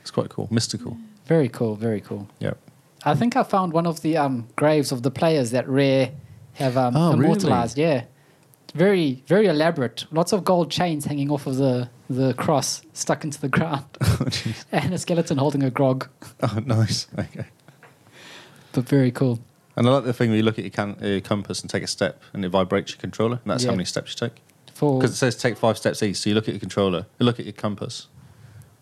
[SPEAKER 1] It's quite cool, mystical.
[SPEAKER 3] Hmm.
[SPEAKER 2] Very cool, very cool.
[SPEAKER 1] Yeah.
[SPEAKER 2] I think I found one of the um, graves of the players that Rare have um,
[SPEAKER 1] Oh, really?
[SPEAKER 2] immortalized. Yeah, very very elaborate. Lots of gold chains hanging off of the the cross, stuck into the ground, and a skeleton holding a grog.
[SPEAKER 1] Oh, nice. Okay.
[SPEAKER 2] But very cool.
[SPEAKER 1] And I like the thing where you look at your, can- uh, your compass and take a step, and it vibrates your controller, and that's
[SPEAKER 2] Yeah.
[SPEAKER 1] how many steps you take.
[SPEAKER 2] For
[SPEAKER 1] Because it says take five steps each. So you look at your controller, you look at your compass,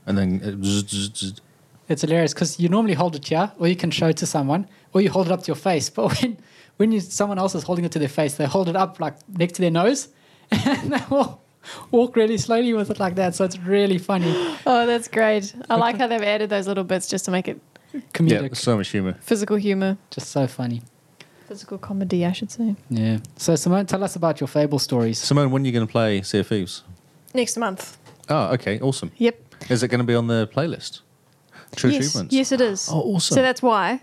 [SPEAKER 1] and then it zzz, zzz, zzz.
[SPEAKER 2] It's hilarious because you normally hold it here, or you can show it to someone, or you hold it up to your face. But when when you, someone else is holding it to their face, they hold it up like next to their nose, and they will walk really slowly with it like that. So it's really funny,
[SPEAKER 3] Oh, that's great. I like how they've added those little bits just to make it
[SPEAKER 1] Yeah,
[SPEAKER 2] comedic,
[SPEAKER 1] so much humour.
[SPEAKER 3] physical humor,
[SPEAKER 2] just so funny.
[SPEAKER 3] physical comedy, I should say.
[SPEAKER 2] Yeah. So Simone, tell us about your fable stories.
[SPEAKER 1] Simone, when are you going to play Sea of Thieves?
[SPEAKER 3] Next month.
[SPEAKER 1] Oh, okay, awesome.
[SPEAKER 3] Yep.
[SPEAKER 1] Is it going to be on the playlist? True
[SPEAKER 3] yes.
[SPEAKER 1] Achievements.
[SPEAKER 3] Yes, it is.
[SPEAKER 1] Oh, awesome.
[SPEAKER 3] So that's why.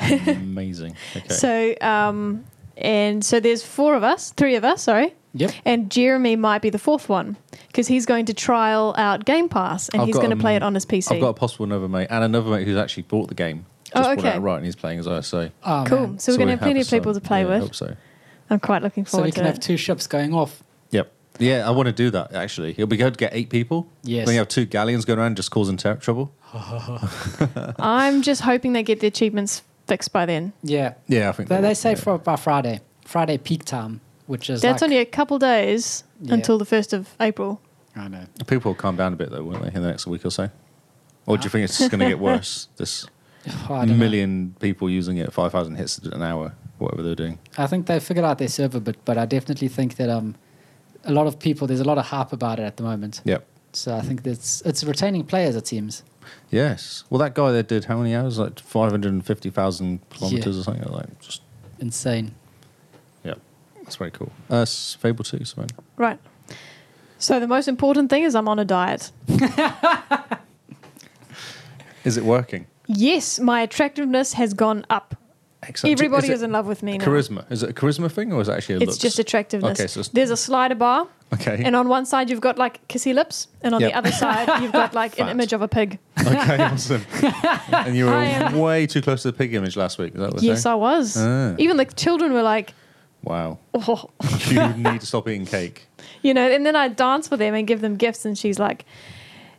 [SPEAKER 1] Amazing. Okay.
[SPEAKER 3] So, um, and so there's four of us, three of us, sorry.
[SPEAKER 2] Yep.
[SPEAKER 3] And Jeremy might be the fourth one because he's going to trial out Game Pass and
[SPEAKER 1] I've
[SPEAKER 3] he's
[SPEAKER 1] got,
[SPEAKER 3] going to play
[SPEAKER 1] um,
[SPEAKER 3] it on his PC.
[SPEAKER 1] I've got a possible another mate and another mate who's actually bought the game.
[SPEAKER 3] Oh,
[SPEAKER 1] Just bought it
[SPEAKER 3] okay.
[SPEAKER 1] outright and he's playing as I say.
[SPEAKER 2] Oh,
[SPEAKER 3] cool.
[SPEAKER 2] man.
[SPEAKER 3] So we're going to have plenty
[SPEAKER 1] a
[SPEAKER 3] of people
[SPEAKER 1] son.
[SPEAKER 3] to play
[SPEAKER 1] Yeah, I
[SPEAKER 3] with.
[SPEAKER 1] hope so.
[SPEAKER 3] I'm quite looking
[SPEAKER 2] So
[SPEAKER 3] forward
[SPEAKER 2] we
[SPEAKER 3] to
[SPEAKER 2] can
[SPEAKER 3] it.
[SPEAKER 2] have two ships going off.
[SPEAKER 1] Yep. Yeah, I want to do that actually. It'll be good to get eight people.
[SPEAKER 2] Yes.
[SPEAKER 1] Then you have two galleons going around just causing ter- trouble.
[SPEAKER 3] I'm just hoping they get the achievements fixed by then.
[SPEAKER 2] Yeah.
[SPEAKER 1] Yeah, I think
[SPEAKER 2] They,
[SPEAKER 1] will.
[SPEAKER 2] they say
[SPEAKER 1] Yeah.
[SPEAKER 2] for by Friday, Friday peak time, which is
[SPEAKER 3] That's
[SPEAKER 2] like,
[SPEAKER 3] only a couple days
[SPEAKER 2] Yeah.
[SPEAKER 3] until the 1st of April.
[SPEAKER 2] I know.
[SPEAKER 1] people will calm down a bit though, won't they, in the next week or so? Or do you think it's just going to get worse? This
[SPEAKER 2] Oh, Uh, I don't know.
[SPEAKER 1] million people using it, five thousand hits an hour, whatever they're doing.
[SPEAKER 2] I think they figured out their server bit, but I definitely think that um, a lot of people there's a lot of hype about it at the moment.
[SPEAKER 1] Yep.
[SPEAKER 2] So I think that's it's retaining players. It seems.
[SPEAKER 1] Yes. Well, that guy that did how many hours? Like five hundred and fifty thousand kilometers or something. Like just
[SPEAKER 2] Insane.
[SPEAKER 1] yeah, that's very cool. Uh, s- Fable two, Simone.
[SPEAKER 3] Right. So the most important thing is I'm on a diet.
[SPEAKER 1] Is it working?
[SPEAKER 3] Yes, my attractiveness has gone up.
[SPEAKER 1] Excellent.
[SPEAKER 3] Everybody is,
[SPEAKER 1] it
[SPEAKER 3] in love with me now.
[SPEAKER 1] Charisma. Is it a charisma thing or is it actually? A
[SPEAKER 3] It's
[SPEAKER 1] looks?
[SPEAKER 3] just attractiveness.
[SPEAKER 1] Okay, so it's-
[SPEAKER 3] There's a slider bar,
[SPEAKER 1] Okay.
[SPEAKER 3] and on one side you've got like kissy lips, and on
[SPEAKER 1] Yep.
[SPEAKER 3] the other side you've got like an
[SPEAKER 1] Fat.
[SPEAKER 3] image of a pig.
[SPEAKER 1] okay. Awesome. and you
[SPEAKER 3] I
[SPEAKER 1] were
[SPEAKER 3] am-
[SPEAKER 1] way too close to the pig image last week. Is that what
[SPEAKER 3] Yes,
[SPEAKER 1] I-
[SPEAKER 3] I was.
[SPEAKER 1] Ah.
[SPEAKER 3] Even the children were like,
[SPEAKER 1] wow.
[SPEAKER 3] oh,
[SPEAKER 1] You need to stop eating cake.
[SPEAKER 3] you know. And then I dance for them and give them gifts, and she's like,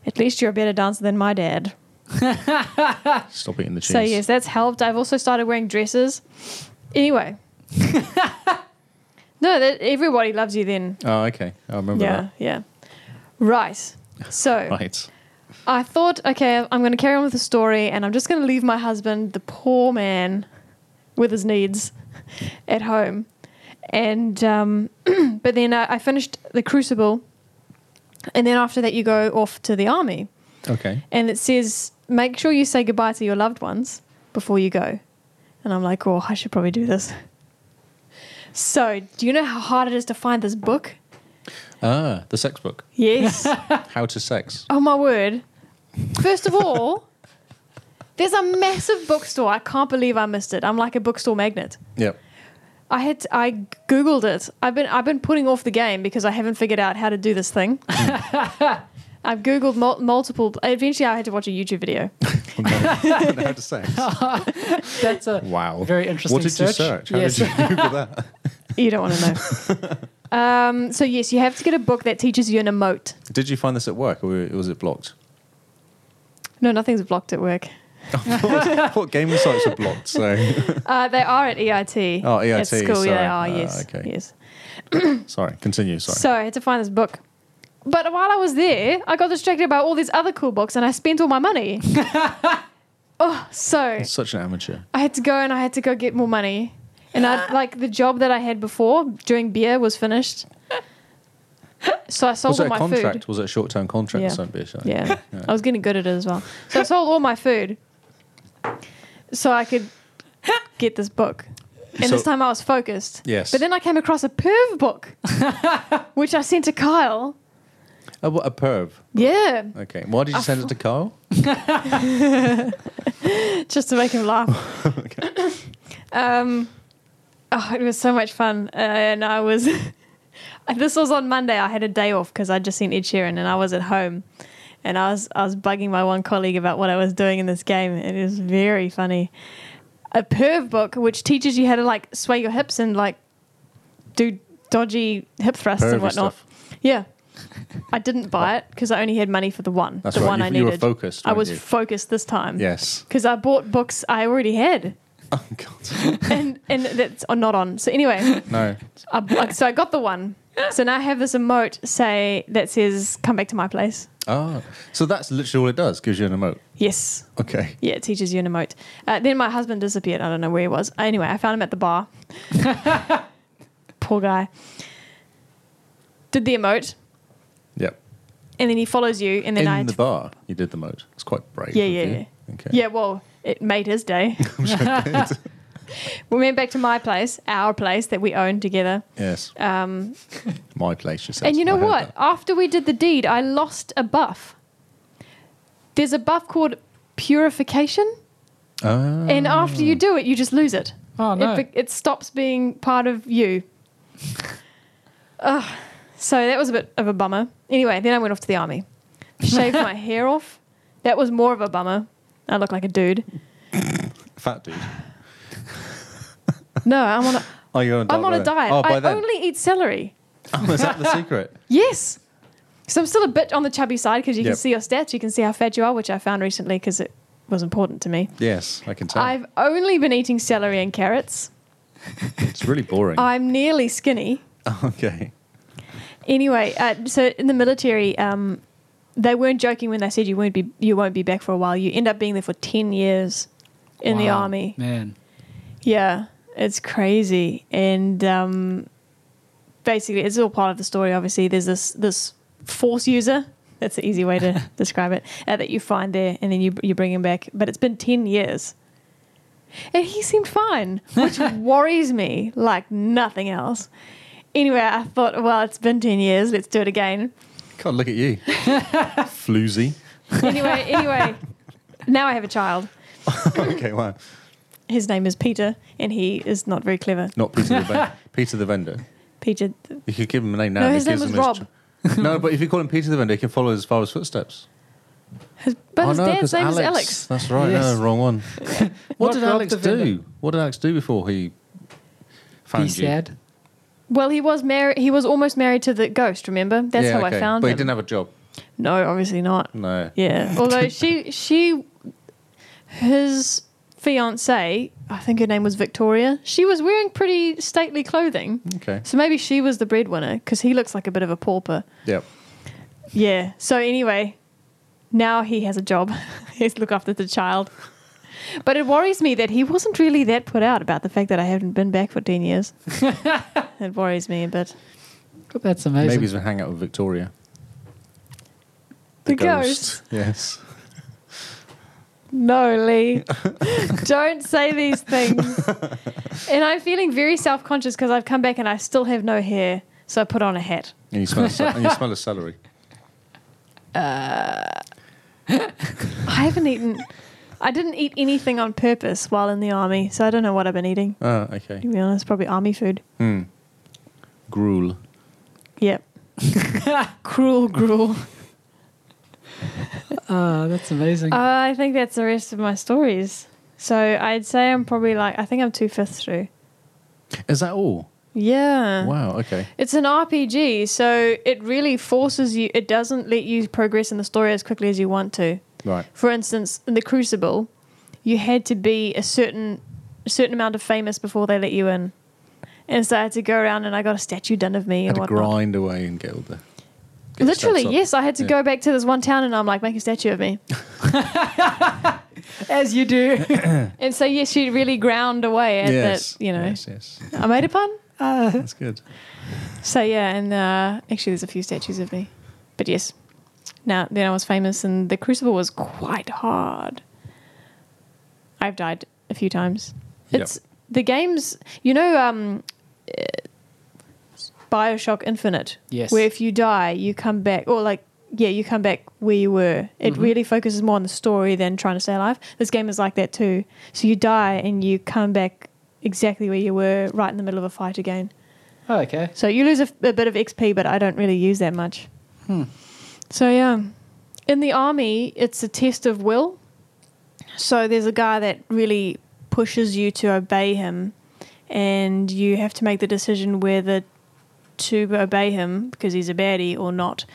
[SPEAKER 3] at least you're a better dancer than my dad.
[SPEAKER 1] Stop eating the cheese.
[SPEAKER 3] So yes, that's helped. I've also started wearing dresses. Anyway. no, that everybody loves you then.
[SPEAKER 1] Oh, okay. I remember
[SPEAKER 3] yeah, yeah. Right. So
[SPEAKER 1] that. Right.
[SPEAKER 3] I thought, okay, I'm going to carry on with the story and I'm just going to leave my husband, the poor man with his needs, at home. And, um, but then I, I finished the Crucible. And then after that, you go off to the army.
[SPEAKER 1] Okay.
[SPEAKER 3] And it says, make sure you say goodbye to your loved ones before you go. And I'm like, oh, I should probably do this. So, do you know how hard it is to find this book?
[SPEAKER 1] Ah, the sex book.
[SPEAKER 3] Yes.
[SPEAKER 1] How to sex.
[SPEAKER 3] Oh my word. First of all, there's a massive bookstore. I can't believe I missed it. I'm like a bookstore magnet.
[SPEAKER 1] Yep.
[SPEAKER 3] I had I googled it. I've been I've been putting off the game because I haven't figured out how to do this thing. I've googled mul- multiple eventually I had to watch a YouTube video.
[SPEAKER 1] How to sex.
[SPEAKER 2] That's a
[SPEAKER 1] Wow.
[SPEAKER 2] Very interesting
[SPEAKER 1] What did you
[SPEAKER 2] search.
[SPEAKER 1] search? How
[SPEAKER 2] Yes.
[SPEAKER 1] did you Google that?
[SPEAKER 3] You don't want to know. um, so yes, you have to get a book that teaches you an emote.
[SPEAKER 1] Did you find this at work or was it blocked?
[SPEAKER 3] No, nothing's blocked at work.
[SPEAKER 1] I thought gaming sites were blocked, so
[SPEAKER 3] Uh, they are at EIT.
[SPEAKER 1] Oh,
[SPEAKER 3] At
[SPEAKER 1] EIT,
[SPEAKER 3] school,
[SPEAKER 1] sorry.
[SPEAKER 3] yeah, they are,
[SPEAKER 1] Ah,
[SPEAKER 3] yes.
[SPEAKER 1] okay.
[SPEAKER 3] Yes.
[SPEAKER 1] sorry. Continue, sorry.
[SPEAKER 3] So I had to find this book. But while I was there, I got distracted by all these other cool books and I spent all my money. oh, so
[SPEAKER 1] It's Such an amateur.
[SPEAKER 3] I had to go and I had to go get more money. And I like the job that I had before doing beer was finished. So I sold
[SPEAKER 1] Was it
[SPEAKER 3] all
[SPEAKER 1] a
[SPEAKER 3] my
[SPEAKER 1] contract?
[SPEAKER 3] food.
[SPEAKER 1] Was it a short term contract?
[SPEAKER 3] Yeah.
[SPEAKER 1] or something? Bish?
[SPEAKER 3] Yeah. I was getting good at it as well. So I sold all my food so I could get this book. And
[SPEAKER 1] So-
[SPEAKER 3] this time I was focused.
[SPEAKER 1] Yes.
[SPEAKER 3] But then I came across a perv book, which I sent to Kyle.
[SPEAKER 1] Oh, what, a perv.
[SPEAKER 3] Yeah.
[SPEAKER 1] Okay. Why did you send it
[SPEAKER 3] Oh.
[SPEAKER 1] to Carl?
[SPEAKER 3] just to make him laugh. um, oh, it was so much fun, uh, and I was. this was on Monday. I had a day off because I'd just seen Ed Sheeran, and I was at home, and I was I was bugging my one colleague about what I was doing in this game. and It was very funny. A perv book which teaches you how to like sway your hips and like do dodgy hip thrusts and
[SPEAKER 1] Pervy
[SPEAKER 3] whatnot.
[SPEAKER 1] stuff.
[SPEAKER 3] Yeah. I didn't buy it because I only had money for the one.
[SPEAKER 1] That's
[SPEAKER 3] the
[SPEAKER 1] right,
[SPEAKER 3] one
[SPEAKER 1] you-
[SPEAKER 3] I needed.
[SPEAKER 1] you were focused,
[SPEAKER 3] I
[SPEAKER 1] weren't
[SPEAKER 3] was
[SPEAKER 1] you?
[SPEAKER 3] focused this time.
[SPEAKER 1] Yes.
[SPEAKER 3] Because I bought books I already had,
[SPEAKER 1] Oh God.
[SPEAKER 3] and and that's oh, not on. So anyway,
[SPEAKER 1] No.
[SPEAKER 3] I, like, so I got the one. So now I have this emote say that says "Come back to my place."
[SPEAKER 1] Oh. So that's literally all it does. Gives you an emote.
[SPEAKER 3] Yes,
[SPEAKER 1] Okay.
[SPEAKER 3] yeah, it teaches you an emote. Uh, then my husband disappeared. I don't know where he was. Anyway, I found him at the bar. Poor guy. Did the emote. and then he follows you, and then I.
[SPEAKER 1] in the bar. You did the mode. It's quite brave.
[SPEAKER 3] Yeah,
[SPEAKER 1] of
[SPEAKER 3] yeah,
[SPEAKER 1] you.
[SPEAKER 3] yeah.
[SPEAKER 1] Okay.
[SPEAKER 3] Yeah, well, it made his day. we went back to my place, our place that we owned together.
[SPEAKER 1] Yes.
[SPEAKER 3] Um,
[SPEAKER 1] My place. She says.
[SPEAKER 3] and you know
[SPEAKER 1] I heard
[SPEAKER 3] what?
[SPEAKER 1] that.
[SPEAKER 3] After we did the deed, I lost a buff. There's a buff called purification,
[SPEAKER 1] Ah.
[SPEAKER 3] and after you do it, you just lose it.
[SPEAKER 2] Oh, no.
[SPEAKER 3] It, be- it stops being part of you. Ugh. so that was a bit of a bummer. Anyway, then I went off to the army. Shaved my hair off. That was more of a bummer. I look like a dude.
[SPEAKER 1] fat dude.
[SPEAKER 3] No, I'm on a,
[SPEAKER 1] Oh, you're on a diet.
[SPEAKER 3] I'm on a
[SPEAKER 1] by then.
[SPEAKER 3] diet.
[SPEAKER 1] Oh, by
[SPEAKER 3] I
[SPEAKER 1] then.
[SPEAKER 3] only eat celery.
[SPEAKER 1] Oh, is that the secret?
[SPEAKER 3] Yes. So I'm still a bit on the chubby side because you can
[SPEAKER 1] Yep.
[SPEAKER 3] see your stats, you can see how fat you are, which I found recently because it was important to me.
[SPEAKER 1] Yes, I can tell.
[SPEAKER 3] I've only been eating celery and carrots.
[SPEAKER 1] It's really boring.
[SPEAKER 3] I'm nearly skinny.
[SPEAKER 1] okay.
[SPEAKER 3] Anyway, uh, so in the military, um, they weren't joking when they said you won't be you won't be back for a while. You end up being there for ten years in the
[SPEAKER 2] Wow,
[SPEAKER 3] army.
[SPEAKER 2] Man.
[SPEAKER 3] Yeah, it's crazy, and um, basically, it's all part of the story. Obviously, there's this this force user. That's the easy way to describe it. Uh, that you find there, and then you you bring him back. But it's been ten years, and he seemed fine, which worries me like nothing else. Anyway, I thought, well, it's been ten years. Let's do it again.
[SPEAKER 1] God, look at you. Floozy.
[SPEAKER 3] Anyway, anyway, now I have a child.
[SPEAKER 1] okay, wow.
[SPEAKER 3] His name is Peter, and he is not very clever.
[SPEAKER 1] Not Peter the Vendor. Peter the Vendor.
[SPEAKER 3] Peter,
[SPEAKER 1] You could give him a name now.
[SPEAKER 3] No,
[SPEAKER 1] and
[SPEAKER 3] his
[SPEAKER 1] it gives
[SPEAKER 3] name
[SPEAKER 1] him
[SPEAKER 3] was
[SPEAKER 1] his ch- no, but if you call him Peter the Vendor, he can follow his father's footsteps.
[SPEAKER 3] his, but
[SPEAKER 1] oh,
[SPEAKER 3] his
[SPEAKER 1] no,
[SPEAKER 3] dad's
[SPEAKER 1] 'cause
[SPEAKER 3] name is
[SPEAKER 1] Alex.
[SPEAKER 3] Alex.
[SPEAKER 1] That's right.
[SPEAKER 2] Yes.
[SPEAKER 1] No, wrong one. what
[SPEAKER 2] Not
[SPEAKER 1] did
[SPEAKER 2] Rob
[SPEAKER 1] Alex
[SPEAKER 2] the Vendor.
[SPEAKER 1] do? What did Alex do before he found
[SPEAKER 2] Be
[SPEAKER 1] you?
[SPEAKER 2] sad.
[SPEAKER 3] Well, he was married. He was almost married to the ghost. Remember? That's
[SPEAKER 1] Yeah,
[SPEAKER 3] how
[SPEAKER 1] okay.
[SPEAKER 3] I found
[SPEAKER 1] But
[SPEAKER 3] him.
[SPEAKER 1] he didn't have a job.
[SPEAKER 3] no, obviously not.
[SPEAKER 1] No.
[SPEAKER 3] Yeah. Although she, she, his fiance, I think her name was Victoria. She was wearing pretty stately clothing,
[SPEAKER 1] Okay.
[SPEAKER 3] so maybe she was the breadwinner because he looks like a bit of a pauper.
[SPEAKER 1] Yep.
[SPEAKER 3] Yeah. So anyway, now he has a job. He's look after the child. But it worries me that he wasn't really that put out about the fact that I haven't been back for ten years. it worries me a bit.
[SPEAKER 2] That's amazing.
[SPEAKER 1] Maybe he's going to hang out with Victoria.
[SPEAKER 3] The
[SPEAKER 1] Yes.
[SPEAKER 3] No, Lee. Don't say these things. and I'm feeling very self conscious because I've come back and I still have no hair. So I put on a hat.
[SPEAKER 1] And you smell, a, and you smell a celery.
[SPEAKER 3] I haven't eaten, I didn't eat anything on purpose while in the army. So I don't know what I've been eating,
[SPEAKER 1] Oh, okay.
[SPEAKER 3] to be honest. Probably army food.
[SPEAKER 1] Hmm. Gruel.
[SPEAKER 3] Yep. cruel, gruel.
[SPEAKER 2] Ah, that's amazing.
[SPEAKER 3] Uh, I think that's the rest of my stories. So I'd say I'm probably like, I think I'm two fifths through.
[SPEAKER 1] Is that all?
[SPEAKER 3] Yeah.
[SPEAKER 1] Wow. Okay.
[SPEAKER 3] It's an RPG, so it really forces you, it doesn't let you progress in the story as quickly as you want to.
[SPEAKER 1] Right.
[SPEAKER 3] For instance, in The Crucible, you had to be a certain a certain amount of famous before they let you in. And so I had to go around and I got a statue done of me
[SPEAKER 1] Had
[SPEAKER 3] and
[SPEAKER 1] to
[SPEAKER 3] whatnot.
[SPEAKER 1] grind away and get all the. get your
[SPEAKER 3] Literally,
[SPEAKER 1] stats up.
[SPEAKER 3] yes, I had to
[SPEAKER 1] Yeah.
[SPEAKER 3] go back to this one town and I'm like, make a statue of me.
[SPEAKER 2] As you do.
[SPEAKER 3] and so, yes, you really ground away at
[SPEAKER 1] yes.
[SPEAKER 3] that, you know.
[SPEAKER 1] Yes. Yes.
[SPEAKER 3] I made a pun.
[SPEAKER 1] That's good.
[SPEAKER 3] So yeah, and uh, actually, there's a few statues of me, but yes. Now then, I was famous, and the Crucible was quite hard. I've died a few times.
[SPEAKER 1] Yep.
[SPEAKER 3] It's the games, you know, um, uh, Bioshock Infinite.
[SPEAKER 2] Yes.
[SPEAKER 3] Where if you die, you come back, or like, yeah, you come back where you were. It really focuses more on the story than trying to stay alive. This game is like that too. So you die and you come back exactly where you were, right in the middle of a fight again.
[SPEAKER 2] Oh, okay.
[SPEAKER 3] So you lose a, a bit of XP, but I don't really use that much. So yeah, in the army, it's a test of will. So there's a guy that really pushes you to obey him, and you have to make the decision whether to obey him because he's a baddie or not.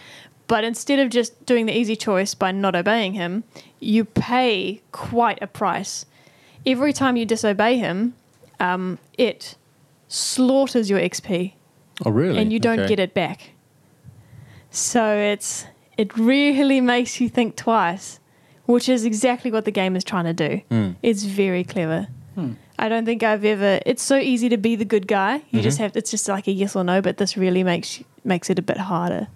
[SPEAKER 3] But instead of just doing the easy choice by not obeying him, you pay quite a price. Every time you disobey him, um, it slaughters your XP
[SPEAKER 1] Oh, really?
[SPEAKER 3] and you don't
[SPEAKER 1] Okay.
[SPEAKER 3] get it back. So it's it really makes you think twice, which is exactly what the game is trying to do.
[SPEAKER 1] Mm. Hmm.
[SPEAKER 3] It's very clever.
[SPEAKER 2] Hmm.
[SPEAKER 3] I don't think I've ever. It's so easy to be the good guy. You
[SPEAKER 1] Mm-hmm.
[SPEAKER 3] just have. It's just like a yes or no, but this really makes you- makes it a bit harder.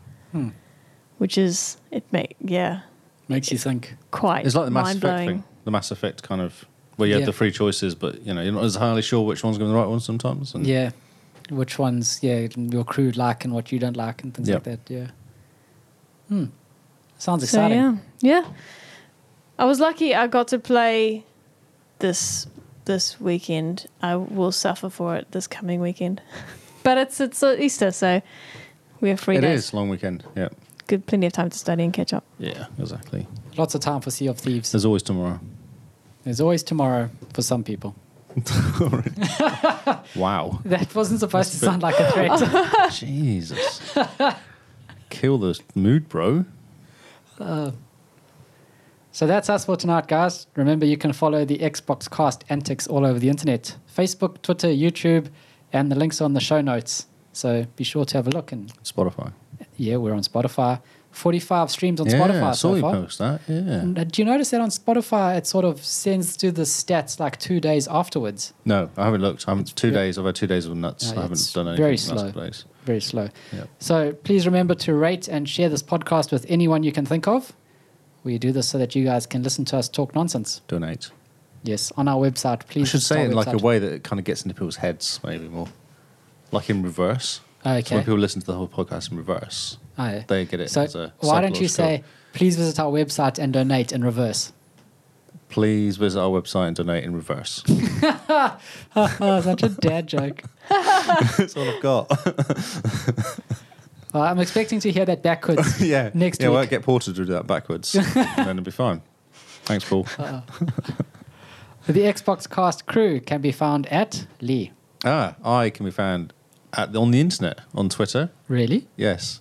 [SPEAKER 3] which is it make yeah
[SPEAKER 2] Hmm. Makes you think.
[SPEAKER 3] quite
[SPEAKER 1] It's like the Mass Effect
[SPEAKER 3] mind-blowing.
[SPEAKER 1] thing. The Mass Effect kind of where you
[SPEAKER 2] Yeah.
[SPEAKER 1] have the three choices, but you know you're not entirely sure which one's going to be the right one sometimes. And
[SPEAKER 2] Yeah. Which ones, yeah, your crew like and what you don't like and things
[SPEAKER 1] Yeah.
[SPEAKER 2] like that. Yeah. Hmm. Sounds
[SPEAKER 3] So
[SPEAKER 2] exciting.
[SPEAKER 3] yeah, yeah. I was lucky. I got to play this this weekend. I will suffer for it this coming weekend, but it's it's uh, Easter, so we have free
[SPEAKER 1] it
[SPEAKER 3] days.
[SPEAKER 1] is long weekend. Yeah,
[SPEAKER 3] Good, plenty of time to study and catch up.
[SPEAKER 1] yeah, exactly.
[SPEAKER 2] Lots of time for Sea of Thieves.
[SPEAKER 1] There's always tomorrow.
[SPEAKER 2] There's always tomorrow for some people.
[SPEAKER 1] Wow,
[SPEAKER 2] That wasn't supposed to sound like a threat.
[SPEAKER 1] Jesus, kill the mood, bro.
[SPEAKER 2] so that's us for tonight, guys. Remember, you can follow the Xbox Cast antics all over the internet Facebook, Twitter, YouTube, and the links are on the show notes. So be sure to have a look. And
[SPEAKER 1] Spotify.
[SPEAKER 2] yeah, we're on Spotify. 45 streams on
[SPEAKER 1] yeah, I
[SPEAKER 2] Spotify
[SPEAKER 1] saw
[SPEAKER 2] so
[SPEAKER 1] you
[SPEAKER 2] far.
[SPEAKER 1] post that. Yeah.
[SPEAKER 2] And, uh, Do you notice that on Spotify, it sort of sends through the stats like two days afterwards?
[SPEAKER 1] No, I haven't looked. I haven't. Two
[SPEAKER 2] ve-
[SPEAKER 1] days. I've had two days of nuts.
[SPEAKER 2] Yeah,
[SPEAKER 1] I haven't
[SPEAKER 2] it's
[SPEAKER 1] done anything.
[SPEAKER 2] very
[SPEAKER 1] for the last
[SPEAKER 2] slow.
[SPEAKER 1] couple of days.
[SPEAKER 2] Very slow.
[SPEAKER 1] Yeah.
[SPEAKER 2] So please remember to rate and share this podcast with anyone you can think of. We do this so that you guys can listen to us talk nonsense.
[SPEAKER 1] Donate.
[SPEAKER 2] Yes, on our website,
[SPEAKER 1] I
[SPEAKER 2] please.
[SPEAKER 1] should
[SPEAKER 2] visit
[SPEAKER 1] say
[SPEAKER 2] our
[SPEAKER 1] it in like a
[SPEAKER 2] website.
[SPEAKER 1] way that it kind of gets into people's heads, maybe more, like in reverse. So
[SPEAKER 2] Okay.
[SPEAKER 1] when people listen to the whole podcast in reverse,
[SPEAKER 2] Aye.
[SPEAKER 1] they get it. as
[SPEAKER 2] So
[SPEAKER 1] a
[SPEAKER 2] why don't you say,
[SPEAKER 1] psychological-
[SPEAKER 2] please visit our website and donate in reverse?
[SPEAKER 1] Please visit our website and donate in reverse.
[SPEAKER 2] Oh, Such a dad joke.
[SPEAKER 1] That's all I've got.
[SPEAKER 2] Uh, I'm expecting to hear that backwards.
[SPEAKER 1] yeah.
[SPEAKER 2] Next
[SPEAKER 1] yeah, I
[SPEAKER 2] week.
[SPEAKER 1] won't get Porter to do that backwards. and then it'll be fine. Thanks, Paul.
[SPEAKER 2] the Xbox Cast crew can be found at Lee.
[SPEAKER 1] ah, I can be found at, on the internet, on Twitter,
[SPEAKER 2] Really?
[SPEAKER 1] yes,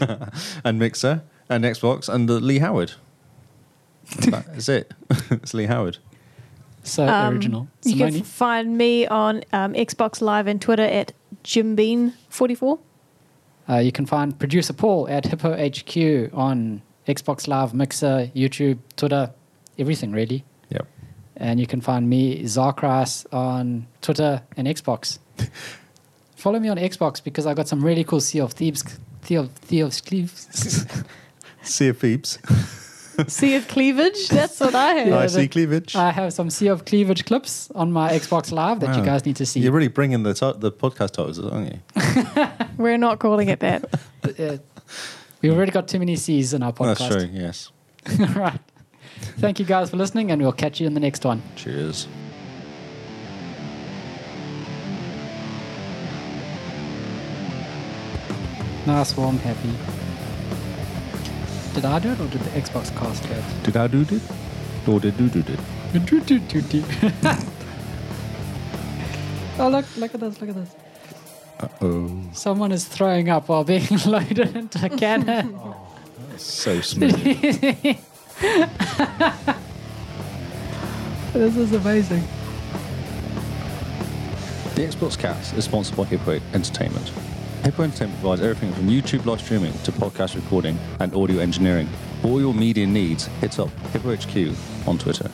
[SPEAKER 1] and Mixer, and Xbox, and uh, Lee Howard. That is it. it's Lee Howard.
[SPEAKER 2] So
[SPEAKER 3] Um,
[SPEAKER 2] original.
[SPEAKER 3] You can
[SPEAKER 2] Simone?
[SPEAKER 3] f- find me on um, Xbox Live and Twitter at Jimbean44.
[SPEAKER 2] Uh, you can find producer Paul at Hippo HQ on Xbox Live, Mixer, YouTube, Twitter, everything really.
[SPEAKER 1] Yep.
[SPEAKER 2] And you can find me, Zarkras, on Twitter and Xbox. Follow me on Xbox because I got some really cool Sea of Thieves, Sea of, sea of Thieves.
[SPEAKER 1] See you, peeps.
[SPEAKER 3] Sea of Cleavage. That's what I heard.
[SPEAKER 1] I
[SPEAKER 2] Yeah,
[SPEAKER 1] see
[SPEAKER 2] that-
[SPEAKER 1] cleavage.
[SPEAKER 2] I have some Sea of Cleavage clips on my Xbox Live that you
[SPEAKER 1] Wow.
[SPEAKER 2] guys need to see.
[SPEAKER 1] You're really bringing the ti- the podcast titles, aren't you?
[SPEAKER 3] We're not calling it that.
[SPEAKER 2] Uh, we've already got too many C's in our podcast.
[SPEAKER 1] Oh, That's true. Yes.
[SPEAKER 2] All right. Thank you guys for listening, and we'll catch you in the next one.
[SPEAKER 1] Cheers.
[SPEAKER 2] Nice, warm, happy. Did I do it or did the Xbox cast do
[SPEAKER 1] Did I do it? Or did you do it?
[SPEAKER 2] it? oh, look, look at this, look at this.
[SPEAKER 1] Uh oh.
[SPEAKER 2] Someone is throwing up while being loaded into a cannon.
[SPEAKER 1] So smooth.
[SPEAKER 2] this is amazing.
[SPEAKER 1] the Xbox Cast is sponsored by Hippo Entertainment. Hippo Entertainment provides everything from YouTube live streaming to podcast recording and audio engineering. For all your media needs, hit up Hippo HQ on Twitter.